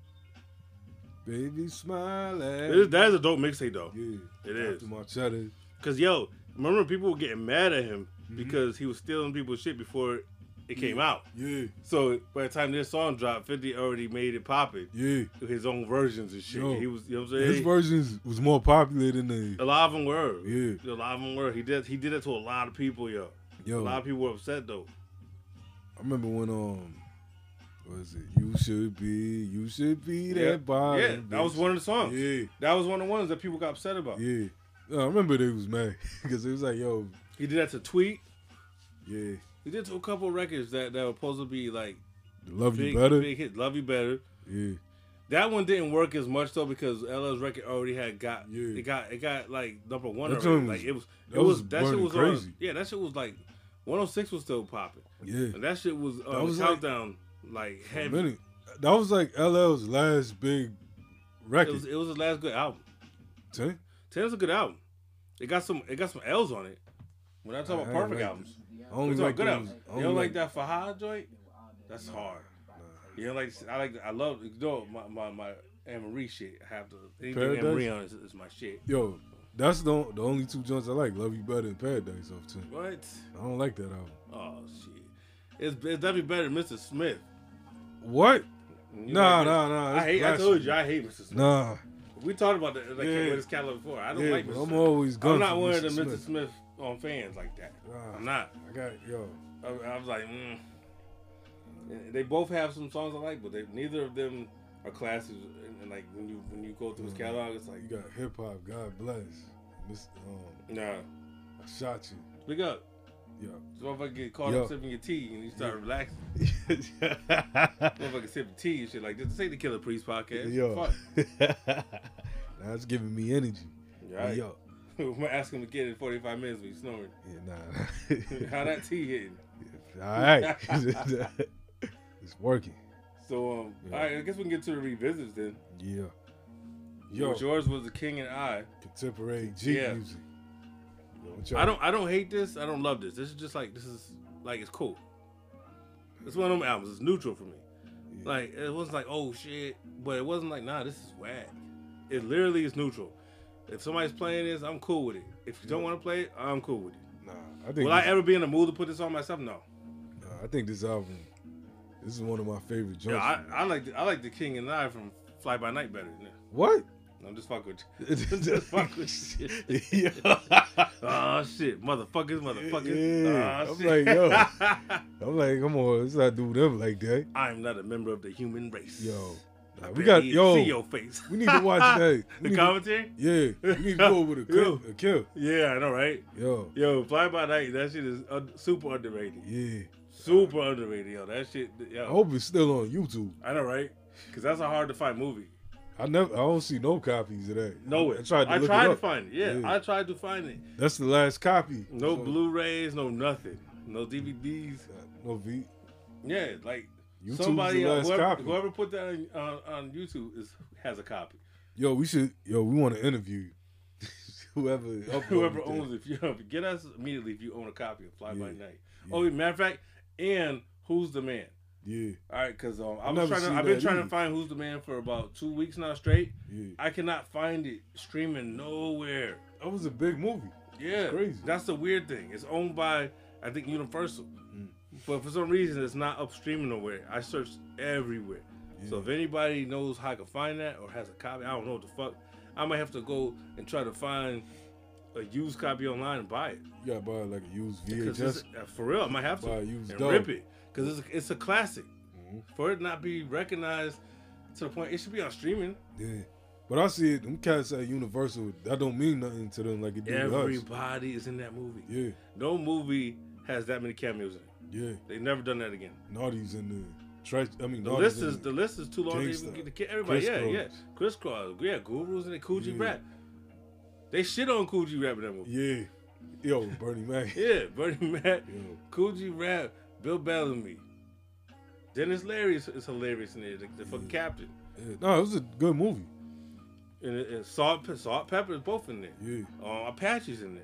Speaker 3: Baby smile at
Speaker 4: It is- that is a dope mixtape though.
Speaker 3: Yeah.
Speaker 4: It is.
Speaker 3: After my cheddar.
Speaker 4: Cause yo, remember people were getting mad at him because he was stealing people's shit before it came out.
Speaker 3: Mm-hmm. Yeah.
Speaker 4: So by the time this song dropped, Fifty already made it poppin'.
Speaker 3: Yeah.
Speaker 4: His own versions and shit.
Speaker 3: Yo.
Speaker 4: he was, you know what I'm saying?
Speaker 3: His versions was more popular than the
Speaker 4: a lot of them were.
Speaker 3: Yeah.
Speaker 4: A lot of them were. He did. He did it to a lot of people, yo.
Speaker 3: Yo.
Speaker 4: A lot of people were upset though.
Speaker 3: I remember when um what is it? You should be you should be
Speaker 4: yeah.
Speaker 3: that bottom.
Speaker 4: Yeah, that was
Speaker 3: bitch.
Speaker 4: one of the songs.
Speaker 3: Yeah.
Speaker 4: That was one of the ones that people got upset about.
Speaker 3: Yeah. No, I remember they was mad. Because it was like, yo,
Speaker 4: He did that to Tweet.
Speaker 3: yeah.
Speaker 4: He did to a couple records that that were supposed to be like
Speaker 3: Love You
Speaker 4: big,
Speaker 3: Better?
Speaker 4: big hit. Love you better.
Speaker 3: Yeah.
Speaker 4: That one didn't work as much though because LL's record already had got it got it got like number one
Speaker 3: That
Speaker 4: already.
Speaker 3: joint
Speaker 4: Like it was
Speaker 3: was-
Speaker 4: it
Speaker 3: that
Speaker 4: was
Speaker 3: was
Speaker 4: that shit
Speaker 3: burning
Speaker 4: was
Speaker 3: crazy.
Speaker 4: On, yeah that shit was like 106 was still popping
Speaker 3: Yeah.
Speaker 4: and that shit was on
Speaker 3: That
Speaker 4: the
Speaker 3: was like-
Speaker 4: countdown like
Speaker 3: A
Speaker 4: heavy.
Speaker 3: minute. That was like LL's last big
Speaker 4: It
Speaker 3: record.
Speaker 4: was it was his last good album.
Speaker 3: Ten?
Speaker 4: Ten's a good album. It got some it got some L's on it. When I talk
Speaker 3: I- I
Speaker 4: about perfect
Speaker 3: like
Speaker 4: albums,
Speaker 3: this. I
Speaker 4: we
Speaker 3: only
Speaker 4: talk
Speaker 3: like
Speaker 4: good
Speaker 3: those-
Speaker 4: albums.
Speaker 3: I
Speaker 4: You
Speaker 3: only
Speaker 4: don't like
Speaker 3: like-
Speaker 4: that Fahad joint? That's hard. You know, like I like I love you know, my my my Anne Marie shit. I have to anything Anne
Speaker 3: Paradise?
Speaker 4: Marie on is, is my shit.
Speaker 3: Yo, that's the the only two joints I like. Love You Better and Paradise off ten.
Speaker 4: What?
Speaker 3: I don't like that album.
Speaker 4: Oh shit! It's, it's definitely better than Mr. Smith.
Speaker 3: What?
Speaker 4: You
Speaker 3: Nah,
Speaker 4: like
Speaker 3: nah,
Speaker 4: Mr.
Speaker 3: nah.
Speaker 4: I
Speaker 3: that's
Speaker 4: hate. I
Speaker 3: blasphemy.
Speaker 4: told you, I hate Mr. Smith.
Speaker 3: Nah.
Speaker 4: We talked about that like
Speaker 3: Yeah.
Speaker 4: with this catalog before. I don't
Speaker 3: Yeah,
Speaker 4: like
Speaker 3: but
Speaker 4: Mr.
Speaker 3: I'm
Speaker 4: Smith.
Speaker 3: always
Speaker 4: I'm
Speaker 3: gun
Speaker 4: not
Speaker 3: for
Speaker 4: one of the
Speaker 3: Mr.
Speaker 4: Mr.
Speaker 3: Smith.
Speaker 4: Smith on fans like that.
Speaker 3: Nah.
Speaker 4: I'm not.
Speaker 3: I got yo.
Speaker 4: I, I was like, mm. And they both have some songs I like, but they, neither of them are classics. And, and like when you when you go through his catalog, it's like
Speaker 3: Mm. You got hip hop. God bless. Miss, um,
Speaker 4: nah.
Speaker 3: I shot you.
Speaker 4: Speak up.
Speaker 3: Yeah.
Speaker 4: So if I get caught
Speaker 3: Yo.
Speaker 4: up sipping your tea and you start relaxing, motherfucker sipping tea and shit like this. This ain't the Killer Priest podcast.
Speaker 3: Yo.
Speaker 4: Fuck.
Speaker 3: That's giving me energy.
Speaker 4: Right.
Speaker 3: Yo.
Speaker 4: I'm gonna ask him again in 45 minutes when he's snoring.
Speaker 3: nah.
Speaker 4: How that tea hitting?
Speaker 3: All right. it's working.
Speaker 4: so, um,
Speaker 3: Yeah.
Speaker 4: all right, I guess we can get to the revisits then.
Speaker 3: Yeah.
Speaker 4: Yo,
Speaker 3: Yo.
Speaker 4: yours was the King and I.
Speaker 3: Contemporary G
Speaker 4: Yeah.
Speaker 3: music. Yo, what y'all-
Speaker 4: I don't, I don't hate this. I don't love this. This is just like this is like it's cool. It's one of them albums. It's neutral for me. Like it wasn't like oh shit, but it wasn't like nah, this is whack. It literally is neutral. If somebody's playing this, I'm cool with it. If you don't want to play it, I'm cool with it.
Speaker 3: Nah, I think
Speaker 4: Will I
Speaker 3: this-
Speaker 4: ever be in a mood to put this on myself? No.
Speaker 3: Nah, I think this album, this is one of my favorite joints.
Speaker 4: Yeah, I, I like the, I like the King and I from Fly By Night better. than that.
Speaker 3: What?
Speaker 4: I'm just fucking with you. I'm just fucking with you. oh shit, motherfuckers, motherfuckers.
Speaker 3: Yeah.
Speaker 4: Oh,
Speaker 3: I'm
Speaker 4: shit.
Speaker 3: like, yo. I'm like, come on, let's not do them like that.
Speaker 4: I'm not a member of the human race.
Speaker 3: Yo.
Speaker 4: I
Speaker 3: Nah, we
Speaker 4: barely
Speaker 3: got
Speaker 4: even
Speaker 3: yo.
Speaker 4: See your face.
Speaker 3: We need to watch that. We need
Speaker 4: the
Speaker 3: to-
Speaker 4: commentary.
Speaker 3: Yeah, we need to go over the clip. A clip.
Speaker 4: Yeah, I know, right?
Speaker 3: Yo.
Speaker 4: Yo, Fly by Night. That shit is un- super underrated.
Speaker 3: Yeah.
Speaker 4: Super underrated, yo. That shit. Yo.
Speaker 3: I hope it's still on YouTube.
Speaker 4: I know, right? Because that's a hard to find movie.
Speaker 3: I never, I don't see no copies of that.
Speaker 4: No, it.
Speaker 3: I tried to, look it up.
Speaker 4: find it. Yeah, I tried to find it.
Speaker 3: That's the last copy.
Speaker 4: No
Speaker 3: So,
Speaker 4: Blu-rays, no nothing, no DVDs.
Speaker 3: No V.
Speaker 4: Yeah, like
Speaker 3: YouTube's
Speaker 4: somebody
Speaker 3: the
Speaker 4: uh,
Speaker 3: last
Speaker 4: whoever,
Speaker 3: copy.
Speaker 4: whoever put that on, on, on YouTube is has a copy.
Speaker 3: Yo, we should. Yo, we want to interview you. whoever, uploaded
Speaker 4: Whoever
Speaker 3: that.
Speaker 4: owns it, if you get us immediately if you own a copy of Fly by
Speaker 3: Yeah,
Speaker 4: Night. Oh, matter of fact, and who's the man?
Speaker 3: Yeah.
Speaker 4: All right, because um,
Speaker 3: I've
Speaker 4: I
Speaker 3: never
Speaker 4: was trying to,
Speaker 3: seen
Speaker 4: I've been
Speaker 3: that
Speaker 4: trying
Speaker 3: either.
Speaker 4: to find who's the man for about two weeks now straight.
Speaker 3: Yeah.
Speaker 4: I cannot find it streaming nowhere.
Speaker 3: That was a big movie.
Speaker 4: Yeah,
Speaker 3: crazy.
Speaker 4: That's the weird thing. It's owned by I think Universal,
Speaker 3: Mm-hmm.
Speaker 4: but for some reason it's not up streaming nowhere. I searched everywhere. So if anybody knows how I can find that or has a copy, I don't know what the fuck. I might have to go and try to find a used copy online and buy it.
Speaker 3: You gotta buy like a used
Speaker 4: 'Cause
Speaker 3: VHS.
Speaker 4: it's- uh, for real, I might have to
Speaker 3: Buy a used Mm-hmm.
Speaker 4: and
Speaker 3: dub.
Speaker 4: rip it because it's it's a classic. For it not be recognized to the point, it should be on streaming.
Speaker 3: Yeah. But I see it. Them cats at Universal. That don't mean nothing to them like it do to us.
Speaker 4: Everybody is in that movie.
Speaker 3: Yeah.
Speaker 4: No movie has that many cameos in it.
Speaker 3: Yeah.
Speaker 4: They've never done that again.
Speaker 3: Naughty's in the trash. I mean,
Speaker 4: The
Speaker 3: Naughty's
Speaker 4: list
Speaker 3: in
Speaker 4: is the list is too long to
Speaker 3: Gangsta.
Speaker 4: even get the kid. Everybody, yeah,
Speaker 3: Crisscross.
Speaker 4: yeah. Crisscross, yeah, Gurus and the Coogee
Speaker 3: Yeah.
Speaker 4: Rap. They shit on Coogee Rap in that movie.
Speaker 3: Yeah. Yo, Bernie Mac.
Speaker 4: Yeah, Bernie Mac, Coogee Rap, Bill Bellamy, Dennis Larry is, is hilarious in there. The, the fucking captain
Speaker 3: Yeah. No, it was a good movie.
Speaker 4: and, uh, and Salt Pe- Salt Pepper is both in there.
Speaker 3: Yeah.
Speaker 4: Uh, Apache's in there.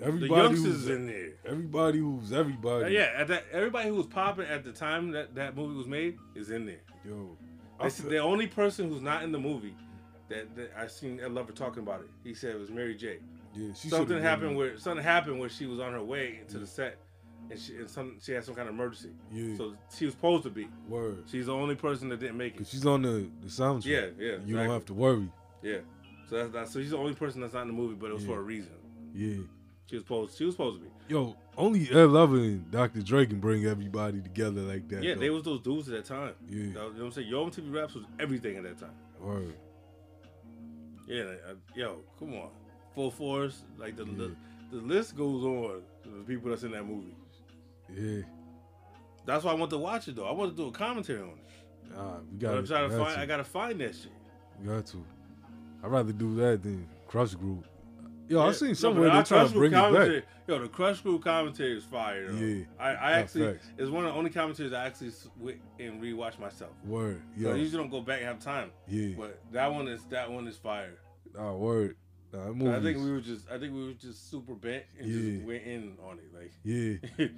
Speaker 3: Everybody
Speaker 4: youngsters
Speaker 3: who's
Speaker 4: in there.
Speaker 3: Everybody who's everybody.
Speaker 4: yeah, at that everybody who was popping at the time that that movie was made is in there.
Speaker 3: Yo,
Speaker 4: I see the only person who's not in the movie that, that I seen Ed Lover talking about it. He said it was Mary J.
Speaker 3: Yeah, she should've
Speaker 4: something
Speaker 3: been
Speaker 4: happened
Speaker 3: in-
Speaker 4: where something happened where she was on her way to the set, and she and some she had some kind of emergency.
Speaker 3: Yeah.
Speaker 4: So she was supposed to be.
Speaker 3: Word.
Speaker 4: She's the only person that didn't make it.
Speaker 3: She's on the the soundtrack.
Speaker 4: Yeah, yeah,
Speaker 3: You don't
Speaker 4: exactly.
Speaker 3: have to worry.
Speaker 4: Yeah. So that's, that's so she's the only person that's not in the movie, but it was for a reason.
Speaker 3: Yeah.
Speaker 4: She was supposed she was supposed to be.
Speaker 3: Yo, only Ed Lover and Dr. Dre can bring everybody together like that.
Speaker 4: yeah,
Speaker 3: though.
Speaker 4: they was those dudes at that time.
Speaker 3: Yeah.
Speaker 4: That was- you know what I'm saying? Yo MTV Raps was everything at that time.
Speaker 3: Word.
Speaker 4: Yeah, like, uh, yo, come on, full force. Like the, the the list goes on. of The people that's in that movie.
Speaker 3: Yeah.
Speaker 4: That's why I want to watch it though. I want to do a commentary on it.
Speaker 3: Nah, we
Speaker 4: But
Speaker 3: gotta-
Speaker 4: I'm trying
Speaker 3: we
Speaker 4: to
Speaker 3: got
Speaker 4: find.
Speaker 3: to.
Speaker 4: I gotta find that shit.
Speaker 3: You got to. I'd rather do that than Crush Group. Yo,
Speaker 4: Yeah.
Speaker 3: I seen
Speaker 4: No,
Speaker 3: somewhere
Speaker 4: but
Speaker 3: they
Speaker 4: our
Speaker 3: trying
Speaker 4: Crush
Speaker 3: to
Speaker 4: Crew
Speaker 3: bring it
Speaker 4: commentary-
Speaker 3: back.
Speaker 4: Yo, the Crush Crew commentary is fire. Though.
Speaker 3: Yeah.
Speaker 4: I, I
Speaker 3: Nah,
Speaker 4: actually
Speaker 3: facts.
Speaker 4: it's one of the only commentaries I actually s- went and rewatch myself.
Speaker 3: Word,
Speaker 4: So
Speaker 3: yo.
Speaker 4: I usually don't go back and have time.
Speaker 3: Yeah.
Speaker 4: But that one is that one is fire.
Speaker 3: Nah, word. Nah, that
Speaker 4: But I
Speaker 3: movie
Speaker 4: think
Speaker 3: is-
Speaker 4: we were just I think we were just super bent and
Speaker 3: Yeah.
Speaker 4: just went in on it like.
Speaker 3: Yeah.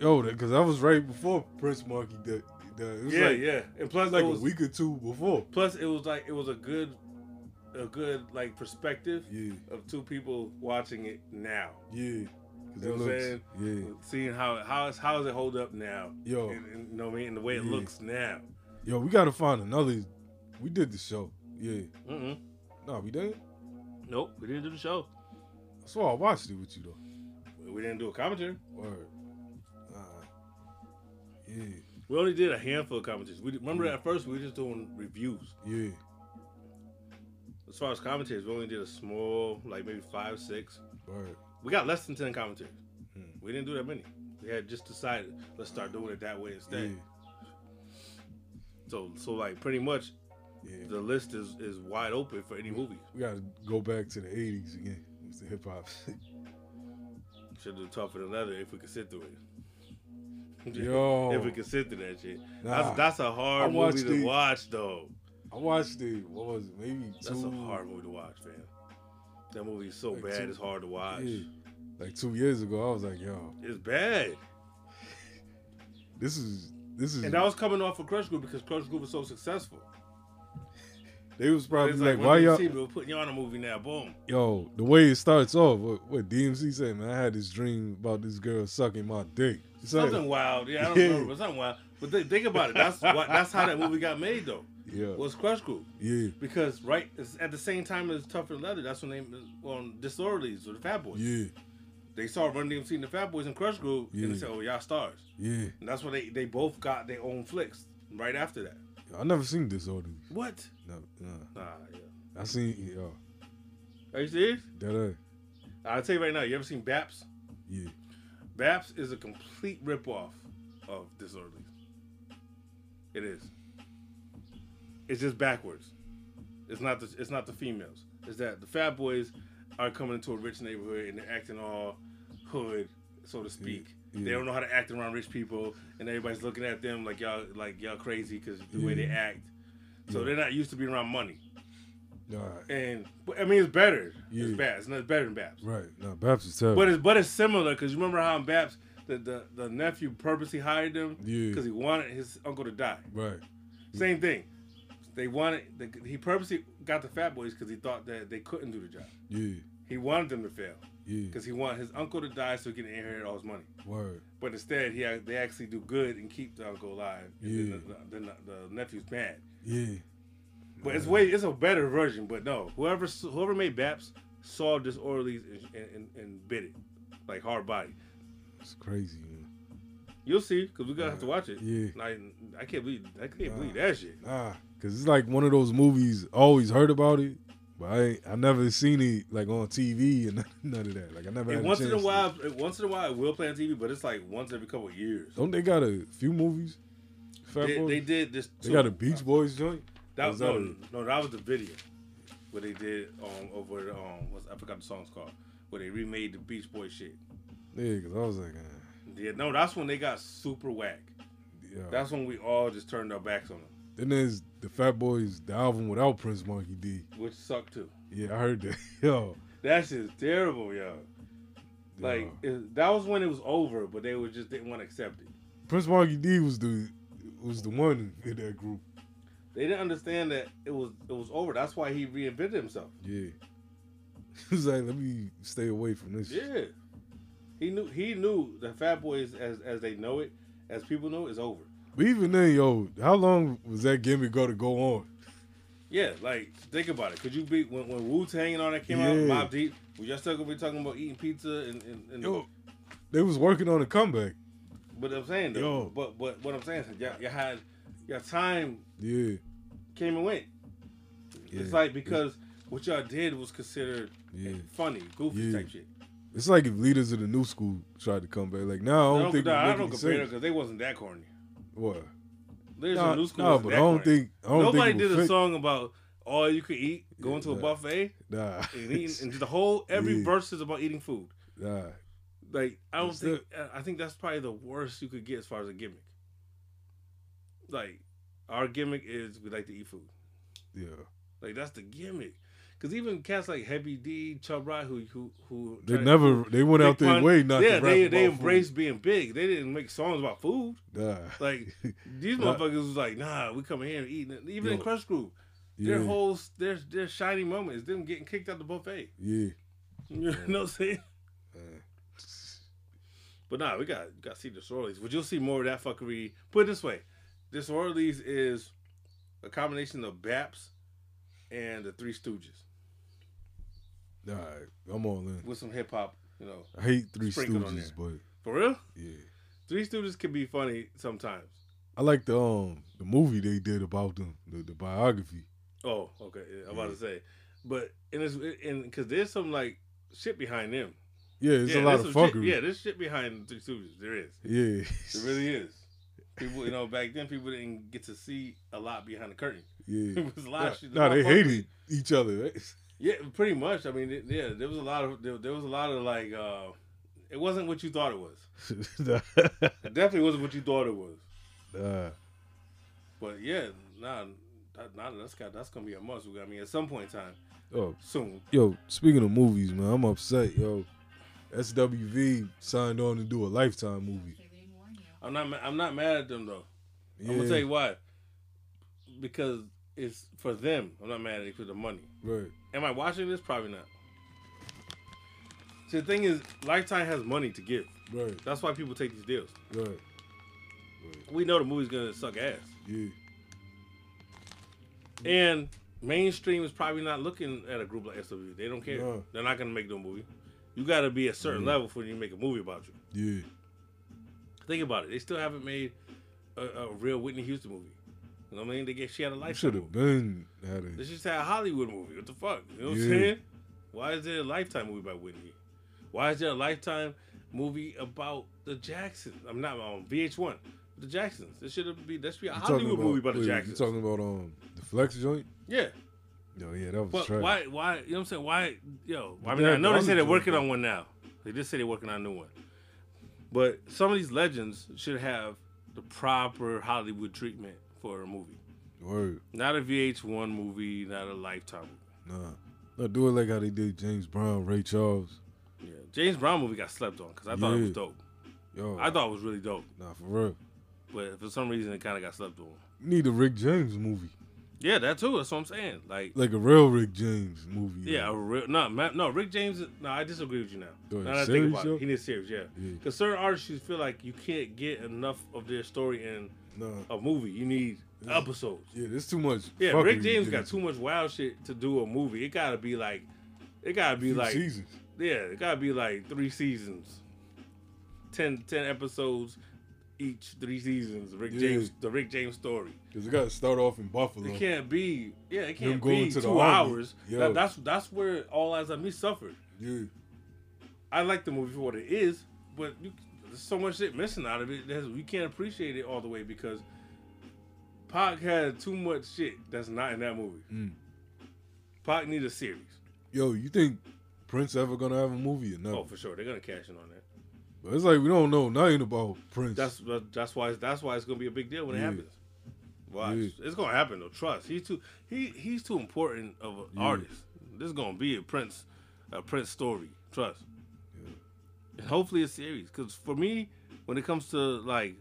Speaker 3: Yo, because that was right before Prince Monkey did. did- It was
Speaker 4: yeah,
Speaker 3: like,
Speaker 4: yeah. And plus,
Speaker 3: like
Speaker 4: it was,
Speaker 3: a week or two before.
Speaker 4: Plus, it was like it was a good, a good like perspective of two people watching it now.
Speaker 3: Yeah. 'Cause
Speaker 4: You know
Speaker 3: it
Speaker 4: what I'm
Speaker 3: looks-
Speaker 4: saying?
Speaker 3: yeah.
Speaker 4: Seeing how how is how does it hold up now?
Speaker 3: Yo.
Speaker 4: and, and, you know what I mean? And the way it
Speaker 3: Yeah.
Speaker 4: looks now.
Speaker 3: Yo, we gotta find another. We did the show. Yeah.
Speaker 4: Mm-mm.
Speaker 3: No, we didn't.
Speaker 4: Nope, we didn't do the show.
Speaker 3: That's why I watched it with you though.
Speaker 4: We didn't do a commentary.
Speaker 3: Word. Yeah.
Speaker 4: We only did a handful of commentaries. We remember at first we were just doing reviews.
Speaker 3: Yeah.
Speaker 4: As far as commentaries, we only did a small, like maybe five, six.
Speaker 3: Word.
Speaker 4: We got less than ten commentaries.
Speaker 3: Hmm.
Speaker 4: We didn't do that many. They had just decided let's start doing it that way instead. So so like pretty much, the list is is wide open for any movie.
Speaker 3: We gotta go back to the '80s again. It's the hip hop.
Speaker 4: Should do tougher than leather if we could sit through it.
Speaker 3: Yo.
Speaker 4: if we could sit through that shit.
Speaker 3: Nah.
Speaker 4: That's that's a
Speaker 3: I
Speaker 4: hard
Speaker 3: watched
Speaker 4: movie to
Speaker 3: the-
Speaker 4: watch though.
Speaker 3: I watched it. What was it? Maybe two.
Speaker 4: That's a hard movie to watch, man. That movie is so
Speaker 3: like
Speaker 4: bad
Speaker 3: two-
Speaker 4: it's hard to watch.
Speaker 3: yeah. Like two years ago, I was like, yo,
Speaker 4: It's bad.
Speaker 3: this is this is.
Speaker 4: And that was coming off of Crush Group because Crush Group was so successful.
Speaker 3: they was probably
Speaker 4: It's
Speaker 3: like,
Speaker 4: like,
Speaker 3: why y'all?
Speaker 4: See, we're putting you on a movie now. Boom.
Speaker 3: Yo, the way it starts off, what, what DMC said, man, I had this dream about this girl sucking my dick. It's like-
Speaker 4: Something wild. Yeah, I don't remember, but something wild. But th- think about it. That's why, that's how that movie got made though.
Speaker 3: Yeah.
Speaker 4: Was Crush Group.
Speaker 3: Yeah.
Speaker 4: Because right it's at the same time as Tougher Leather, that's when they on Disorderlies or the Fat Boys.
Speaker 3: Yeah,
Speaker 4: They saw Run DMC and the Fat Boys and Crush Group, and
Speaker 3: Yeah.
Speaker 4: they said, "Oh, y'all stars."
Speaker 3: yeah.
Speaker 4: And that's why they they both got their own flicks right after that.
Speaker 3: Yo, I never seen Disorderly.
Speaker 4: What?
Speaker 3: No, no.
Speaker 4: Nah, yeah.
Speaker 3: I seen yo,
Speaker 4: Are you serious?
Speaker 3: that.
Speaker 4: I'll tell you right now. You ever seen Baps?
Speaker 3: Yeah.
Speaker 4: Baps is a complete ripoff of Disorderlies. It is. It's just backwards. It's not the it's not the females. It's that the Fat Boys are coming into a rich neighborhood and they're acting all hood, so to speak.
Speaker 3: yeah.
Speaker 4: They don't know how to act around rich people, and everybody's looking at them like y'all like y'all crazy because the way they
Speaker 3: Yeah.
Speaker 4: act. So
Speaker 3: Yeah.
Speaker 4: they're not used to being around money.
Speaker 3: Nah,
Speaker 4: And but, I mean, it's better.
Speaker 3: Yeah.
Speaker 4: It's bad. It's not better than Baps.
Speaker 3: right. No, Babs is terrible.
Speaker 4: But it's but it's similar because you remember how in Babs the, the, the nephew purposely hired them
Speaker 3: Yeah.
Speaker 4: because he wanted his uncle to die.
Speaker 3: right.
Speaker 4: Same thing. They wanted the, he purposely got the Fat Boys because he thought that they couldn't do the job.
Speaker 3: Yeah,
Speaker 4: He wanted them to fail
Speaker 3: yeah.
Speaker 4: because he wanted his uncle to die so he can inherit all his money.
Speaker 3: Word.
Speaker 4: But instead, he ac- they actually do good and keep the uncle alive. And then the, the, the, the nephew's mad.
Speaker 3: Yeah.
Speaker 4: But it's way it's a better version. But no, whoever s- whoever made Baps saw disorderlies and, and, and bit it like hard body.
Speaker 3: It's crazy, man.
Speaker 4: You'll see, cause we gonna have to watch it.
Speaker 3: Yeah.
Speaker 4: I, I can't believe I can't believe that shit.
Speaker 3: Nah, cause it's like one of those movies. I always heard about it, but I ain't, I never seen it like on TV and none of that. Like I never.
Speaker 4: And
Speaker 3: had
Speaker 4: once
Speaker 3: a
Speaker 4: in
Speaker 3: chance
Speaker 4: a
Speaker 3: to-
Speaker 4: while, it- once in a while, it will play on TV, but it's like once every couple of years.
Speaker 3: Don't they got a few movies? Fat
Speaker 4: They,
Speaker 3: Boys?
Speaker 4: they did this.
Speaker 3: They
Speaker 4: too.
Speaker 3: got a Beach Boys joint.
Speaker 4: That
Speaker 3: Or
Speaker 4: was
Speaker 3: is
Speaker 4: no,
Speaker 3: a-
Speaker 4: no, that was the video where they did um over um what's, I forgot the song's called where they remade the Beach Boy shit.
Speaker 3: yeah, cause I was like, uh,
Speaker 4: Yeah, no, that's when they got super whack.
Speaker 3: Yeah.
Speaker 4: That's when we all just turned our backs on them,
Speaker 3: then there's the Fat Boys, the album without Prince Monkey D.
Speaker 4: which sucked too.
Speaker 3: Yeah, I heard that. Yo,
Speaker 4: That shit's terrible, yo. Like it, that was when it was over, but they were just didn't want to accept it.
Speaker 3: Prince Monkey D was the was the one in that group.
Speaker 4: They didn't understand that it was it was over. That's why he reinvented himself.
Speaker 3: Yeah, he was like, let me stay away from this. shit.
Speaker 4: Yeah, he knew he knew the Fat Boys as as they know it, as people know, is over.
Speaker 3: But even then, yo, how long was that gimmick going to go on?
Speaker 4: Yeah, like think about it. Could you be when, when Wu Tang and all that came out,
Speaker 3: Yeah.
Speaker 4: Mob Deep? We just still gonna be talking about eating pizza and and, and
Speaker 3: Yo. They was working on a comeback.
Speaker 4: but I'm saying though,
Speaker 3: Yo.
Speaker 4: but but what I'm saying is y'all, y'all had your time
Speaker 3: Yeah,
Speaker 4: came and went. It's
Speaker 3: Yeah.
Speaker 4: like because what y'all did was considered
Speaker 3: yeah.
Speaker 4: funny, goofy
Speaker 3: Yeah.
Speaker 4: type shit.
Speaker 3: It's like if leaders of the new school tried to come back. Like now, I
Speaker 4: I
Speaker 3: don't
Speaker 4: don't,
Speaker 3: think
Speaker 4: nah,
Speaker 3: it
Speaker 4: I
Speaker 3: would
Speaker 4: don't
Speaker 3: make any
Speaker 4: compare
Speaker 3: sense.
Speaker 4: because they wasn't that corny.
Speaker 3: What?
Speaker 4: There's
Speaker 3: Nah,
Speaker 4: a new school.
Speaker 3: nah,
Speaker 4: wasn't
Speaker 3: but
Speaker 4: that
Speaker 3: I don't
Speaker 4: corny.
Speaker 3: think- I don't think
Speaker 4: nobody
Speaker 3: it
Speaker 4: did
Speaker 3: would
Speaker 4: a
Speaker 3: fit.
Speaker 4: song about all you could eat, going to a
Speaker 3: nah.
Speaker 4: buffet,
Speaker 3: Nah.
Speaker 4: and eating, and the whole every
Speaker 3: Yeah.
Speaker 4: verse is about eating food.
Speaker 3: Nah.
Speaker 4: Like I don't
Speaker 3: It's
Speaker 4: think I think that's probably the worst you could get as far as a gimmick. Like our gimmick is we like to eat food.
Speaker 3: Yeah.
Speaker 4: Like that's the gimmick. Cause even cats like Heavy D, Chubb Rock, who who who
Speaker 3: They
Speaker 4: try-
Speaker 3: never-
Speaker 4: who-
Speaker 3: they went out
Speaker 4: Big
Speaker 3: their
Speaker 4: Pun-
Speaker 3: way not to
Speaker 4: Yeah,
Speaker 3: rap
Speaker 4: they they
Speaker 3: about food.
Speaker 4: embraced being big. They didn't make songs about food.
Speaker 3: Nah.
Speaker 4: Like these
Speaker 3: Nah.
Speaker 4: motherfuckers was like, nah, we coming here and eating. it. Even in
Speaker 3: Yo.
Speaker 4: Crush Group, their
Speaker 3: Yeah.
Speaker 4: whole their their shiny moment is them getting kicked out the buffet.
Speaker 3: Yeah. Uh.
Speaker 4: You know what I'm saying?
Speaker 3: Man.
Speaker 4: But nah, we got got to see disorderlies. But you'll see more of that fuckery. Put it this way, disorderlies is a combination of Baps and the Three Stooges
Speaker 3: Nah, I'm all in.
Speaker 4: with some hip hop. You know,
Speaker 3: I hate Three
Speaker 4: sprinkled on
Speaker 3: Stooges,
Speaker 4: there.
Speaker 3: but
Speaker 4: for real,
Speaker 3: yeah.
Speaker 4: Three Stooges can be funny sometimes.
Speaker 3: I like the um the movie they did about them, the, the biography.
Speaker 4: Oh, okay, yeah, I'm about to say, but and it's and because there's some like shit behind them.
Speaker 3: Yeah, it's a lot
Speaker 4: there's
Speaker 3: of
Speaker 4: some
Speaker 3: fuckery.
Speaker 4: Shit, yeah, there's shit behind the Three Stooges. There is.
Speaker 3: Yeah.
Speaker 4: There really is. People, you know, back then people didn't get to see a lot behind the curtain.
Speaker 3: Yeah.
Speaker 4: it was a lot of shit.
Speaker 3: Nah,
Speaker 4: a lot
Speaker 3: they
Speaker 4: of fuckery.
Speaker 3: hated each other. right?
Speaker 4: Yeah, pretty much. I mean, it, yeah, there was a lot of there, there was a lot of like, uh it wasn't what you thought it was.
Speaker 3: Nah.
Speaker 4: It definitely wasn't what you thought it was.
Speaker 3: Nah.
Speaker 4: But yeah, nah, that, nah that's got that's gonna be a must. I mean, at some point in time,
Speaker 3: Oh,
Speaker 4: soon.
Speaker 3: Yo, speaking of movies, man, I'm upset. Yo, SWV signed on to do a Lifetime movie.
Speaker 4: I'm not. ma- I'm not mad at them though. I'm
Speaker 3: Yeah.
Speaker 4: gonna tell you why. Because it's for them. I'm not mad at it for the money.
Speaker 3: Right.
Speaker 4: Am I watching this? Probably not. See, the thing is, Lifetime has money to give.
Speaker 3: Right.
Speaker 4: That's why people take these deals.
Speaker 3: Right.
Speaker 4: We know the movie's gonna suck ass.
Speaker 3: Yeah.
Speaker 4: And mainstream is probably not looking at a group like SW. They don't care.
Speaker 3: No. Mm-hmm.
Speaker 4: They're not gonna make no movie. You gotta be a certain level for you to make a movie about you.
Speaker 3: Yeah.
Speaker 4: Think about it. They still haven't made a, a real Whitney Houston movie. You know what I mean? They get she had a
Speaker 3: You
Speaker 4: life.
Speaker 3: should have been had
Speaker 4: This
Speaker 3: it.
Speaker 4: just had a Hollywood movie. What the fuck? You know what I'm
Speaker 3: Yeah.
Speaker 4: saying? Why is there a Lifetime movie about Whitney? Why is there a Lifetime movie about the Jacksons? I'm not um, on VH1. The Jacksons. This should be. That should be a
Speaker 3: You talking
Speaker 4: Hollywood movie about the
Speaker 3: wait,
Speaker 4: Jacksons.
Speaker 3: You talking about um the flex joint?
Speaker 4: Yeah.
Speaker 3: Yo, yeah, that was
Speaker 4: But
Speaker 3: trash.
Speaker 4: why? Why? You know what I'm saying? Why? Yo, I
Speaker 3: But
Speaker 4: mean, I
Speaker 3: that-
Speaker 4: know
Speaker 3: I'm
Speaker 4: they say they're
Speaker 3: enjoying
Speaker 4: working
Speaker 3: that.
Speaker 4: on one now. They just say they're working on a new one. But some of these legends should have the proper Hollywood treatment for a movie.
Speaker 3: Word.
Speaker 4: Not a VH1 movie, not a Lifetime movie.
Speaker 3: Nah. No, do it like how they did James Brown, Ray Charles.
Speaker 4: Yeah, James Brown movie got slept on because I thought it was
Speaker 3: Yeah. Oh.
Speaker 4: dope.
Speaker 3: Yo.
Speaker 4: I thought it was really dope,
Speaker 3: Nah, for real.
Speaker 4: but for some reason it kind of got slept on.
Speaker 3: You need a Rick James movie.
Speaker 4: Yeah, that too. That's what I'm saying. Like,
Speaker 3: Like a real Rick James movie. yo.
Speaker 4: yeah, a real, no, Ma- no. Rick James. No, I disagree with you now.
Speaker 3: Go ahead,
Speaker 4: now that I
Speaker 3: serious,
Speaker 4: think about
Speaker 3: yo?
Speaker 4: it, he needs serious. Yeah,
Speaker 3: Yeah.
Speaker 4: because certain artists you feel like you can't get enough of their story in
Speaker 3: No.
Speaker 4: a movie. You need episodes.
Speaker 3: Yeah, there's too much.
Speaker 4: Yeah,
Speaker 3: fuckery
Speaker 4: Rick James
Speaker 3: to
Speaker 4: got
Speaker 3: get
Speaker 4: too much wild shit to do a movie. It gotta be like, it gotta be
Speaker 3: Few
Speaker 4: like
Speaker 3: seasons.
Speaker 4: Yeah, it gotta be like three seasons, 10, 10 episodes each, three seasons. Rick
Speaker 3: Yeah.
Speaker 4: James, the Rick James story.
Speaker 3: Cause it got to start off in Buffalo.
Speaker 4: It can't be, yeah, it
Speaker 3: Them
Speaker 4: can't
Speaker 3: going
Speaker 4: be
Speaker 3: to the
Speaker 4: two
Speaker 3: army.
Speaker 4: hours.
Speaker 3: Yo.
Speaker 4: That- that's that's where all eyes on me suffered.
Speaker 3: Yeah.
Speaker 4: I like the movie for what it is, but you, there's so much shit missing out of it. That's, you can't appreciate it all the way because Pac had too much shit that's not in that movie.
Speaker 3: Mm.
Speaker 4: Pac need a series.
Speaker 3: Yo, you think Prince ever gonna have a movie or no?
Speaker 4: Oh, for sure, they're gonna cash in on that.
Speaker 3: But it's like we don't know nothing about Prince.
Speaker 4: That's that's why that's why it's gonna be a big deal when it
Speaker 3: Yeah.
Speaker 4: happens. Watch, it's gonna happen though. Trust. He's too he he's too important of an
Speaker 3: Yeah.
Speaker 4: artist. This is gonna be a Prince a Prince story. Trust. And hopefully a series. Cause for me, when it comes to like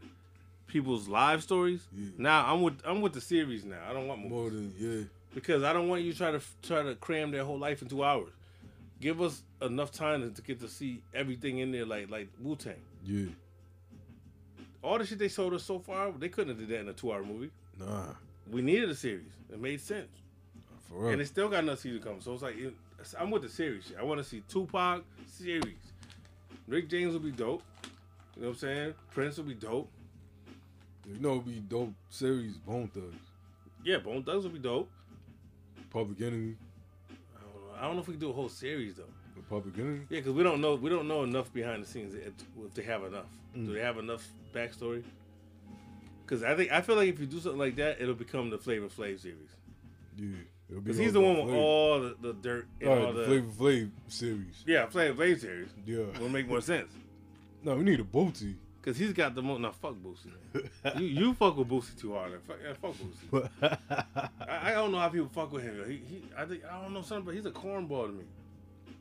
Speaker 4: people's live stories, now I'm with I'm with the series now. I don't want movies.
Speaker 3: More than yeah.
Speaker 4: because I don't want you to try to try to cram their whole life in two hours. Give us enough time to get to see everything in there, like like Wu Tang.
Speaker 3: Yeah.
Speaker 4: All the shit they sold us so far, they couldn't have did that in a two-hour movie.
Speaker 3: Nah.
Speaker 4: We needed a series. It made sense,
Speaker 3: For real.
Speaker 4: and it still got another season coming. So it's like it, I'm with the series. Shit. I want to see Tupac series. Rick James will be dope. You know what I'm saying? Prince will be dope.
Speaker 3: you know, it'd be dope series. Bone Thugs,
Speaker 4: Yeah, Bone Thugs will be dope.
Speaker 3: Public Enemy,
Speaker 4: I don't know, I don't know if we could do a whole series though.
Speaker 3: the Public Enemy.
Speaker 4: Yeah, because we don't know we don't know enough behind the scenes if if they have enough.
Speaker 3: Mm.
Speaker 4: Do they have enough backstory? Because I think I feel like if you do something like that, it'll become the Flavor Flav series.
Speaker 3: Yeah. it'll be
Speaker 4: Because he's
Speaker 3: all
Speaker 4: the
Speaker 3: about
Speaker 4: one with
Speaker 3: Flav.
Speaker 4: all the, the dirt and
Speaker 3: All right,
Speaker 4: all
Speaker 3: the
Speaker 4: the
Speaker 3: Flavor Flav series.
Speaker 4: yeah Flavor Flav series.
Speaker 3: Yeah.
Speaker 4: will make more sense.
Speaker 3: No, we need a booty.
Speaker 4: Because he's got the most. Now fuck Boosie. man. you you fuck with Boosie too hard. Fuck, yeah, fuck Boosie. I, I don't know how people fuck with him. yo. He, he I think I don't know something, but he's a cornball to me.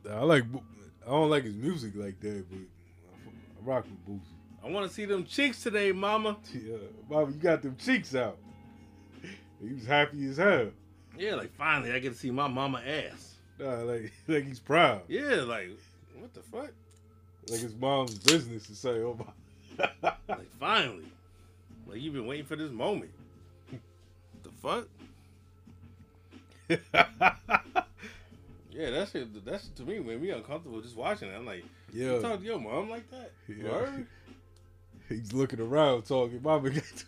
Speaker 3: I like. Bo- I don't like his music like that, but I fu- I rock with Boosie.
Speaker 4: I want to see them cheeks today, Mama.
Speaker 3: Yeah, Bobby, you got them cheeks out. He was happy as hell.
Speaker 4: Yeah, like finally I get to see my mama ass.
Speaker 3: Nah, like like he's proud.
Speaker 4: Yeah, like what the fuck?
Speaker 3: Like his mom's business to say, "Oh my."
Speaker 4: Like finally, like you've been waiting for this moment. the fuck? yeah, that shit. That's to me made me uncomfortable just watching it. I'm like,
Speaker 3: Yeah.
Speaker 4: you talk to your mom like that?
Speaker 3: Yeah.
Speaker 4: Word?
Speaker 3: He's looking around talking. Mama got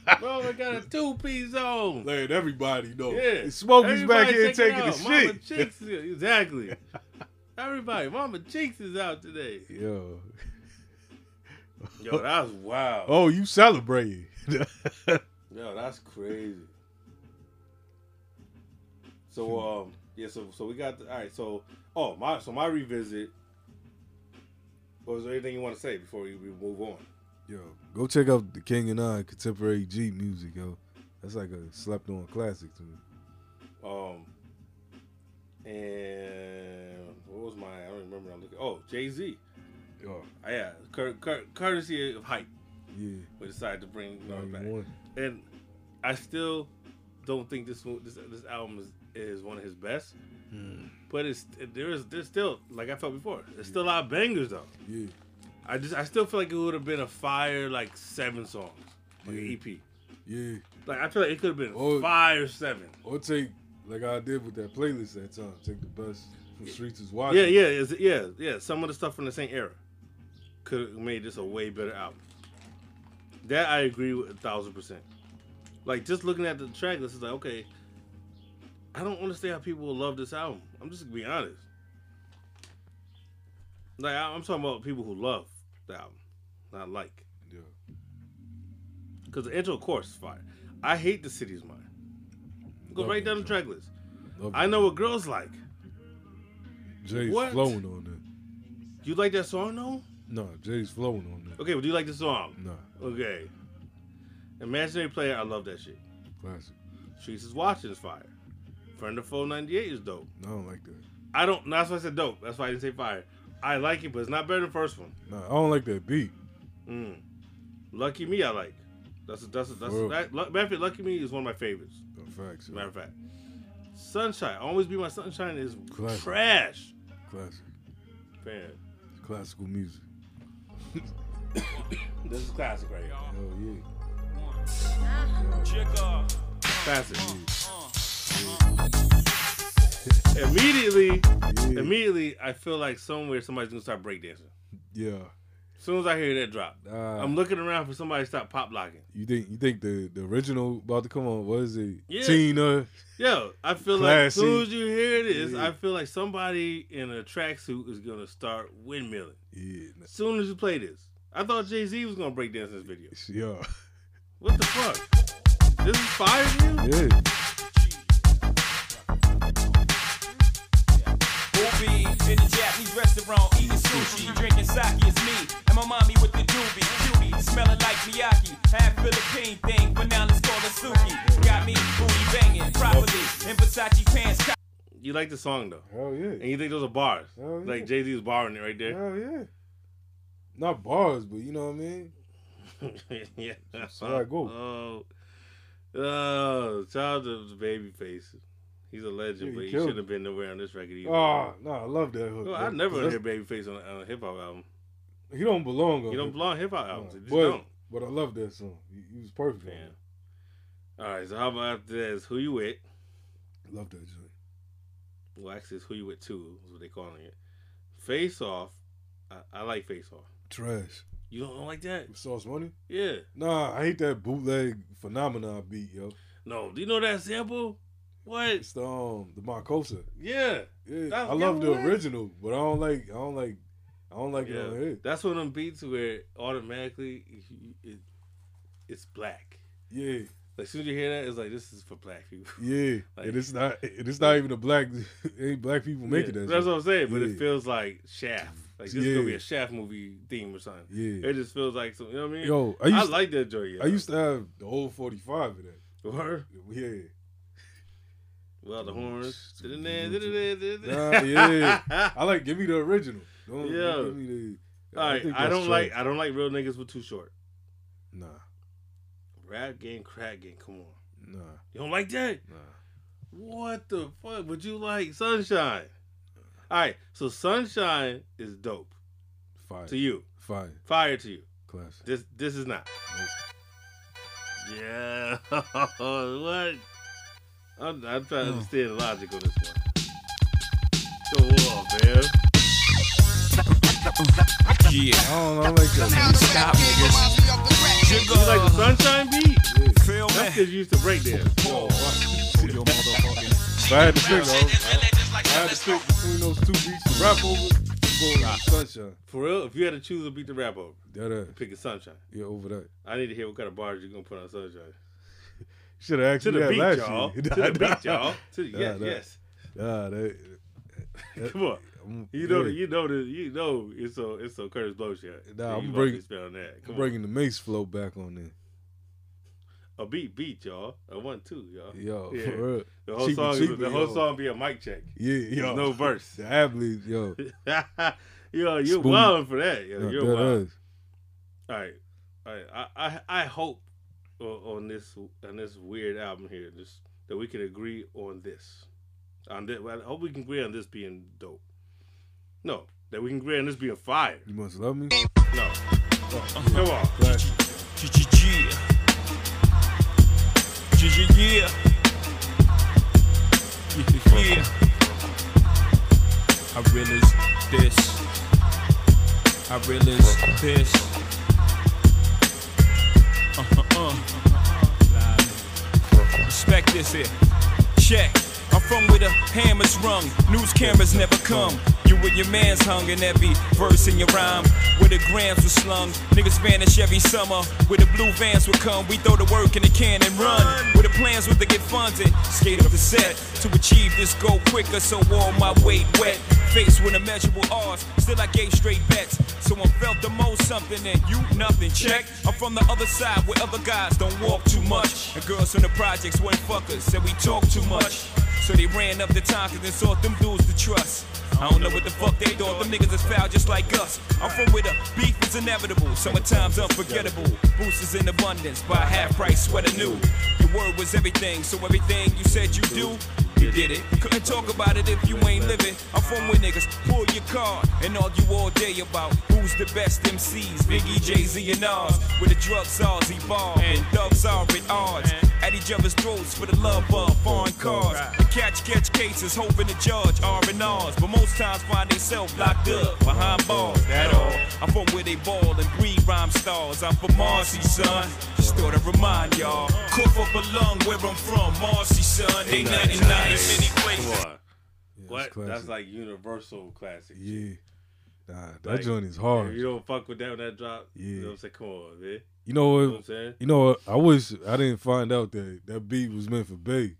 Speaker 4: Mama got a two piece on.
Speaker 3: letting everybody know.
Speaker 4: Yeah,
Speaker 3: Smokey's back
Speaker 4: Everybody
Speaker 3: here
Speaker 4: check it
Speaker 3: taking
Speaker 4: out.
Speaker 3: the
Speaker 4: Mama
Speaker 3: shit.
Speaker 4: chicks, yeah, exactly. Everybody, Mama Cheeks is out today.
Speaker 3: Yo.
Speaker 4: Yo, that was wild.
Speaker 3: Oh, you celebrating.
Speaker 4: Yo, that's crazy. So um yeah, so so we got the, all right. So oh my so my revisit. Was there anything you want to say before we, we move on?
Speaker 3: Yo, Go check out the King and I contemporary G music, yo. That's like a slept on classic to me.
Speaker 4: Um, and what was my? I don't remember. I'm looking. Oh, Jay Z.
Speaker 3: Oh
Speaker 4: yeah, cur- cur- courtesy of hype.
Speaker 3: Yeah.
Speaker 4: We decided to bring you know,
Speaker 3: Volume
Speaker 4: back,
Speaker 3: one.
Speaker 4: and I still don't think this mo- this this album is, is one of his best. But it's there is there's still like I felt before. There's still a lot of bangers though.
Speaker 3: Yeah.
Speaker 4: I just I still feel like it would have been a fire like seven songs, like an EP.
Speaker 3: Yeah.
Speaker 4: Like I feel like it could have been
Speaker 3: Or-
Speaker 4: five or seven.
Speaker 3: Or take like I did with that playlist that time. Take the best from Streets is watching.
Speaker 4: Yeah, yeah, is yeah, yeah. Some of the stuff from the same era could have made this a way better album. That I agree with a thousand percent. Like just looking at the track list, it's like okay, I don't understand how people will love this album. I'm just gonna be honest. Like I- I'm talking about people who love the album, not like.
Speaker 3: Yeah.
Speaker 4: Because the intro chorus is fire. I hate the city's mine. Go
Speaker 3: Love
Speaker 4: right
Speaker 3: that
Speaker 4: down the track list.
Speaker 3: Love
Speaker 4: I know what girls like.
Speaker 3: Jay's
Speaker 4: What?
Speaker 3: flowing on that.
Speaker 4: You like that song though?
Speaker 3: No, Jay's flowing on that.
Speaker 4: Okay, but do you like the song?
Speaker 3: No.
Speaker 4: Okay. Imaginary Player, I love that shit.
Speaker 3: Classic.
Speaker 4: Streets is watching is fire. Friend of Foe 98 is dope.
Speaker 3: No, I don't like that.
Speaker 4: I don't, no, that's why I said dope. That's why I didn't say fire. I like it, but it's not better than the first one.
Speaker 3: No, I don't like that beat.
Speaker 4: Mm. Lucky Me, I like. That's a, that's a, that's a,
Speaker 3: Word.
Speaker 4: that, Lu- matter of fact, Lucky Me is one of my favorites.
Speaker 3: Facts.
Speaker 4: Matter of fact, Sunshine, Always Be My Sunshine is
Speaker 3: Classic.
Speaker 4: trash.
Speaker 3: Classic.
Speaker 4: Man,
Speaker 3: Classical music.
Speaker 4: this is classic right here.
Speaker 3: Oh yeah.
Speaker 4: Classic.
Speaker 3: Uh,
Speaker 4: Immediately, immediately, I feel like somewhere somebody's gonna start breakdancing.
Speaker 3: Yeah.
Speaker 4: As soon as I hear that drop,
Speaker 3: Ah.
Speaker 4: I'm looking around for somebody to stop pop locking.
Speaker 3: You think you think the, the original about to come on? What is it?
Speaker 4: Yeah.
Speaker 3: Tina.
Speaker 4: Yo, I feel like as soon as
Speaker 3: Classy.
Speaker 4: you hear this,
Speaker 3: Yeah.
Speaker 4: I feel like somebody in a tracksuit is gonna start windmilling.
Speaker 3: Yeah.
Speaker 4: As soon as you play this, I thought Jay Z was gonna break dance this video.
Speaker 3: Yeah.
Speaker 4: What the fuck? This is fire
Speaker 3: Yeah.
Speaker 18: We'll be in the Japanese restaurant eating sushi, drinking sake is me, and my mommy with the doobie, cutie, smelling like Miyaki, half Philippine thing, but now let's call it suki. Got me booty banging properly in Versace pants. co-
Speaker 4: You like the song though.
Speaker 3: Hell yeah.
Speaker 4: And you think those are bars?
Speaker 3: Hell Oh, yeah.
Speaker 4: Like Jay Z was borrowing it right there.
Speaker 3: Hell yeah. Not bars, but you know what I mean.
Speaker 4: yeah.
Speaker 3: how I go.
Speaker 4: Oh, oh, shout out to Babyface. He's a legend,
Speaker 3: Yeah, he
Speaker 4: but he
Speaker 3: killed
Speaker 4: shouldn't
Speaker 3: it.
Speaker 4: have been nowhere on this record either.
Speaker 3: Oh no, I love that hook.
Speaker 4: No, I
Speaker 3: bro.
Speaker 4: never
Speaker 3: That's- Uh-huh.
Speaker 4: hear Babyface on, on a hip hop album.
Speaker 3: He don't belong. on
Speaker 4: He don't
Speaker 3: hip-
Speaker 4: belong on hip hop albums.
Speaker 3: Nah,
Speaker 4: He just
Speaker 3: but,
Speaker 4: don't.
Speaker 3: But I love that song. He, he was perfect. on it.
Speaker 4: All right, so how about after that is Who You With?
Speaker 3: Love that joint.
Speaker 4: Well, actually, it's Who You With 2 is what they calling it. Face Off. I, I like Face Off.
Speaker 3: Trash.
Speaker 4: You don't like that?
Speaker 3: Sauce Money.
Speaker 4: Yeah.
Speaker 3: Nah, I hate that bootleg phenomenon beat, yo.
Speaker 4: No, do you know that sample? What?
Speaker 3: It's the um the Marcosa.
Speaker 4: Yeah.
Speaker 3: Yeah,
Speaker 4: That's-
Speaker 3: I love
Speaker 4: Oh, yeah,
Speaker 3: the
Speaker 4: what?
Speaker 3: original, but I don't like I don't like I don't like it
Speaker 4: Yeah.
Speaker 3: on here.
Speaker 4: That's one of them beats where automatically it, it's black.
Speaker 3: Yeah.
Speaker 4: Like, as soon as you hear that, it's like, this is for black people.
Speaker 3: Yeah,
Speaker 4: Like-
Speaker 3: and it's not and it's not even a black ain't black people making
Speaker 4: Yeah,
Speaker 3: that.
Speaker 4: That's
Speaker 3: shit.
Speaker 4: what I'm saying, but
Speaker 3: Yeah.
Speaker 4: it feels like Shaft. Like, this is
Speaker 3: Yeah.
Speaker 4: going to be a Shaft movie theme or something.
Speaker 3: Yeah.
Speaker 4: It just feels like, some, you know what I mean?
Speaker 3: Yo, I
Speaker 4: I,
Speaker 3: used
Speaker 4: like that joint. Yeah.
Speaker 3: I used to have the old forty five of that.
Speaker 4: Word?
Speaker 3: Yeah.
Speaker 4: well, the horns.
Speaker 3: Nah, yeah. I like give me the original. Don't, don't
Speaker 4: Yeah.
Speaker 3: give me the,
Speaker 4: All right,
Speaker 3: think
Speaker 4: I,
Speaker 3: that's
Speaker 4: don't like
Speaker 3: trash.
Speaker 4: I don't like real niggas with too short.
Speaker 3: Nah.
Speaker 4: Rap game, crack game. Come on,
Speaker 3: Nah.
Speaker 4: you don't like that?
Speaker 3: Nah.
Speaker 4: What the fuck? Would you like Sunshine? All right, so Sunshine is dope
Speaker 3: Fire.
Speaker 4: to you.
Speaker 3: Fire.
Speaker 4: Fire to you.
Speaker 3: Classic.
Speaker 4: This this is not. Yeah. what? I'm, I'm trying to understand the logic on this one. Go on, man.
Speaker 18: Yeah.
Speaker 3: I don't, I don't like that.
Speaker 18: Stop, niggas.
Speaker 4: You like the Sunshine beat?
Speaker 18: Feel
Speaker 4: That's because you used to break dance.
Speaker 3: If I had to pick, though, I had to pick between those two beats, the rap over, or
Speaker 4: Rock.
Speaker 3: sunshine.
Speaker 4: For real, if you had to choose to beat the rap over,
Speaker 3: That uh,
Speaker 4: pick a sunshine.
Speaker 3: yeah, over that.
Speaker 4: I need to hear what kind of bars you're gonna put on sunshine.
Speaker 3: Should have asked
Speaker 4: To
Speaker 3: me
Speaker 4: the
Speaker 3: that
Speaker 4: beat,
Speaker 3: last
Speaker 4: y'all.
Speaker 3: year.
Speaker 4: To
Speaker 3: Nah,
Speaker 4: the beat,
Speaker 3: nah.
Speaker 4: y'all. To the,
Speaker 3: Nah,
Speaker 4: yes,
Speaker 3: nah.
Speaker 4: yes.
Speaker 3: Nah, that.
Speaker 4: Come on.
Speaker 3: I'm-
Speaker 4: You know,
Speaker 3: yeah.
Speaker 4: you know, the, you know, it's a, it's a Curtis Blow shot.
Speaker 3: Nah,
Speaker 4: you
Speaker 3: I'm
Speaker 4: about
Speaker 3: bringing,
Speaker 4: to spit on that.
Speaker 3: I'm
Speaker 4: Come on.
Speaker 3: bringing the Mace flow back on there.
Speaker 4: a beat, beat, y'all. A one, two, y'all.
Speaker 3: Yo,
Speaker 4: yeah.
Speaker 3: for real.
Speaker 4: The whole
Speaker 3: Cheapy,
Speaker 4: song, is-
Speaker 3: cheapy,
Speaker 4: the whole
Speaker 3: yo.
Speaker 4: song be a mic check.
Speaker 3: Yeah,
Speaker 4: There's
Speaker 3: yo.
Speaker 4: no verse.
Speaker 3: The athlete, yo.
Speaker 4: yo, you're
Speaker 3: Spoon.
Speaker 4: wild for that. Yo,
Speaker 3: Yeah,
Speaker 4: you're
Speaker 3: that
Speaker 4: wild.
Speaker 3: is.
Speaker 4: All right, all right. I, I, I hope o- on this on this weird album here, this that we can agree on this. On this, I hope we can agree on this being dope. No, that we can agree on this being fire.
Speaker 3: You must love me.
Speaker 4: No, come on.
Speaker 18: GG. GG, yeah. Yeah, yeah. I realized this. I realized this. Uh uh uh. Respect this here. Check. I'm from where the hammers rung. News cameras never come. You and your man's hung in every verse in your rhyme. Where the grams were slung. Niggas vanish every summer. Where the blue vans would come. We throw the work in the can and run. Where the plans were to get funded. Skate up the set. To achieve this goal quicker. So all my weight wet. Faced with immeasurable odds. Still I gave straight bets. So I felt the most something and you nothing. Check. I'm from the other side where other guys don't walk too much. And girls from the projects weren't fuckers. Said we talk too much. So they ran up the time cause they sought them dudes to trust. I don't know what the fuck they thought, them niggas is foul just like us. I'm from where the beef is inevitable, summertime's unforgettable. Boosters in abundance, buy half price sweater new. Your word was everything, so everything you said you do, you did it. Couldn't talk about it if you ain't living. I'm from where niggas pull your card and argue all day about who's the best MCs, Biggie, Jay Z, and Nas. Where the drug czars evolve and thugs are at odds. At each other's throats for the love of foreign cars. Catch, catch cases, hoping to judge R&Rs. But most times find themselves locked up behind bars, that all. I'm from where they ball and breed rhyme stars. I'm from Marcy, son. Just thought I'd remind y'all. Cook up a lung where I'm from, Marcy, son. They 99 many places.
Speaker 4: Come on. what? That's
Speaker 3: classic.
Speaker 4: like universal classic.
Speaker 3: Yeah. Nah, that
Speaker 4: Like,
Speaker 3: joint is
Speaker 4: if
Speaker 3: hard.
Speaker 4: You don't fuck with that when that drop. You
Speaker 3: Yeah.
Speaker 4: know what I'm saying? Come on, man.
Speaker 3: You know what?
Speaker 4: You know what I'm saying?
Speaker 3: You know what? I wish I didn't find out that that beat was meant for Bay.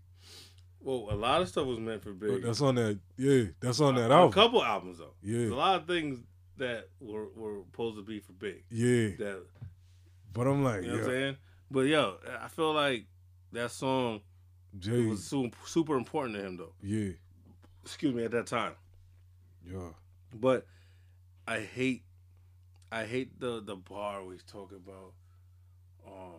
Speaker 4: Well, a lot of stuff was meant for Big.
Speaker 3: That's on that. Yeah, that's on that
Speaker 4: a
Speaker 3: album.
Speaker 4: couple albums though.
Speaker 3: Yeah.
Speaker 4: There's a lot of things that were were supposed to be for Big.
Speaker 3: Yeah.
Speaker 4: That
Speaker 3: But I'm like,
Speaker 4: you know what I'm
Speaker 3: yeah,
Speaker 4: saying? But yo, I feel like that song
Speaker 3: Jay.
Speaker 4: was su- super important to him though.
Speaker 3: yeah,
Speaker 4: Excuse me, at that time.
Speaker 3: yeah.
Speaker 4: But I hate I hate the the bar we talk about um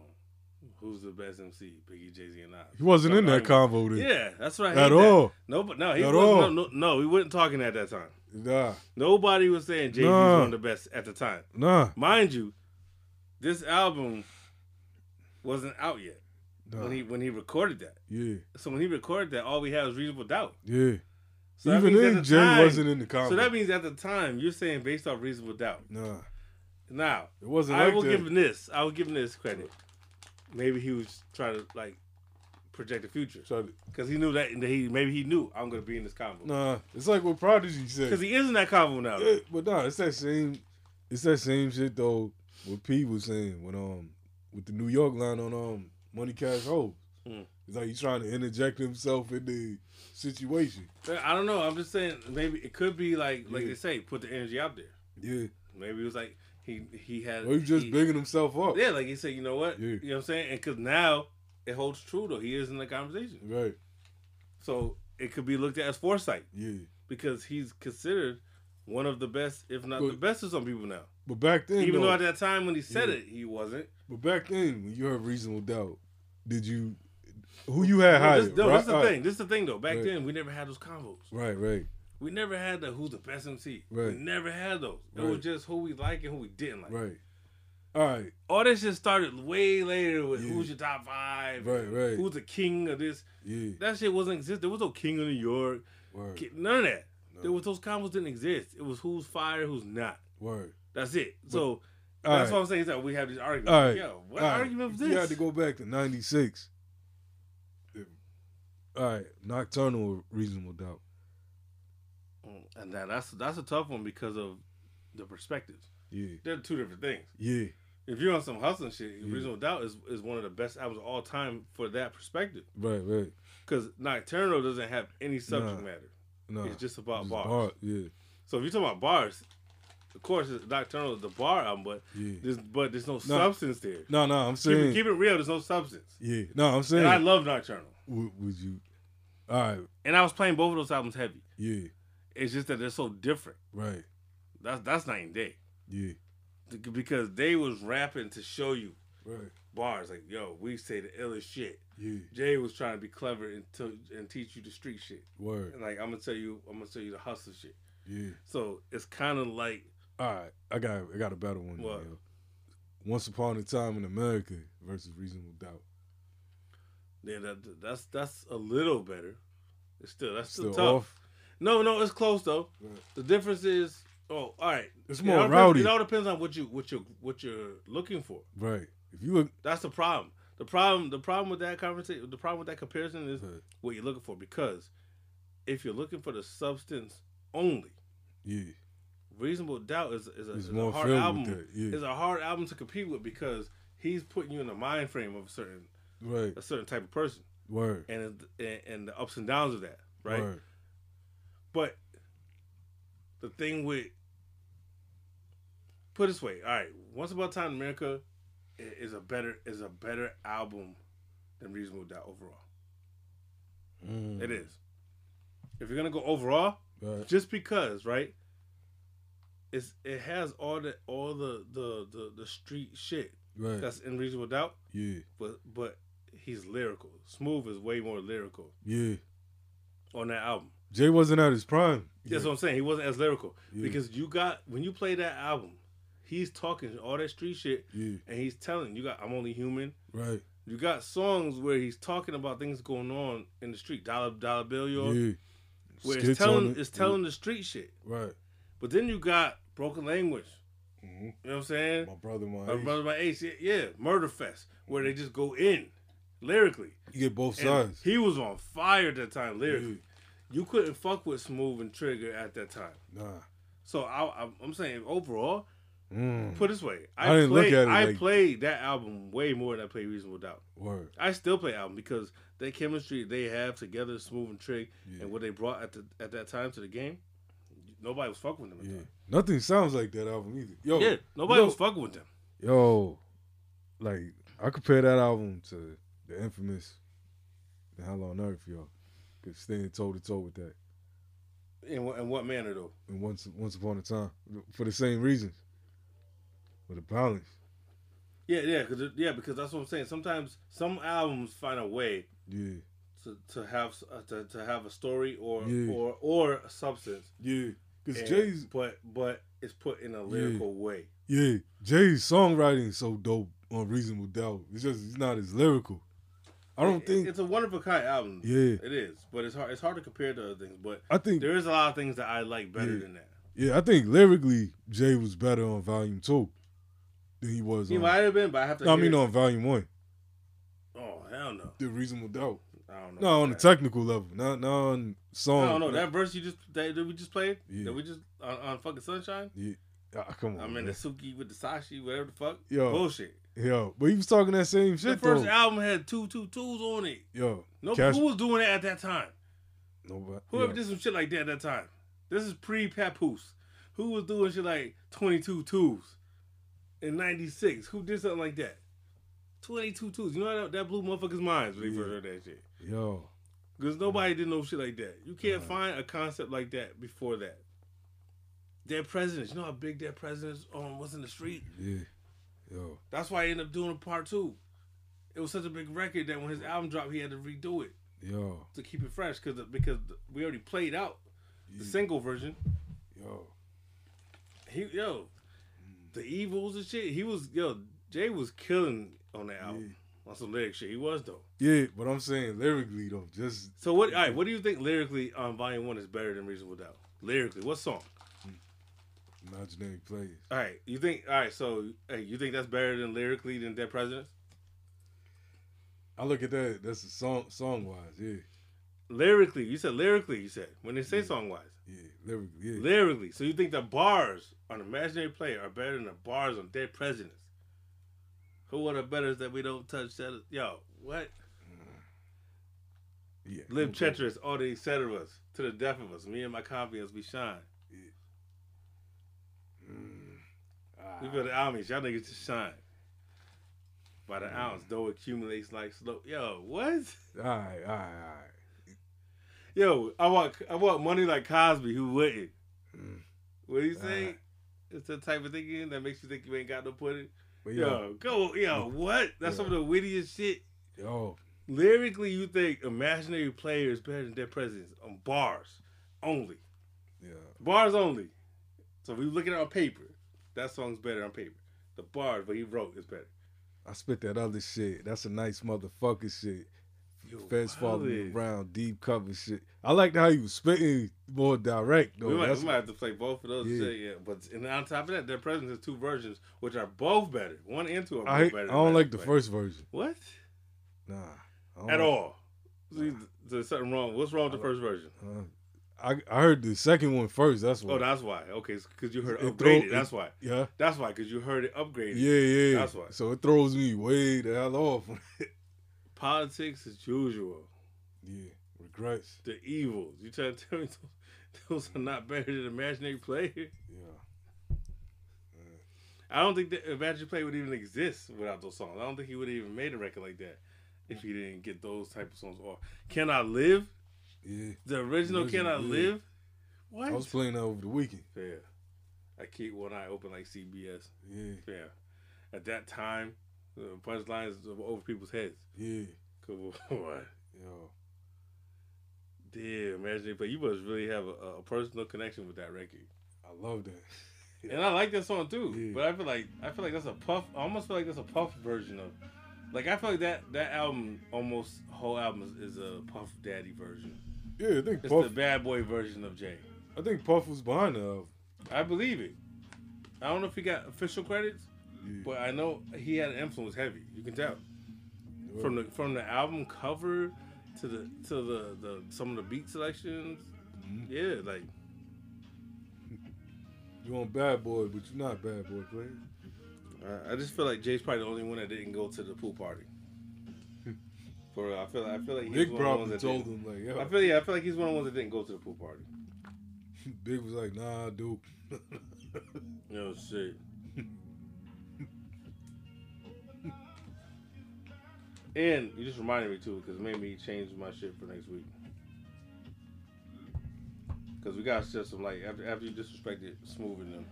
Speaker 4: who's the best MC, Biggie Jay Z and I.
Speaker 3: He wasn't in that convo then.
Speaker 4: Yeah, that's right.
Speaker 3: At all.
Speaker 4: No, but no, he
Speaker 3: At
Speaker 4: wasn't,
Speaker 3: all.
Speaker 4: No, no, no, he wasn't talking at that time.
Speaker 3: Nah,
Speaker 4: Nobody was saying Jay Z
Speaker 3: Nah.
Speaker 4: one of the best at the time.
Speaker 3: nah.
Speaker 4: Mind you, this album wasn't out yet
Speaker 3: Nah.
Speaker 4: when he when he recorded that.
Speaker 3: Yeah,
Speaker 4: So when he recorded that, all we had was reasonable doubt.
Speaker 3: yeah.
Speaker 4: So that
Speaker 3: Even
Speaker 4: means at
Speaker 3: then,
Speaker 4: the
Speaker 3: Jay
Speaker 4: time-
Speaker 3: wasn't in the convo.
Speaker 4: So that means at the time you're saying based off reasonable doubt.
Speaker 3: nah,
Speaker 4: Now
Speaker 3: It wasn't
Speaker 4: I
Speaker 3: like
Speaker 4: will
Speaker 3: that.
Speaker 4: give him this. I will give him this credit. Maybe he was trying to like project the future because he knew that, that he maybe he knew I'm gonna be in this convo
Speaker 3: nah. It's like what Prodigy said.
Speaker 4: because he is in that convo now.
Speaker 3: Yeah, but nah, it's that same, it's that same shit though. What P was saying when um with the New York line on um Money Cash Hope,
Speaker 4: Mm.
Speaker 3: it's like he's trying to interject himself in the situation.
Speaker 4: I don't know. I'm just saying maybe it could be like like
Speaker 3: Yeah.
Speaker 4: they say, put the energy out there.
Speaker 3: Yeah,
Speaker 4: Maybe it was like he he had.
Speaker 3: or he's just
Speaker 4: he-
Speaker 3: bigging himself up.
Speaker 4: Yeah, like he said, you know what?
Speaker 3: Yeah.
Speaker 4: You know what I'm saying? And because now it holds true though. He is in the conversation,
Speaker 3: right.
Speaker 4: so it could be looked at as foresight
Speaker 3: Yeah,
Speaker 4: because he's considered one of the best, if not the
Speaker 3: But-
Speaker 4: best, of some people now.
Speaker 3: but back then,
Speaker 4: Even
Speaker 3: though,
Speaker 4: though at that time when he said
Speaker 3: Yeah.
Speaker 4: it, he wasn't.
Speaker 3: but back then when you heard Reasonable Doubt, did you who you had higher?
Speaker 4: No, this, no,
Speaker 3: Right-
Speaker 4: this is the
Speaker 3: right.
Speaker 4: thing. This is the thing though. Back
Speaker 3: Right.
Speaker 4: then, we never had those convos.
Speaker 3: Right, right.
Speaker 4: We never had the who's the best MC.
Speaker 3: Right.
Speaker 4: We never had those. It
Speaker 3: Right.
Speaker 4: was just who we like and who we didn't like.
Speaker 3: Right. All right.
Speaker 4: All this shit started way later with who's your top five,
Speaker 3: Right, right.
Speaker 4: who's the king of this.
Speaker 3: Yeah.
Speaker 4: That shit wasn't exist. There was no king of New York,
Speaker 3: Word.
Speaker 4: ki- none of that. There was those combos didn't exist. It was who's fire, who's not.
Speaker 3: Word.
Speaker 4: That's it. So
Speaker 3: All
Speaker 4: that's
Speaker 3: right.
Speaker 4: what I'm saying is that we have these arguments.
Speaker 3: All right.
Speaker 4: Yo, what
Speaker 3: All right.
Speaker 4: argument was
Speaker 3: If You
Speaker 4: this?
Speaker 3: had to go back to '96. All right, Nocturnal, or Reasonable Doubt.
Speaker 4: Mm, And that, that's that's a tough one because of the perspectives.
Speaker 3: Yeah.
Speaker 4: They're two different things.
Speaker 3: Yeah.
Speaker 4: If you're on some hustling shit, Reasonable Doubt is, is one of the best albums of all time for that perspective.
Speaker 3: Right, right.
Speaker 4: Because Nocturnal doesn't have any subject
Speaker 3: Nah.
Speaker 4: matter.
Speaker 3: Nah.
Speaker 4: It's just about
Speaker 3: Just
Speaker 4: bars.
Speaker 3: bar- yeah.
Speaker 4: So if you're talking about bars, of course, it's Nocturnal is the bar album, but
Speaker 3: Yeah.
Speaker 4: there's, but there's no substance there.
Speaker 3: No, no, I'm
Speaker 4: Keep it-
Speaker 3: saying.
Speaker 4: keep it real. There's no substance.
Speaker 3: Yeah. No, I'm saying.
Speaker 4: And I love Nocturnal.
Speaker 3: Would, would you? All right.
Speaker 4: And I was playing both of those albums heavy.
Speaker 3: Yeah.
Speaker 4: It's just that they're so different.
Speaker 3: Right.
Speaker 4: That's that's night and day.
Speaker 3: Yeah.
Speaker 4: Because they was rapping to show you
Speaker 3: Right.
Speaker 4: bars like, yo, we say the illest shit.
Speaker 3: Yeah.
Speaker 4: Jay was trying to be clever and to, and teach you the street shit.
Speaker 3: Word.
Speaker 4: And like I'm gonna tell you, I'm gonna tell you the hustle shit.
Speaker 3: Yeah.
Speaker 4: So it's kind of like
Speaker 3: All right. I got. I got a better one.
Speaker 4: What?
Speaker 3: yo. Once upon a time in America versus Reasonable Doubt.
Speaker 4: yeah, that, that's that's a little better. It's still that's still,
Speaker 3: Still
Speaker 4: tough.
Speaker 3: off?
Speaker 4: No, no, it's close though. The difference is, oh, all right.
Speaker 3: It's
Speaker 4: It
Speaker 3: more
Speaker 4: all depends-
Speaker 3: rowdy.
Speaker 4: It all depends on what you what you what you're looking for.
Speaker 3: Right. If you. would-
Speaker 4: That's the problem. The problem. The problem with that conversation. The problem with that comparison is what you're looking for. Because if you're looking for the substance only,
Speaker 3: Yeah.
Speaker 4: Reasonable Doubt is is a,
Speaker 3: It's
Speaker 4: is
Speaker 3: more
Speaker 4: a hard
Speaker 3: filled with
Speaker 4: album.
Speaker 3: that, yeah.
Speaker 4: It's a hard album to compete with because he's putting you in the mind frame of a certain
Speaker 3: Right.
Speaker 4: a certain type of person.
Speaker 3: Word.
Speaker 4: And it- and the ups and downs of that. Right.
Speaker 3: Word.
Speaker 4: But the thing with put it this way, all right, Once Upon a Time in America i- is a better is a better album than Reasonable Doubt overall. It is. If you're gonna go overall,
Speaker 3: Mm. Right.
Speaker 4: just because, right? It's it has all the all the the the, the street shit
Speaker 3: Right.
Speaker 4: that's in Reasonable Doubt,
Speaker 3: Yeah.
Speaker 4: but but he's lyrical. Smooth is way more lyrical
Speaker 3: Yeah.
Speaker 4: on that album.
Speaker 3: Jay wasn't at his prime.
Speaker 4: That's what I'm saying. He wasn't as lyrical
Speaker 3: Yeah.
Speaker 4: because you got when you play that album, he's talking all that street shit,
Speaker 3: Yeah.
Speaker 4: and he's telling you got I'm only human.
Speaker 3: Right.
Speaker 4: You got songs where he's talking about things going on in the street, dollar dollar bill, yo.
Speaker 3: Yeah.
Speaker 4: Where it's
Speaker 3: Skits
Speaker 4: telling
Speaker 3: on it.
Speaker 4: it's telling
Speaker 3: Yeah.
Speaker 4: the street shit.
Speaker 3: Right.
Speaker 4: But then you got broken language. You know what I'm saying?
Speaker 3: My brother, Mm-hmm. my,
Speaker 4: My
Speaker 3: Ace. Mm-hmm.
Speaker 4: brother, my ace. Yeah, yeah, murder fest where they just go in lyrically.
Speaker 3: You get both
Speaker 4: And
Speaker 3: sides.
Speaker 4: He was on fire at that time lyrically. You couldn't fuck with Smooth and Trigger at that time.
Speaker 3: Nah.
Speaker 4: So I, I'm- I'm saying overall,
Speaker 3: Mm.
Speaker 4: put it this way,
Speaker 3: I
Speaker 4: I,
Speaker 3: didn't look
Speaker 4: played,
Speaker 3: at it
Speaker 4: I
Speaker 3: like-
Speaker 4: played that album way more than I played Reasonable Doubt.
Speaker 3: Word.
Speaker 4: I still play album because the chemistry they have together, Smooth and Trig, and what they brought at the, at that time to the game, nobody was fucking with them. At the time.
Speaker 3: Nothing sounds like that album either. Yo.
Speaker 4: yeah, nobody
Speaker 3: yo,
Speaker 4: was fucking with them.
Speaker 3: Yo. Like I compare that album to the infamous The Hell on Earth, yo. Cause standing toe to toe with that.
Speaker 4: In, what- in what manner though?
Speaker 3: And once once upon a time. For the same reasons. For the violence.
Speaker 4: Yeah, yeah, cause it- yeah, because that's what I'm saying. Sometimes some albums find a way
Speaker 3: Yeah.
Speaker 4: to, to have s- uh, to, to have a story or
Speaker 3: Yeah.
Speaker 4: or or a substance.
Speaker 3: Yeah, 'cause
Speaker 4: And-
Speaker 3: Jay's-
Speaker 4: but but it's put in a lyrical way.
Speaker 3: Yeah. Jay's songwriting is so dope on Reasonable Doubt. It's just it's not as lyrical. I don't
Speaker 4: It-
Speaker 3: think
Speaker 4: it's a one of a kind album.
Speaker 3: Yeah.
Speaker 4: it is, but it's hard. It's hard to compare to other things. But
Speaker 3: I think-
Speaker 4: there is a lot of things that I like better
Speaker 3: Yeah.
Speaker 4: than that.
Speaker 3: Yeah, I think lyrically Jay was better on Volume Two than he was.
Speaker 4: He
Speaker 3: on,
Speaker 4: might have been, but I have to.
Speaker 3: No, I
Speaker 4: hear
Speaker 3: mean
Speaker 4: it.
Speaker 3: on Volume One.
Speaker 4: Oh hell no!
Speaker 3: The reasonable doubt.
Speaker 4: I don't know.
Speaker 3: No, on the
Speaker 4: about
Speaker 3: technical level, not not on
Speaker 4: that.
Speaker 3: song.
Speaker 4: I don't know that verse you just that, that we just played.
Speaker 3: Yeah.
Speaker 4: That we just on, on fucking sunshine.
Speaker 3: Yeah. Ah, come on.
Speaker 4: I'm in the
Speaker 3: man.
Speaker 4: Suki with the Sashi, whatever the fuck.
Speaker 3: Yo,
Speaker 4: bullshit.
Speaker 3: Yo, but he was talking that same
Speaker 4: The
Speaker 3: shit
Speaker 4: first
Speaker 3: though.
Speaker 4: album had two two twos on it.
Speaker 3: Yo,
Speaker 4: No,
Speaker 3: Cash-
Speaker 4: who was doing that at that time?
Speaker 3: Nobody.
Speaker 4: Whoever
Speaker 3: yo,
Speaker 4: did some shit like that at that time. This is pre Papoose. Who was doing shit like 22 twos in 96? Who did something like that? 22 twos. You know that, that blew motherfuckers' minds when they first heard that shit.
Speaker 3: yo,
Speaker 4: Because nobody did no shit like that. You can't find a concept like that before that. Dead presidents. You know how big dead presidents um, was in the street?
Speaker 3: yeah, yo,
Speaker 4: That's why I ended up doing a part two. It was such a big record that when his album dropped, he had to redo it
Speaker 3: yo,
Speaker 4: to keep it fresh because because we already played out the single version.
Speaker 3: yo.
Speaker 4: He yo, the evils and shit. He was yo. Jay was killing on that album on some lyric shit. He was though.
Speaker 3: Yeah, but I'm saying lyrically though, just
Speaker 4: So what? All right, what do you think lyrically on Volume One is better than Reasonable Doubt? Lyrically, what song?
Speaker 3: imaginary players.
Speaker 4: All right, you think? All right, so hey, you think that's better than lyrically than Dead Presidents?
Speaker 3: I look at that. That's a song song wise. Yeah,
Speaker 4: Lyrically, you said lyrically. You said when they say song wise.
Speaker 3: Yeah, lyrically. Yeah.
Speaker 4: Lyrically. So you think the bars on Imaginary Player are better than the bars on Dead Presidents? Who are the betters that we don't touch? That yo, what?
Speaker 3: Yeah.
Speaker 4: Live treacherous, all the et ceteras, to the death of us. Me and my confidence, we shine. We feel the armies. Y'all niggas just shine. By the ounce, though accumulates like slow. Yo, what?
Speaker 3: All right, all right, all right.
Speaker 4: Yo, I want I want money like Cosby, who wouldn't? What do you say? it's the type of thinking that makes you think you ain't got no pudding.
Speaker 3: But
Speaker 4: yo,
Speaker 3: yo-
Speaker 4: go, yo, what? That's some of the wittiest shit.
Speaker 3: Yo,
Speaker 4: lyrically, you think imaginary players better than their presidents on bars only.
Speaker 3: Yeah.
Speaker 4: Bars only. So if we look at it on paper, that song's better on paper. The bars, what he wrote is better.
Speaker 3: I spit that other shit. That's a nice motherfucker shit.
Speaker 4: Yo,
Speaker 3: Feds following me
Speaker 4: wildin'.
Speaker 3: around, deep cover shit. I liked how you was spitting more direct though.
Speaker 4: we, might,
Speaker 3: That's-
Speaker 4: we might have to play both of those.
Speaker 3: Yeah.
Speaker 4: Yeah. yeah. But and on top of that, their presidents is two versions, which are both better. One and two are both
Speaker 3: I, hate-
Speaker 4: better.
Speaker 3: I
Speaker 4: than
Speaker 3: don't like
Speaker 4: Imaginary
Speaker 3: the
Speaker 4: Players.
Speaker 3: first version.
Speaker 4: What?
Speaker 3: Nah. I don't
Speaker 4: At
Speaker 3: like-
Speaker 4: all. See, there's something wrong. What's wrong with the first version?
Speaker 3: Uh, I I heard the second one first. That's why.
Speaker 4: Oh, that's why. Okay, because you heard
Speaker 3: It
Speaker 4: upgraded.
Speaker 3: throw-
Speaker 4: that's
Speaker 3: it-
Speaker 4: why.
Speaker 3: yeah.
Speaker 4: That's why. Because you heard it upgraded.
Speaker 3: yeah, yeah.
Speaker 4: That's why.
Speaker 3: So it throws me way the hell off.
Speaker 4: Politics as usual.
Speaker 3: Yeah. Regrets.
Speaker 4: The evils. You trying to tell me those, those are not better than imaginary play? Yeah. I don't think that imaginary play would even exist without those songs. I don't think he would have even made a record like that if he didn't get those type of songs off. Can I live?
Speaker 3: Yeah.
Speaker 4: The original, Can I
Speaker 3: Original, yeah.
Speaker 4: live? What?
Speaker 3: I was playing that over the weekend.
Speaker 4: Yeah. I keep one eye open like CBS.
Speaker 3: Yeah.
Speaker 4: Yeah. At that time, the punchlines were over people's heads.
Speaker 3: Yeah.
Speaker 4: Cool. What?
Speaker 3: Yo.
Speaker 4: Damn, imagine. But you must really have a, a personal connection with that record.
Speaker 3: I love that.
Speaker 4: And I like that song too. But I feel like I feel like that's a puff. I almost feel like that's a puff version of. Like I feel like that that album almost whole album is, is a puff daddy version.
Speaker 3: Yeah, I think
Speaker 4: It's
Speaker 3: Puff-
Speaker 4: the bad boy version of Jay.
Speaker 3: I think Puff was behind the uh, album.
Speaker 4: I believe it. I don't know if he got official credits, but I know he had an influence heavy. You can tell from the from the album cover to the to the, the some of the beat selections. Yeah, like
Speaker 3: You on bad boy, but you're not bad boy, player.
Speaker 4: I- I just feel like Jay's probably the only one that didn't go to the pool party. For real, I feel I feel like he's
Speaker 3: Big
Speaker 4: one of the
Speaker 3: probably
Speaker 4: ones that
Speaker 3: told
Speaker 4: didn't-
Speaker 3: him, like, yo.
Speaker 4: I feel yeah I feel like he's one of the ones that didn't go to the pool party.
Speaker 3: Big was like, nah, dude.
Speaker 4: No shit. and you just reminded me too, because made me change my shit for next week. Because we got just some like after after you disrespected smoothing them.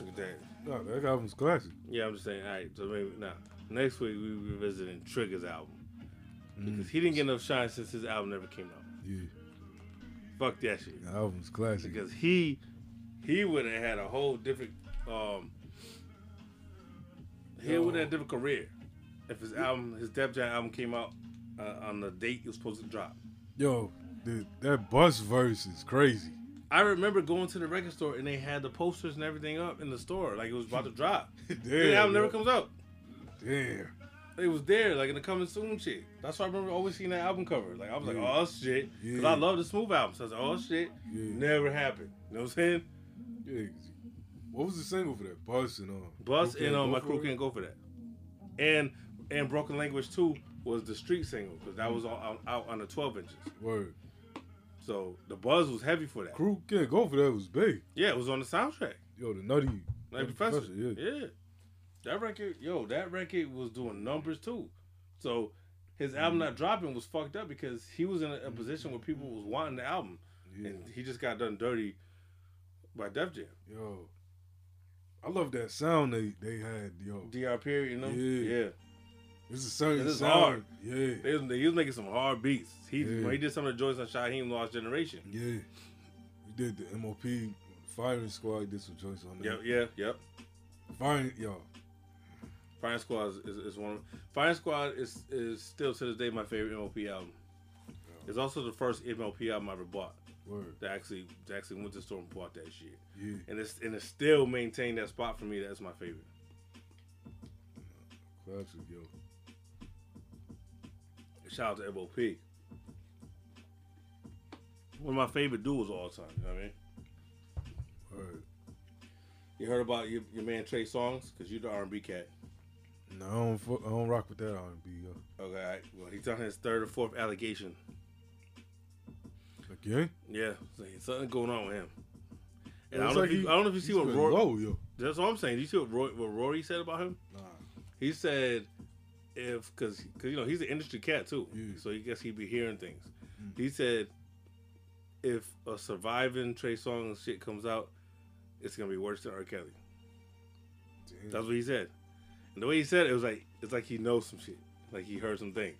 Speaker 4: Look at that.
Speaker 3: nah, that album's classic.
Speaker 4: Yeah, I'm just saying. All right, so maybe nah. Next week we revisiting Trigger's album because he didn't get enough shine since his album never came out.
Speaker 3: Yeah.
Speaker 4: Fuck that shit.
Speaker 3: The album's classic.
Speaker 4: Because he he would have had a whole different um he
Speaker 3: Yo.
Speaker 4: would have had a different career if his album his Def Jam album came out uh, on the date it was supposed to drop.
Speaker 3: Yo, the, that bus verse is crazy.
Speaker 4: I remember going to the record store and they had the posters and everything up in the store like it was about to drop. the album
Speaker 3: yo.
Speaker 4: never comes out.
Speaker 3: Damn.
Speaker 4: It was there like in the coming soon shit. That's why I remember always seeing that album cover. Like I was like,
Speaker 3: Yeah.
Speaker 4: oh shit, because
Speaker 3: Yeah. Mm-hmm.
Speaker 4: I love the Smooth album. So I was like, oh shit, never happened. You know what I'm saying?
Speaker 3: Yeah. What was the single for that? Bus and all.
Speaker 4: Bus
Speaker 3: Crew
Speaker 4: and
Speaker 3: Can't
Speaker 4: on
Speaker 3: Go
Speaker 4: my
Speaker 3: For
Speaker 4: crew
Speaker 3: It?
Speaker 4: can't go for that. And and broken language too was the street single because that was all out, out on the twelve inches.
Speaker 3: Word.
Speaker 4: So the buzz was heavy for that.
Speaker 3: Crew can't go for that was big.
Speaker 4: Yeah, it was on the soundtrack.
Speaker 3: Yo, the nutty.
Speaker 4: Like
Speaker 3: Nutty
Speaker 4: Professor.
Speaker 3: yeah.
Speaker 4: yeah. That record, yo, that record was doing numbers too. So his album not dropping was fucked up because he was in a, a position where people was wanting the album, and he just got done dirty by Def Jam.
Speaker 3: Yo, I love that sound they they had. Yo,
Speaker 4: Dr. Perry, you know,
Speaker 3: Yeah.
Speaker 4: yeah.
Speaker 3: It's a certain
Speaker 4: This is
Speaker 3: sound.
Speaker 4: hard.
Speaker 3: Yeah.
Speaker 4: They was, he was making some hard beats. He
Speaker 3: Yeah.
Speaker 4: when he did some of the joints on Shaheem Lost Generation.
Speaker 3: Yeah, we did the MOP firing squad. Did some joints on
Speaker 4: Yep,
Speaker 3: that.
Speaker 4: yeah, yep.
Speaker 3: Firing, yo,
Speaker 4: Fire Squad is, is, is one. Of, Fire Squad is is still to this day my favorite MLP album. It's also the first MLP album I ever bought.
Speaker 3: Word.
Speaker 4: That actually that actually went to the store and bought that shit.
Speaker 3: Yeah.
Speaker 4: And it's and it still maintained that spot for me. That's my favorite.
Speaker 3: classic, yo.
Speaker 4: Shout out to MLP. one of my favorite duos of all time. You know what I mean? You heard about your, your man Trey Songs because you're the R&B cat.
Speaker 3: No, I don't, fu- I don't rock with that R&B. Yo.
Speaker 4: Okay, all right. well he's on his third or fourth allegation.
Speaker 3: Again?
Speaker 4: Yeah, so something going on with him. And
Speaker 3: It
Speaker 4: I
Speaker 3: looks
Speaker 4: don't, know
Speaker 3: like
Speaker 4: if you,
Speaker 3: he-
Speaker 4: I don't know if you see
Speaker 3: he's
Speaker 4: what
Speaker 3: been
Speaker 4: Rory.
Speaker 3: low, yo.
Speaker 4: That's what I'm saying. You see what Rory, what Rory said about him? Nah. He said if because because you know he's an industry cat too, so he guess he'd be hearing things.
Speaker 3: Mm.
Speaker 4: He said if a surviving Trey Songz shit comes out, it's gonna be worse than R. Kelly. That's what he said. And the way he said it, it was like it's like he knows some shit, like he heard some things.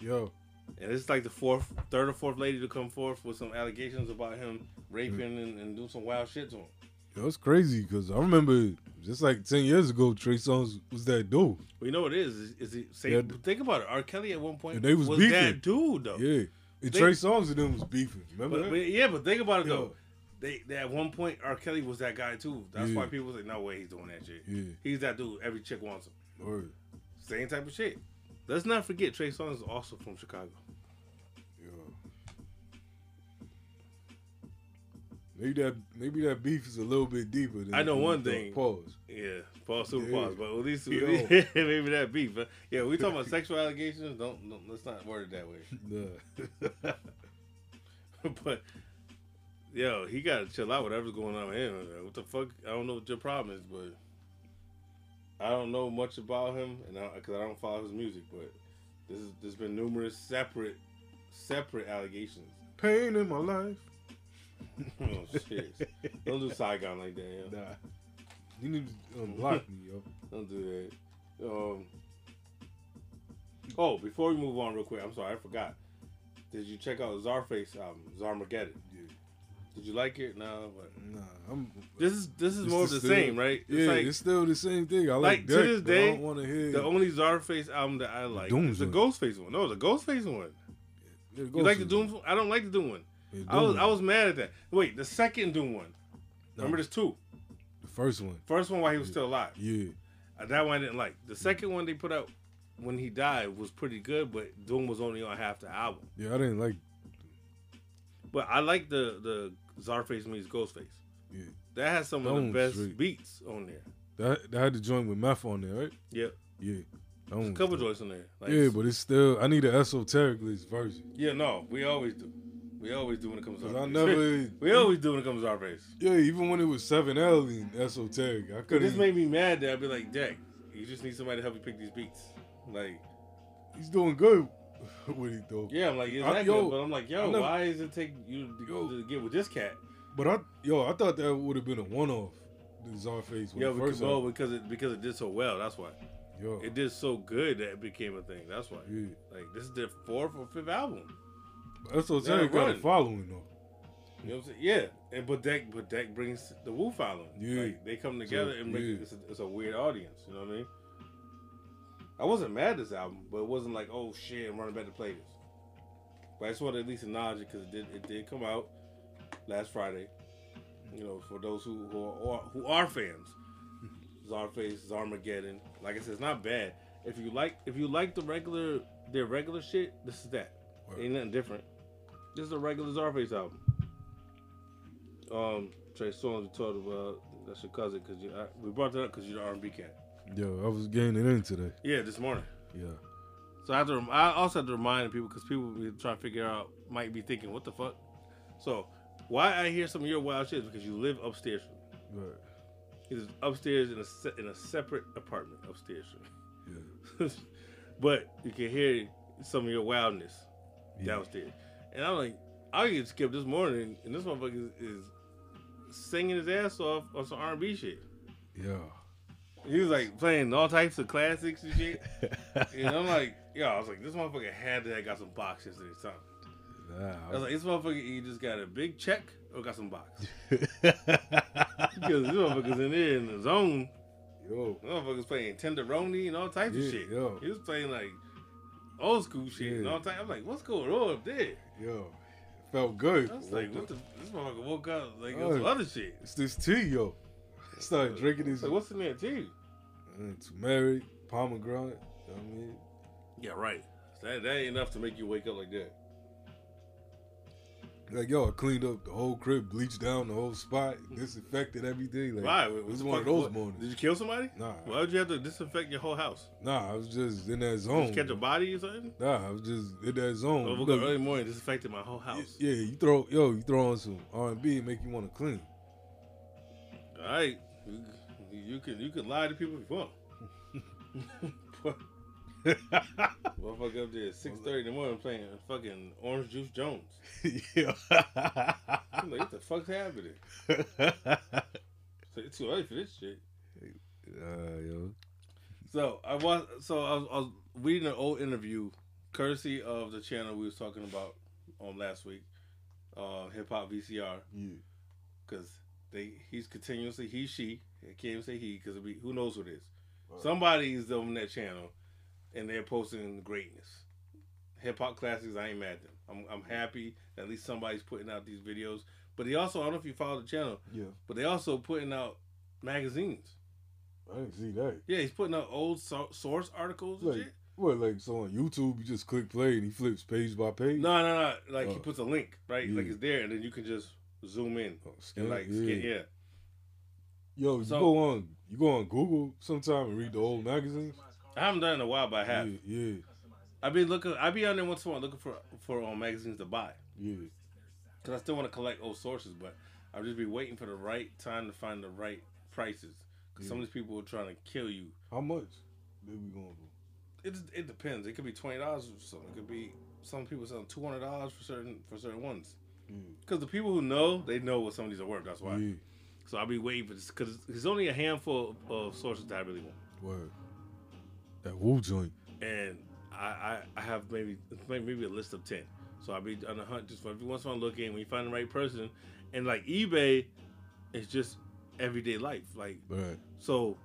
Speaker 3: Yo,
Speaker 4: And it's like the fourth, third or fourth lady to come forth with some allegations about him raping
Speaker 3: Mm.
Speaker 4: and, and doing some wild shit to him.
Speaker 3: yo, it's crazy because I remember just like 10 years ago, Trey Songz was that dude.
Speaker 4: We know it is. Is, is it say,
Speaker 3: Yeah.
Speaker 4: Think about it. R. Kelly at one point
Speaker 3: And they was,
Speaker 4: was,
Speaker 3: beefing.
Speaker 4: that dude though.
Speaker 3: Yeah. And
Speaker 4: They-
Speaker 3: Trey Songz and them was beefing. Remember
Speaker 4: But,
Speaker 3: that?
Speaker 4: but yeah, but think about it
Speaker 3: Yo.
Speaker 4: though. They, they- at one point R. Kelly was that guy too. That's
Speaker 3: Yeah.
Speaker 4: why people say no way he's doing that shit.
Speaker 3: Yeah.
Speaker 4: He's that dude. Every chick wants him.
Speaker 3: Word.
Speaker 4: Same type of shit. Let's not forget Trey Songz is also from Chicago.
Speaker 3: Maybe that maybe that beef is a little bit deeper than
Speaker 4: I know
Speaker 3: than
Speaker 4: one
Speaker 3: the
Speaker 4: thing.
Speaker 3: Pause.
Speaker 4: Yeah, pause, super
Speaker 3: Yeah.
Speaker 4: pause. But at least,
Speaker 3: Yo.
Speaker 4: maybe that beef. But yeah, we talking about sexual allegations. Don't, don't let's not word it that way. but yo, he gotta chill out. Whatever's going on with him. man. What the fuck? I don't know what your problem is, but I don't know much about him, and because I, don't follow his music. But this is, there's been numerous separate separate allegations.
Speaker 3: Pain in my life.
Speaker 4: oh shit! Don't do Saigon like that. Yo.
Speaker 3: Nah. You need to unblock me, yo.
Speaker 4: Don't do that. Um. Oh, before we move on, real quick, I'm sorry, I forgot. Did you check out Zarface album, Zarmageddon? Yeah. Did you like it? No, but
Speaker 3: nah. I'm,
Speaker 4: this is this is
Speaker 3: It's
Speaker 4: more of the
Speaker 3: just
Speaker 4: same, right?
Speaker 3: Yeah, it's, still the same thing. I like,
Speaker 4: to
Speaker 3: Dirk,
Speaker 4: this
Speaker 3: but I
Speaker 4: day,
Speaker 3: don't want to hear
Speaker 4: the only Zarface album that I like
Speaker 3: Doom
Speaker 4: is the
Speaker 3: one.
Speaker 4: Ghostface one. No, the Ghostface one.
Speaker 3: Yeah, the
Speaker 4: you like the
Speaker 3: Ghostface
Speaker 4: Doom? one? I don't like the Doom one.
Speaker 3: Yeah,
Speaker 4: I
Speaker 3: Doom
Speaker 4: was I
Speaker 3: one.
Speaker 4: was mad at that. Wait, the second Doom one.
Speaker 3: No.
Speaker 4: Remember, there's two.
Speaker 3: the first one.
Speaker 4: First one while he was still alive.
Speaker 3: Yeah.
Speaker 4: Uh, That one I didn't like. The second one they put out when he died was pretty good, but Doom was only on half the album.
Speaker 3: Yeah, I didn't like
Speaker 4: But I like the the Zarface meets Ghostface.
Speaker 3: Yeah.
Speaker 4: That has some of the
Speaker 3: Doom's
Speaker 4: best
Speaker 3: straight.
Speaker 4: beats on there.
Speaker 3: that. That had to join with Meth on there, right?
Speaker 4: Yep.
Speaker 3: Yeah. That one
Speaker 4: There's a
Speaker 3: was
Speaker 4: couple
Speaker 3: dope.
Speaker 4: joints on there. Like,
Speaker 3: yeah, but it's still. I need an esoteric list version.
Speaker 4: yeah, no, we always do. We always do when it comes to
Speaker 3: Cause I
Speaker 4: Zarface.
Speaker 3: never-
Speaker 4: we always do when it comes to Zarface.
Speaker 3: Yeah, even when it was Seven L and esoteric, I
Speaker 4: Cause
Speaker 3: couldn't.
Speaker 4: this
Speaker 3: even-
Speaker 4: made me mad that I'd be like, Jack, you just need somebody to help you pick these beats. Like,
Speaker 3: He's doing good with it though.
Speaker 4: yeah, I'm like,
Speaker 3: I-
Speaker 4: it's that
Speaker 3: yo,
Speaker 4: good, but I'm like,
Speaker 3: I
Speaker 4: yo,
Speaker 3: never-
Speaker 4: why is it take you to, to get with this cat?
Speaker 3: But I, yo, I thought that would have been a one off. The Zarface.
Speaker 4: Yeah, because,
Speaker 3: first
Speaker 4: well, because it because it did so well. That's why.
Speaker 3: Yo.
Speaker 4: It did so good that it became a thing. That's why.
Speaker 3: Yeah.
Speaker 4: Like this is their fourth or fifth album.
Speaker 3: esoteric
Speaker 4: Yeah,
Speaker 3: got a
Speaker 4: run.
Speaker 3: following though.
Speaker 4: You know what I'm saying? Yeah. And but that but that brings the Wu following.
Speaker 3: Yeah.
Speaker 4: Like, they come together
Speaker 3: So,
Speaker 4: and make
Speaker 3: yeah.
Speaker 4: it's, a, it's a weird audience. You know what I mean? I wasn't mad at this album, but it wasn't like oh shit, I'm running back to play this. But I just wanted to at least acknowledge it because it did it did come out last Friday. You know, for those who who are who are fans, Zarface, Zarmageddon. Like I said, it's not bad. If you like if you like the regular their regular shit, this is that. Ain't nothing different. This is a regular Zarface album. Um, Trey Songz we talked about that's your cousin because you I, we brought that up because you're the R&B cat.
Speaker 3: Yo, I was getting it in today.
Speaker 4: Yeah, this morning.
Speaker 3: Yeah.
Speaker 4: So I have to. rem- I also have to remind people because people be trying to figure out might be thinking what the fuck. So why I hear some of your wild shit is because you live upstairs. From me.
Speaker 3: Right.
Speaker 4: He's upstairs in a se- in a separate apartment upstairs. From me. but you can hear some of your wildness downstairs, and I'm like, I get skipped this morning, and this motherfucker is, is singing his ass off on some R&B shit.
Speaker 3: Yeah.
Speaker 4: He was like playing all types of classics and shit. and I'm like, yo, I was like, this motherfucker had to have got some box yesterday or something. I was like, this motherfucker either just got a big check or got some box. because this motherfucker's in there in the zone.
Speaker 3: Yo.
Speaker 4: Motherfuckers playing tenderoni and all types
Speaker 3: Yeah,
Speaker 4: of shit.
Speaker 3: yo.
Speaker 4: He was playing like old school shit and
Speaker 3: Yeah.
Speaker 4: all types. I'm like, what's going on up there?
Speaker 3: Yo, felt good.
Speaker 4: I was like, what the? This motherfucker woke up like it was
Speaker 3: Oh,
Speaker 4: other shit.
Speaker 3: It's this tea, yo. I started drinking this.
Speaker 4: Like, what's in there too?
Speaker 3: uh, turmeric, pomegranate. You know what I mean,
Speaker 4: Yeah, right. That, that ain't enough to make you wake up like that.
Speaker 3: Like yo, I cleaned up the whole crib, bleached down the whole spot, disinfected everything. Like,
Speaker 4: Why?
Speaker 3: It
Speaker 4: What
Speaker 3: was
Speaker 4: the
Speaker 3: one of
Speaker 4: fuck-
Speaker 3: those
Speaker 4: what-
Speaker 3: mornings.
Speaker 4: Did you kill somebody?
Speaker 3: Nah.
Speaker 4: Why would you have to disinfect your whole house?
Speaker 3: Nah, I was just in that
Speaker 4: Did
Speaker 3: zone.
Speaker 4: you catch a body or something?
Speaker 3: Nah, I was just in that zone.
Speaker 4: Oh,
Speaker 3: You
Speaker 4: woke up
Speaker 3: know,
Speaker 4: early morning, disinfected my whole house.
Speaker 3: yeah, you throw yo, you throw on some R and B, make you want to clean.
Speaker 4: All right, you, you can you can lie to people if you want. Motherfucker up there at six thirty in the morning playing fucking Orange Juice Jones.
Speaker 3: yeah.
Speaker 4: I'm like, what the fuck's happening? So it's too early for this shit.
Speaker 3: Uh, yo.
Speaker 4: So I was so I was, I was reading an old interview, courtesy of the channel we was talking about on last week, uh, Hip Hop VCR.
Speaker 3: Yeah.
Speaker 4: Because they he's continuously he she I can't even say he because who knows who it is. Somebody's on that channel, and they're posting greatness. Hip hop classics. I ain't mad at them. I'm I'm happy that at least somebody's putting out these videos. But they also I don't know if you follow the channel.
Speaker 3: Yeah.
Speaker 4: But they also putting out magazines.
Speaker 3: I didn't see that.
Speaker 4: Yeah, he's putting out old so- source articles and
Speaker 3: Like
Speaker 4: shit.
Speaker 3: what? Like so on YouTube, you just click play and he flips page by page.
Speaker 4: No, no, no. Like he
Speaker 3: Oh.
Speaker 4: puts a link, right? Like
Speaker 3: Yeah.
Speaker 4: it's there, and then you can just zoom in
Speaker 3: scan,
Speaker 4: and like
Speaker 3: yeah.
Speaker 4: scan. Yeah,
Speaker 3: Yo,
Speaker 4: So-
Speaker 3: you go on, you go on Google sometime and read the old magazines.
Speaker 4: I haven't done it in a while, but I have.
Speaker 3: Yeah, yeah,
Speaker 4: I be looking. I be on there once in a while looking for for um, magazines to buy
Speaker 3: yeah.
Speaker 4: because I still want to collect old sources, but I'll just be waiting for the right time to find the right prices because some of these people are trying to kill you.
Speaker 3: How much? They we going for?
Speaker 4: It it depends. It could be twenty dollars or something. It could be some people selling two hundred dollars for certain for certain ones. Because the people who know, they know what some of these are worth. That's why.
Speaker 3: Mm. Yeah.
Speaker 4: So I'll be waiting for this because there's only a handful of sources that I really want,
Speaker 3: Word. That Wu joint.
Speaker 4: and I I, I have maybe maybe maybe a list of ten. So I'll be on the hunt just for every once in a while looking. When you find the right person, and like eBay, it's just everyday life. Like
Speaker 3: Right.
Speaker 4: so,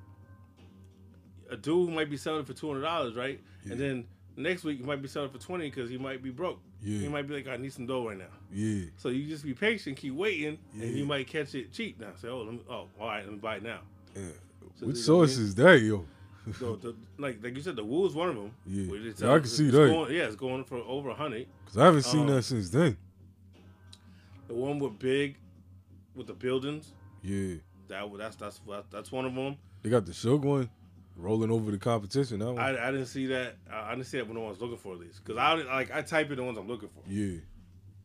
Speaker 4: a dude might be selling it for two hundred dollars, right?
Speaker 3: Yeah.
Speaker 4: And then next week you might be selling it for twenty because he might be broke.
Speaker 3: Yeah.
Speaker 4: He might be like, I need some dough right now.
Speaker 3: Yeah.
Speaker 4: So you just be patient, keep waiting, and
Speaker 3: Yeah.
Speaker 4: you might catch it cheap now. Say, oh, let me, oh, all right, let me buy it now.
Speaker 3: Yeah.
Speaker 4: So
Speaker 3: Which
Speaker 4: they-
Speaker 3: source is that, yo?
Speaker 4: So the, like like you said, the wool is one of them.
Speaker 3: Yeah.
Speaker 4: Where it's,
Speaker 3: Yeah, I
Speaker 4: uh,
Speaker 3: can see
Speaker 4: it's
Speaker 3: that.
Speaker 4: Going, yeah, it's going for over a hundred.
Speaker 3: Cause I haven't seen
Speaker 4: Um,
Speaker 3: that since then.
Speaker 4: The one with big, with the buildings.
Speaker 3: Yeah.
Speaker 4: That one- that's that's that's one of them.
Speaker 3: They got the Suge one rolling over the competition. That one.
Speaker 4: I, I didn't see that. I, I didn't see that when I was looking for these because I like I type in the ones I'm looking for.
Speaker 3: yeah.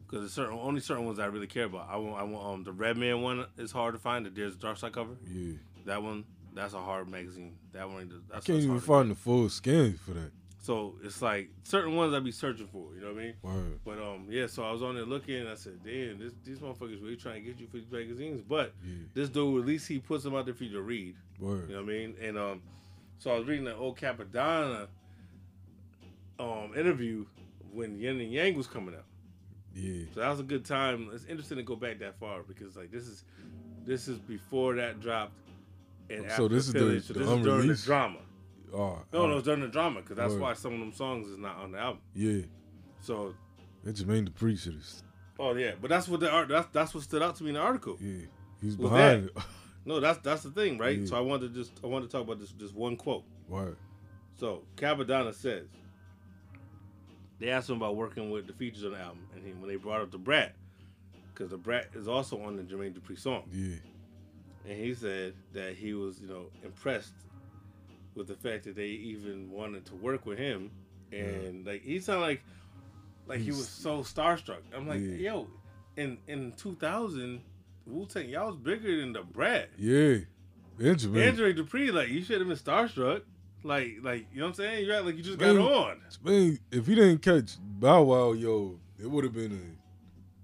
Speaker 4: Because there's certain only certain ones I really care about. I want I want um the Red Man one is hard to find. The There's Dark Side cover.
Speaker 3: Yeah.
Speaker 4: That one that's a hard magazine. That one that's,
Speaker 3: I
Speaker 4: that's
Speaker 3: can't even
Speaker 4: hard.
Speaker 3: find the full skin for that.
Speaker 4: So it's like certain ones I be searching for. You know what I mean?
Speaker 3: Word.
Speaker 4: But um yeah, so I was on there looking. and I said, damn, this, these motherfuckers really trying to get you for these magazines. But this dude at least he puts them out there for you to read.
Speaker 3: Word.
Speaker 4: You know what I mean? And um, so I was reading the old Capadonna um interview when Yin and Yang was coming out.
Speaker 3: Yeah.
Speaker 4: So that was a good time. It's interesting to go back that far because like this is this is before that dropped. And
Speaker 3: So
Speaker 4: after
Speaker 3: this is the-
Speaker 4: Philly. so
Speaker 3: the
Speaker 4: this is during the
Speaker 3: unreleased?
Speaker 4: drama.
Speaker 3: Oh,
Speaker 4: No, no,
Speaker 3: oh.
Speaker 4: it's during the drama because that's
Speaker 3: Word.
Speaker 4: why some of them songs is not on the album.
Speaker 3: ah, Yeah.
Speaker 4: So,
Speaker 3: That Jermaine Dupri shit is.
Speaker 4: oh yeah, but that's what the art that's that's what stood out to me in the article.
Speaker 3: Yeah, he's
Speaker 4: Was
Speaker 3: behind
Speaker 4: that.
Speaker 3: it.
Speaker 4: No, that's that's the thing, right?
Speaker 3: Yeah.
Speaker 4: So I wanted to just I wanted to talk about this just one quote.
Speaker 3: Word.
Speaker 4: So Cabadonna says they asked him about working with the features on the album, and he, when they brought up the Brat, because the Brat is also on the Jermaine Dupri song.
Speaker 3: Yeah.
Speaker 4: and he said that he was, you know, impressed with the fact that they even wanted to work with him, and like he sounded like like he was so starstruck. I'm like,
Speaker 3: Yeah.
Speaker 4: yo, in in 2000, Wu Tang, y'all was bigger than the Brat.
Speaker 3: Yeah. And Jermaine.
Speaker 4: Andre Dupree, like you should have been starstruck. Like, like you know what I'm saying? You act like you just got
Speaker 3: Jermaine-
Speaker 4: on.
Speaker 3: Jermaine, if he didn't catch Bow Wow, yo, it would have been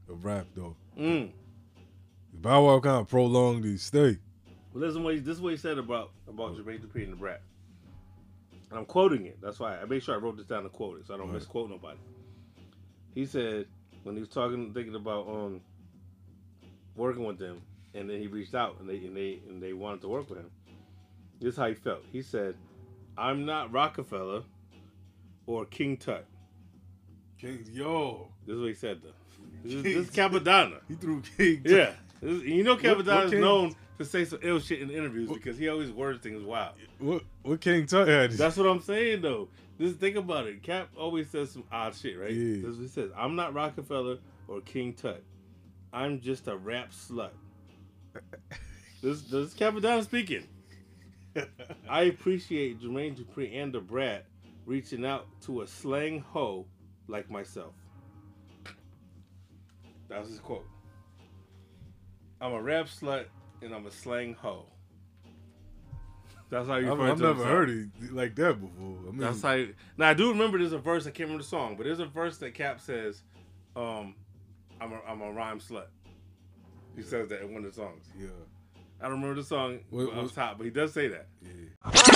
Speaker 3: a, a rap though.
Speaker 4: Mm.
Speaker 3: Bow Wow kind of prolonged his stay.
Speaker 4: Well, listen, what he, this is what he said about about Jermaine Dupri and the Brat, and I'm quoting it. That's why I made sure I wrote this down to quote it, so I don't
Speaker 3: Right.
Speaker 4: misquote nobody. He said when he was talking, thinking about um working with them, and then he reached out and they and they and they wanted to work with him. This is how he felt. He said, "I'm not Rockefeller or King Tut."
Speaker 3: King, yo.
Speaker 4: This is what he said though. This is, this is Capadonna.
Speaker 3: He threw King. Tut.
Speaker 4: Yeah, This is- you know
Speaker 3: What- what
Speaker 4: Capadonna is
Speaker 3: King-
Speaker 4: known to say some ill shit in interviews because he always words things wild.
Speaker 3: What what King Tut had?
Speaker 4: That's what I'm saying though. Just think about it. Cap always says some odd shit, right?
Speaker 3: Yeah.
Speaker 4: That's what he says. I'm not Rockefeller or King Tut. I'm just a rap slut. this this is Captain Don speaking. I appreciate Jermaine Dupri and the Brat reaching out to a slang hoe like myself. That was his quote. I'm a rap slut and I'm a slang hoe. That's how you.
Speaker 3: I've,
Speaker 4: refer
Speaker 3: I've
Speaker 4: to
Speaker 3: never
Speaker 4: himself.
Speaker 3: heard it like that before. I mean,
Speaker 4: That's how. You, now I do remember there's a verse. I can't remember the song, but there's a verse that Cap says, um, "I'm a I'm a rhyme slut." He says that in one of the songs.
Speaker 3: Yeah.
Speaker 4: I don't remember the song
Speaker 3: What-
Speaker 4: off
Speaker 3: what-
Speaker 4: top, but he does say that.
Speaker 3: Yeah.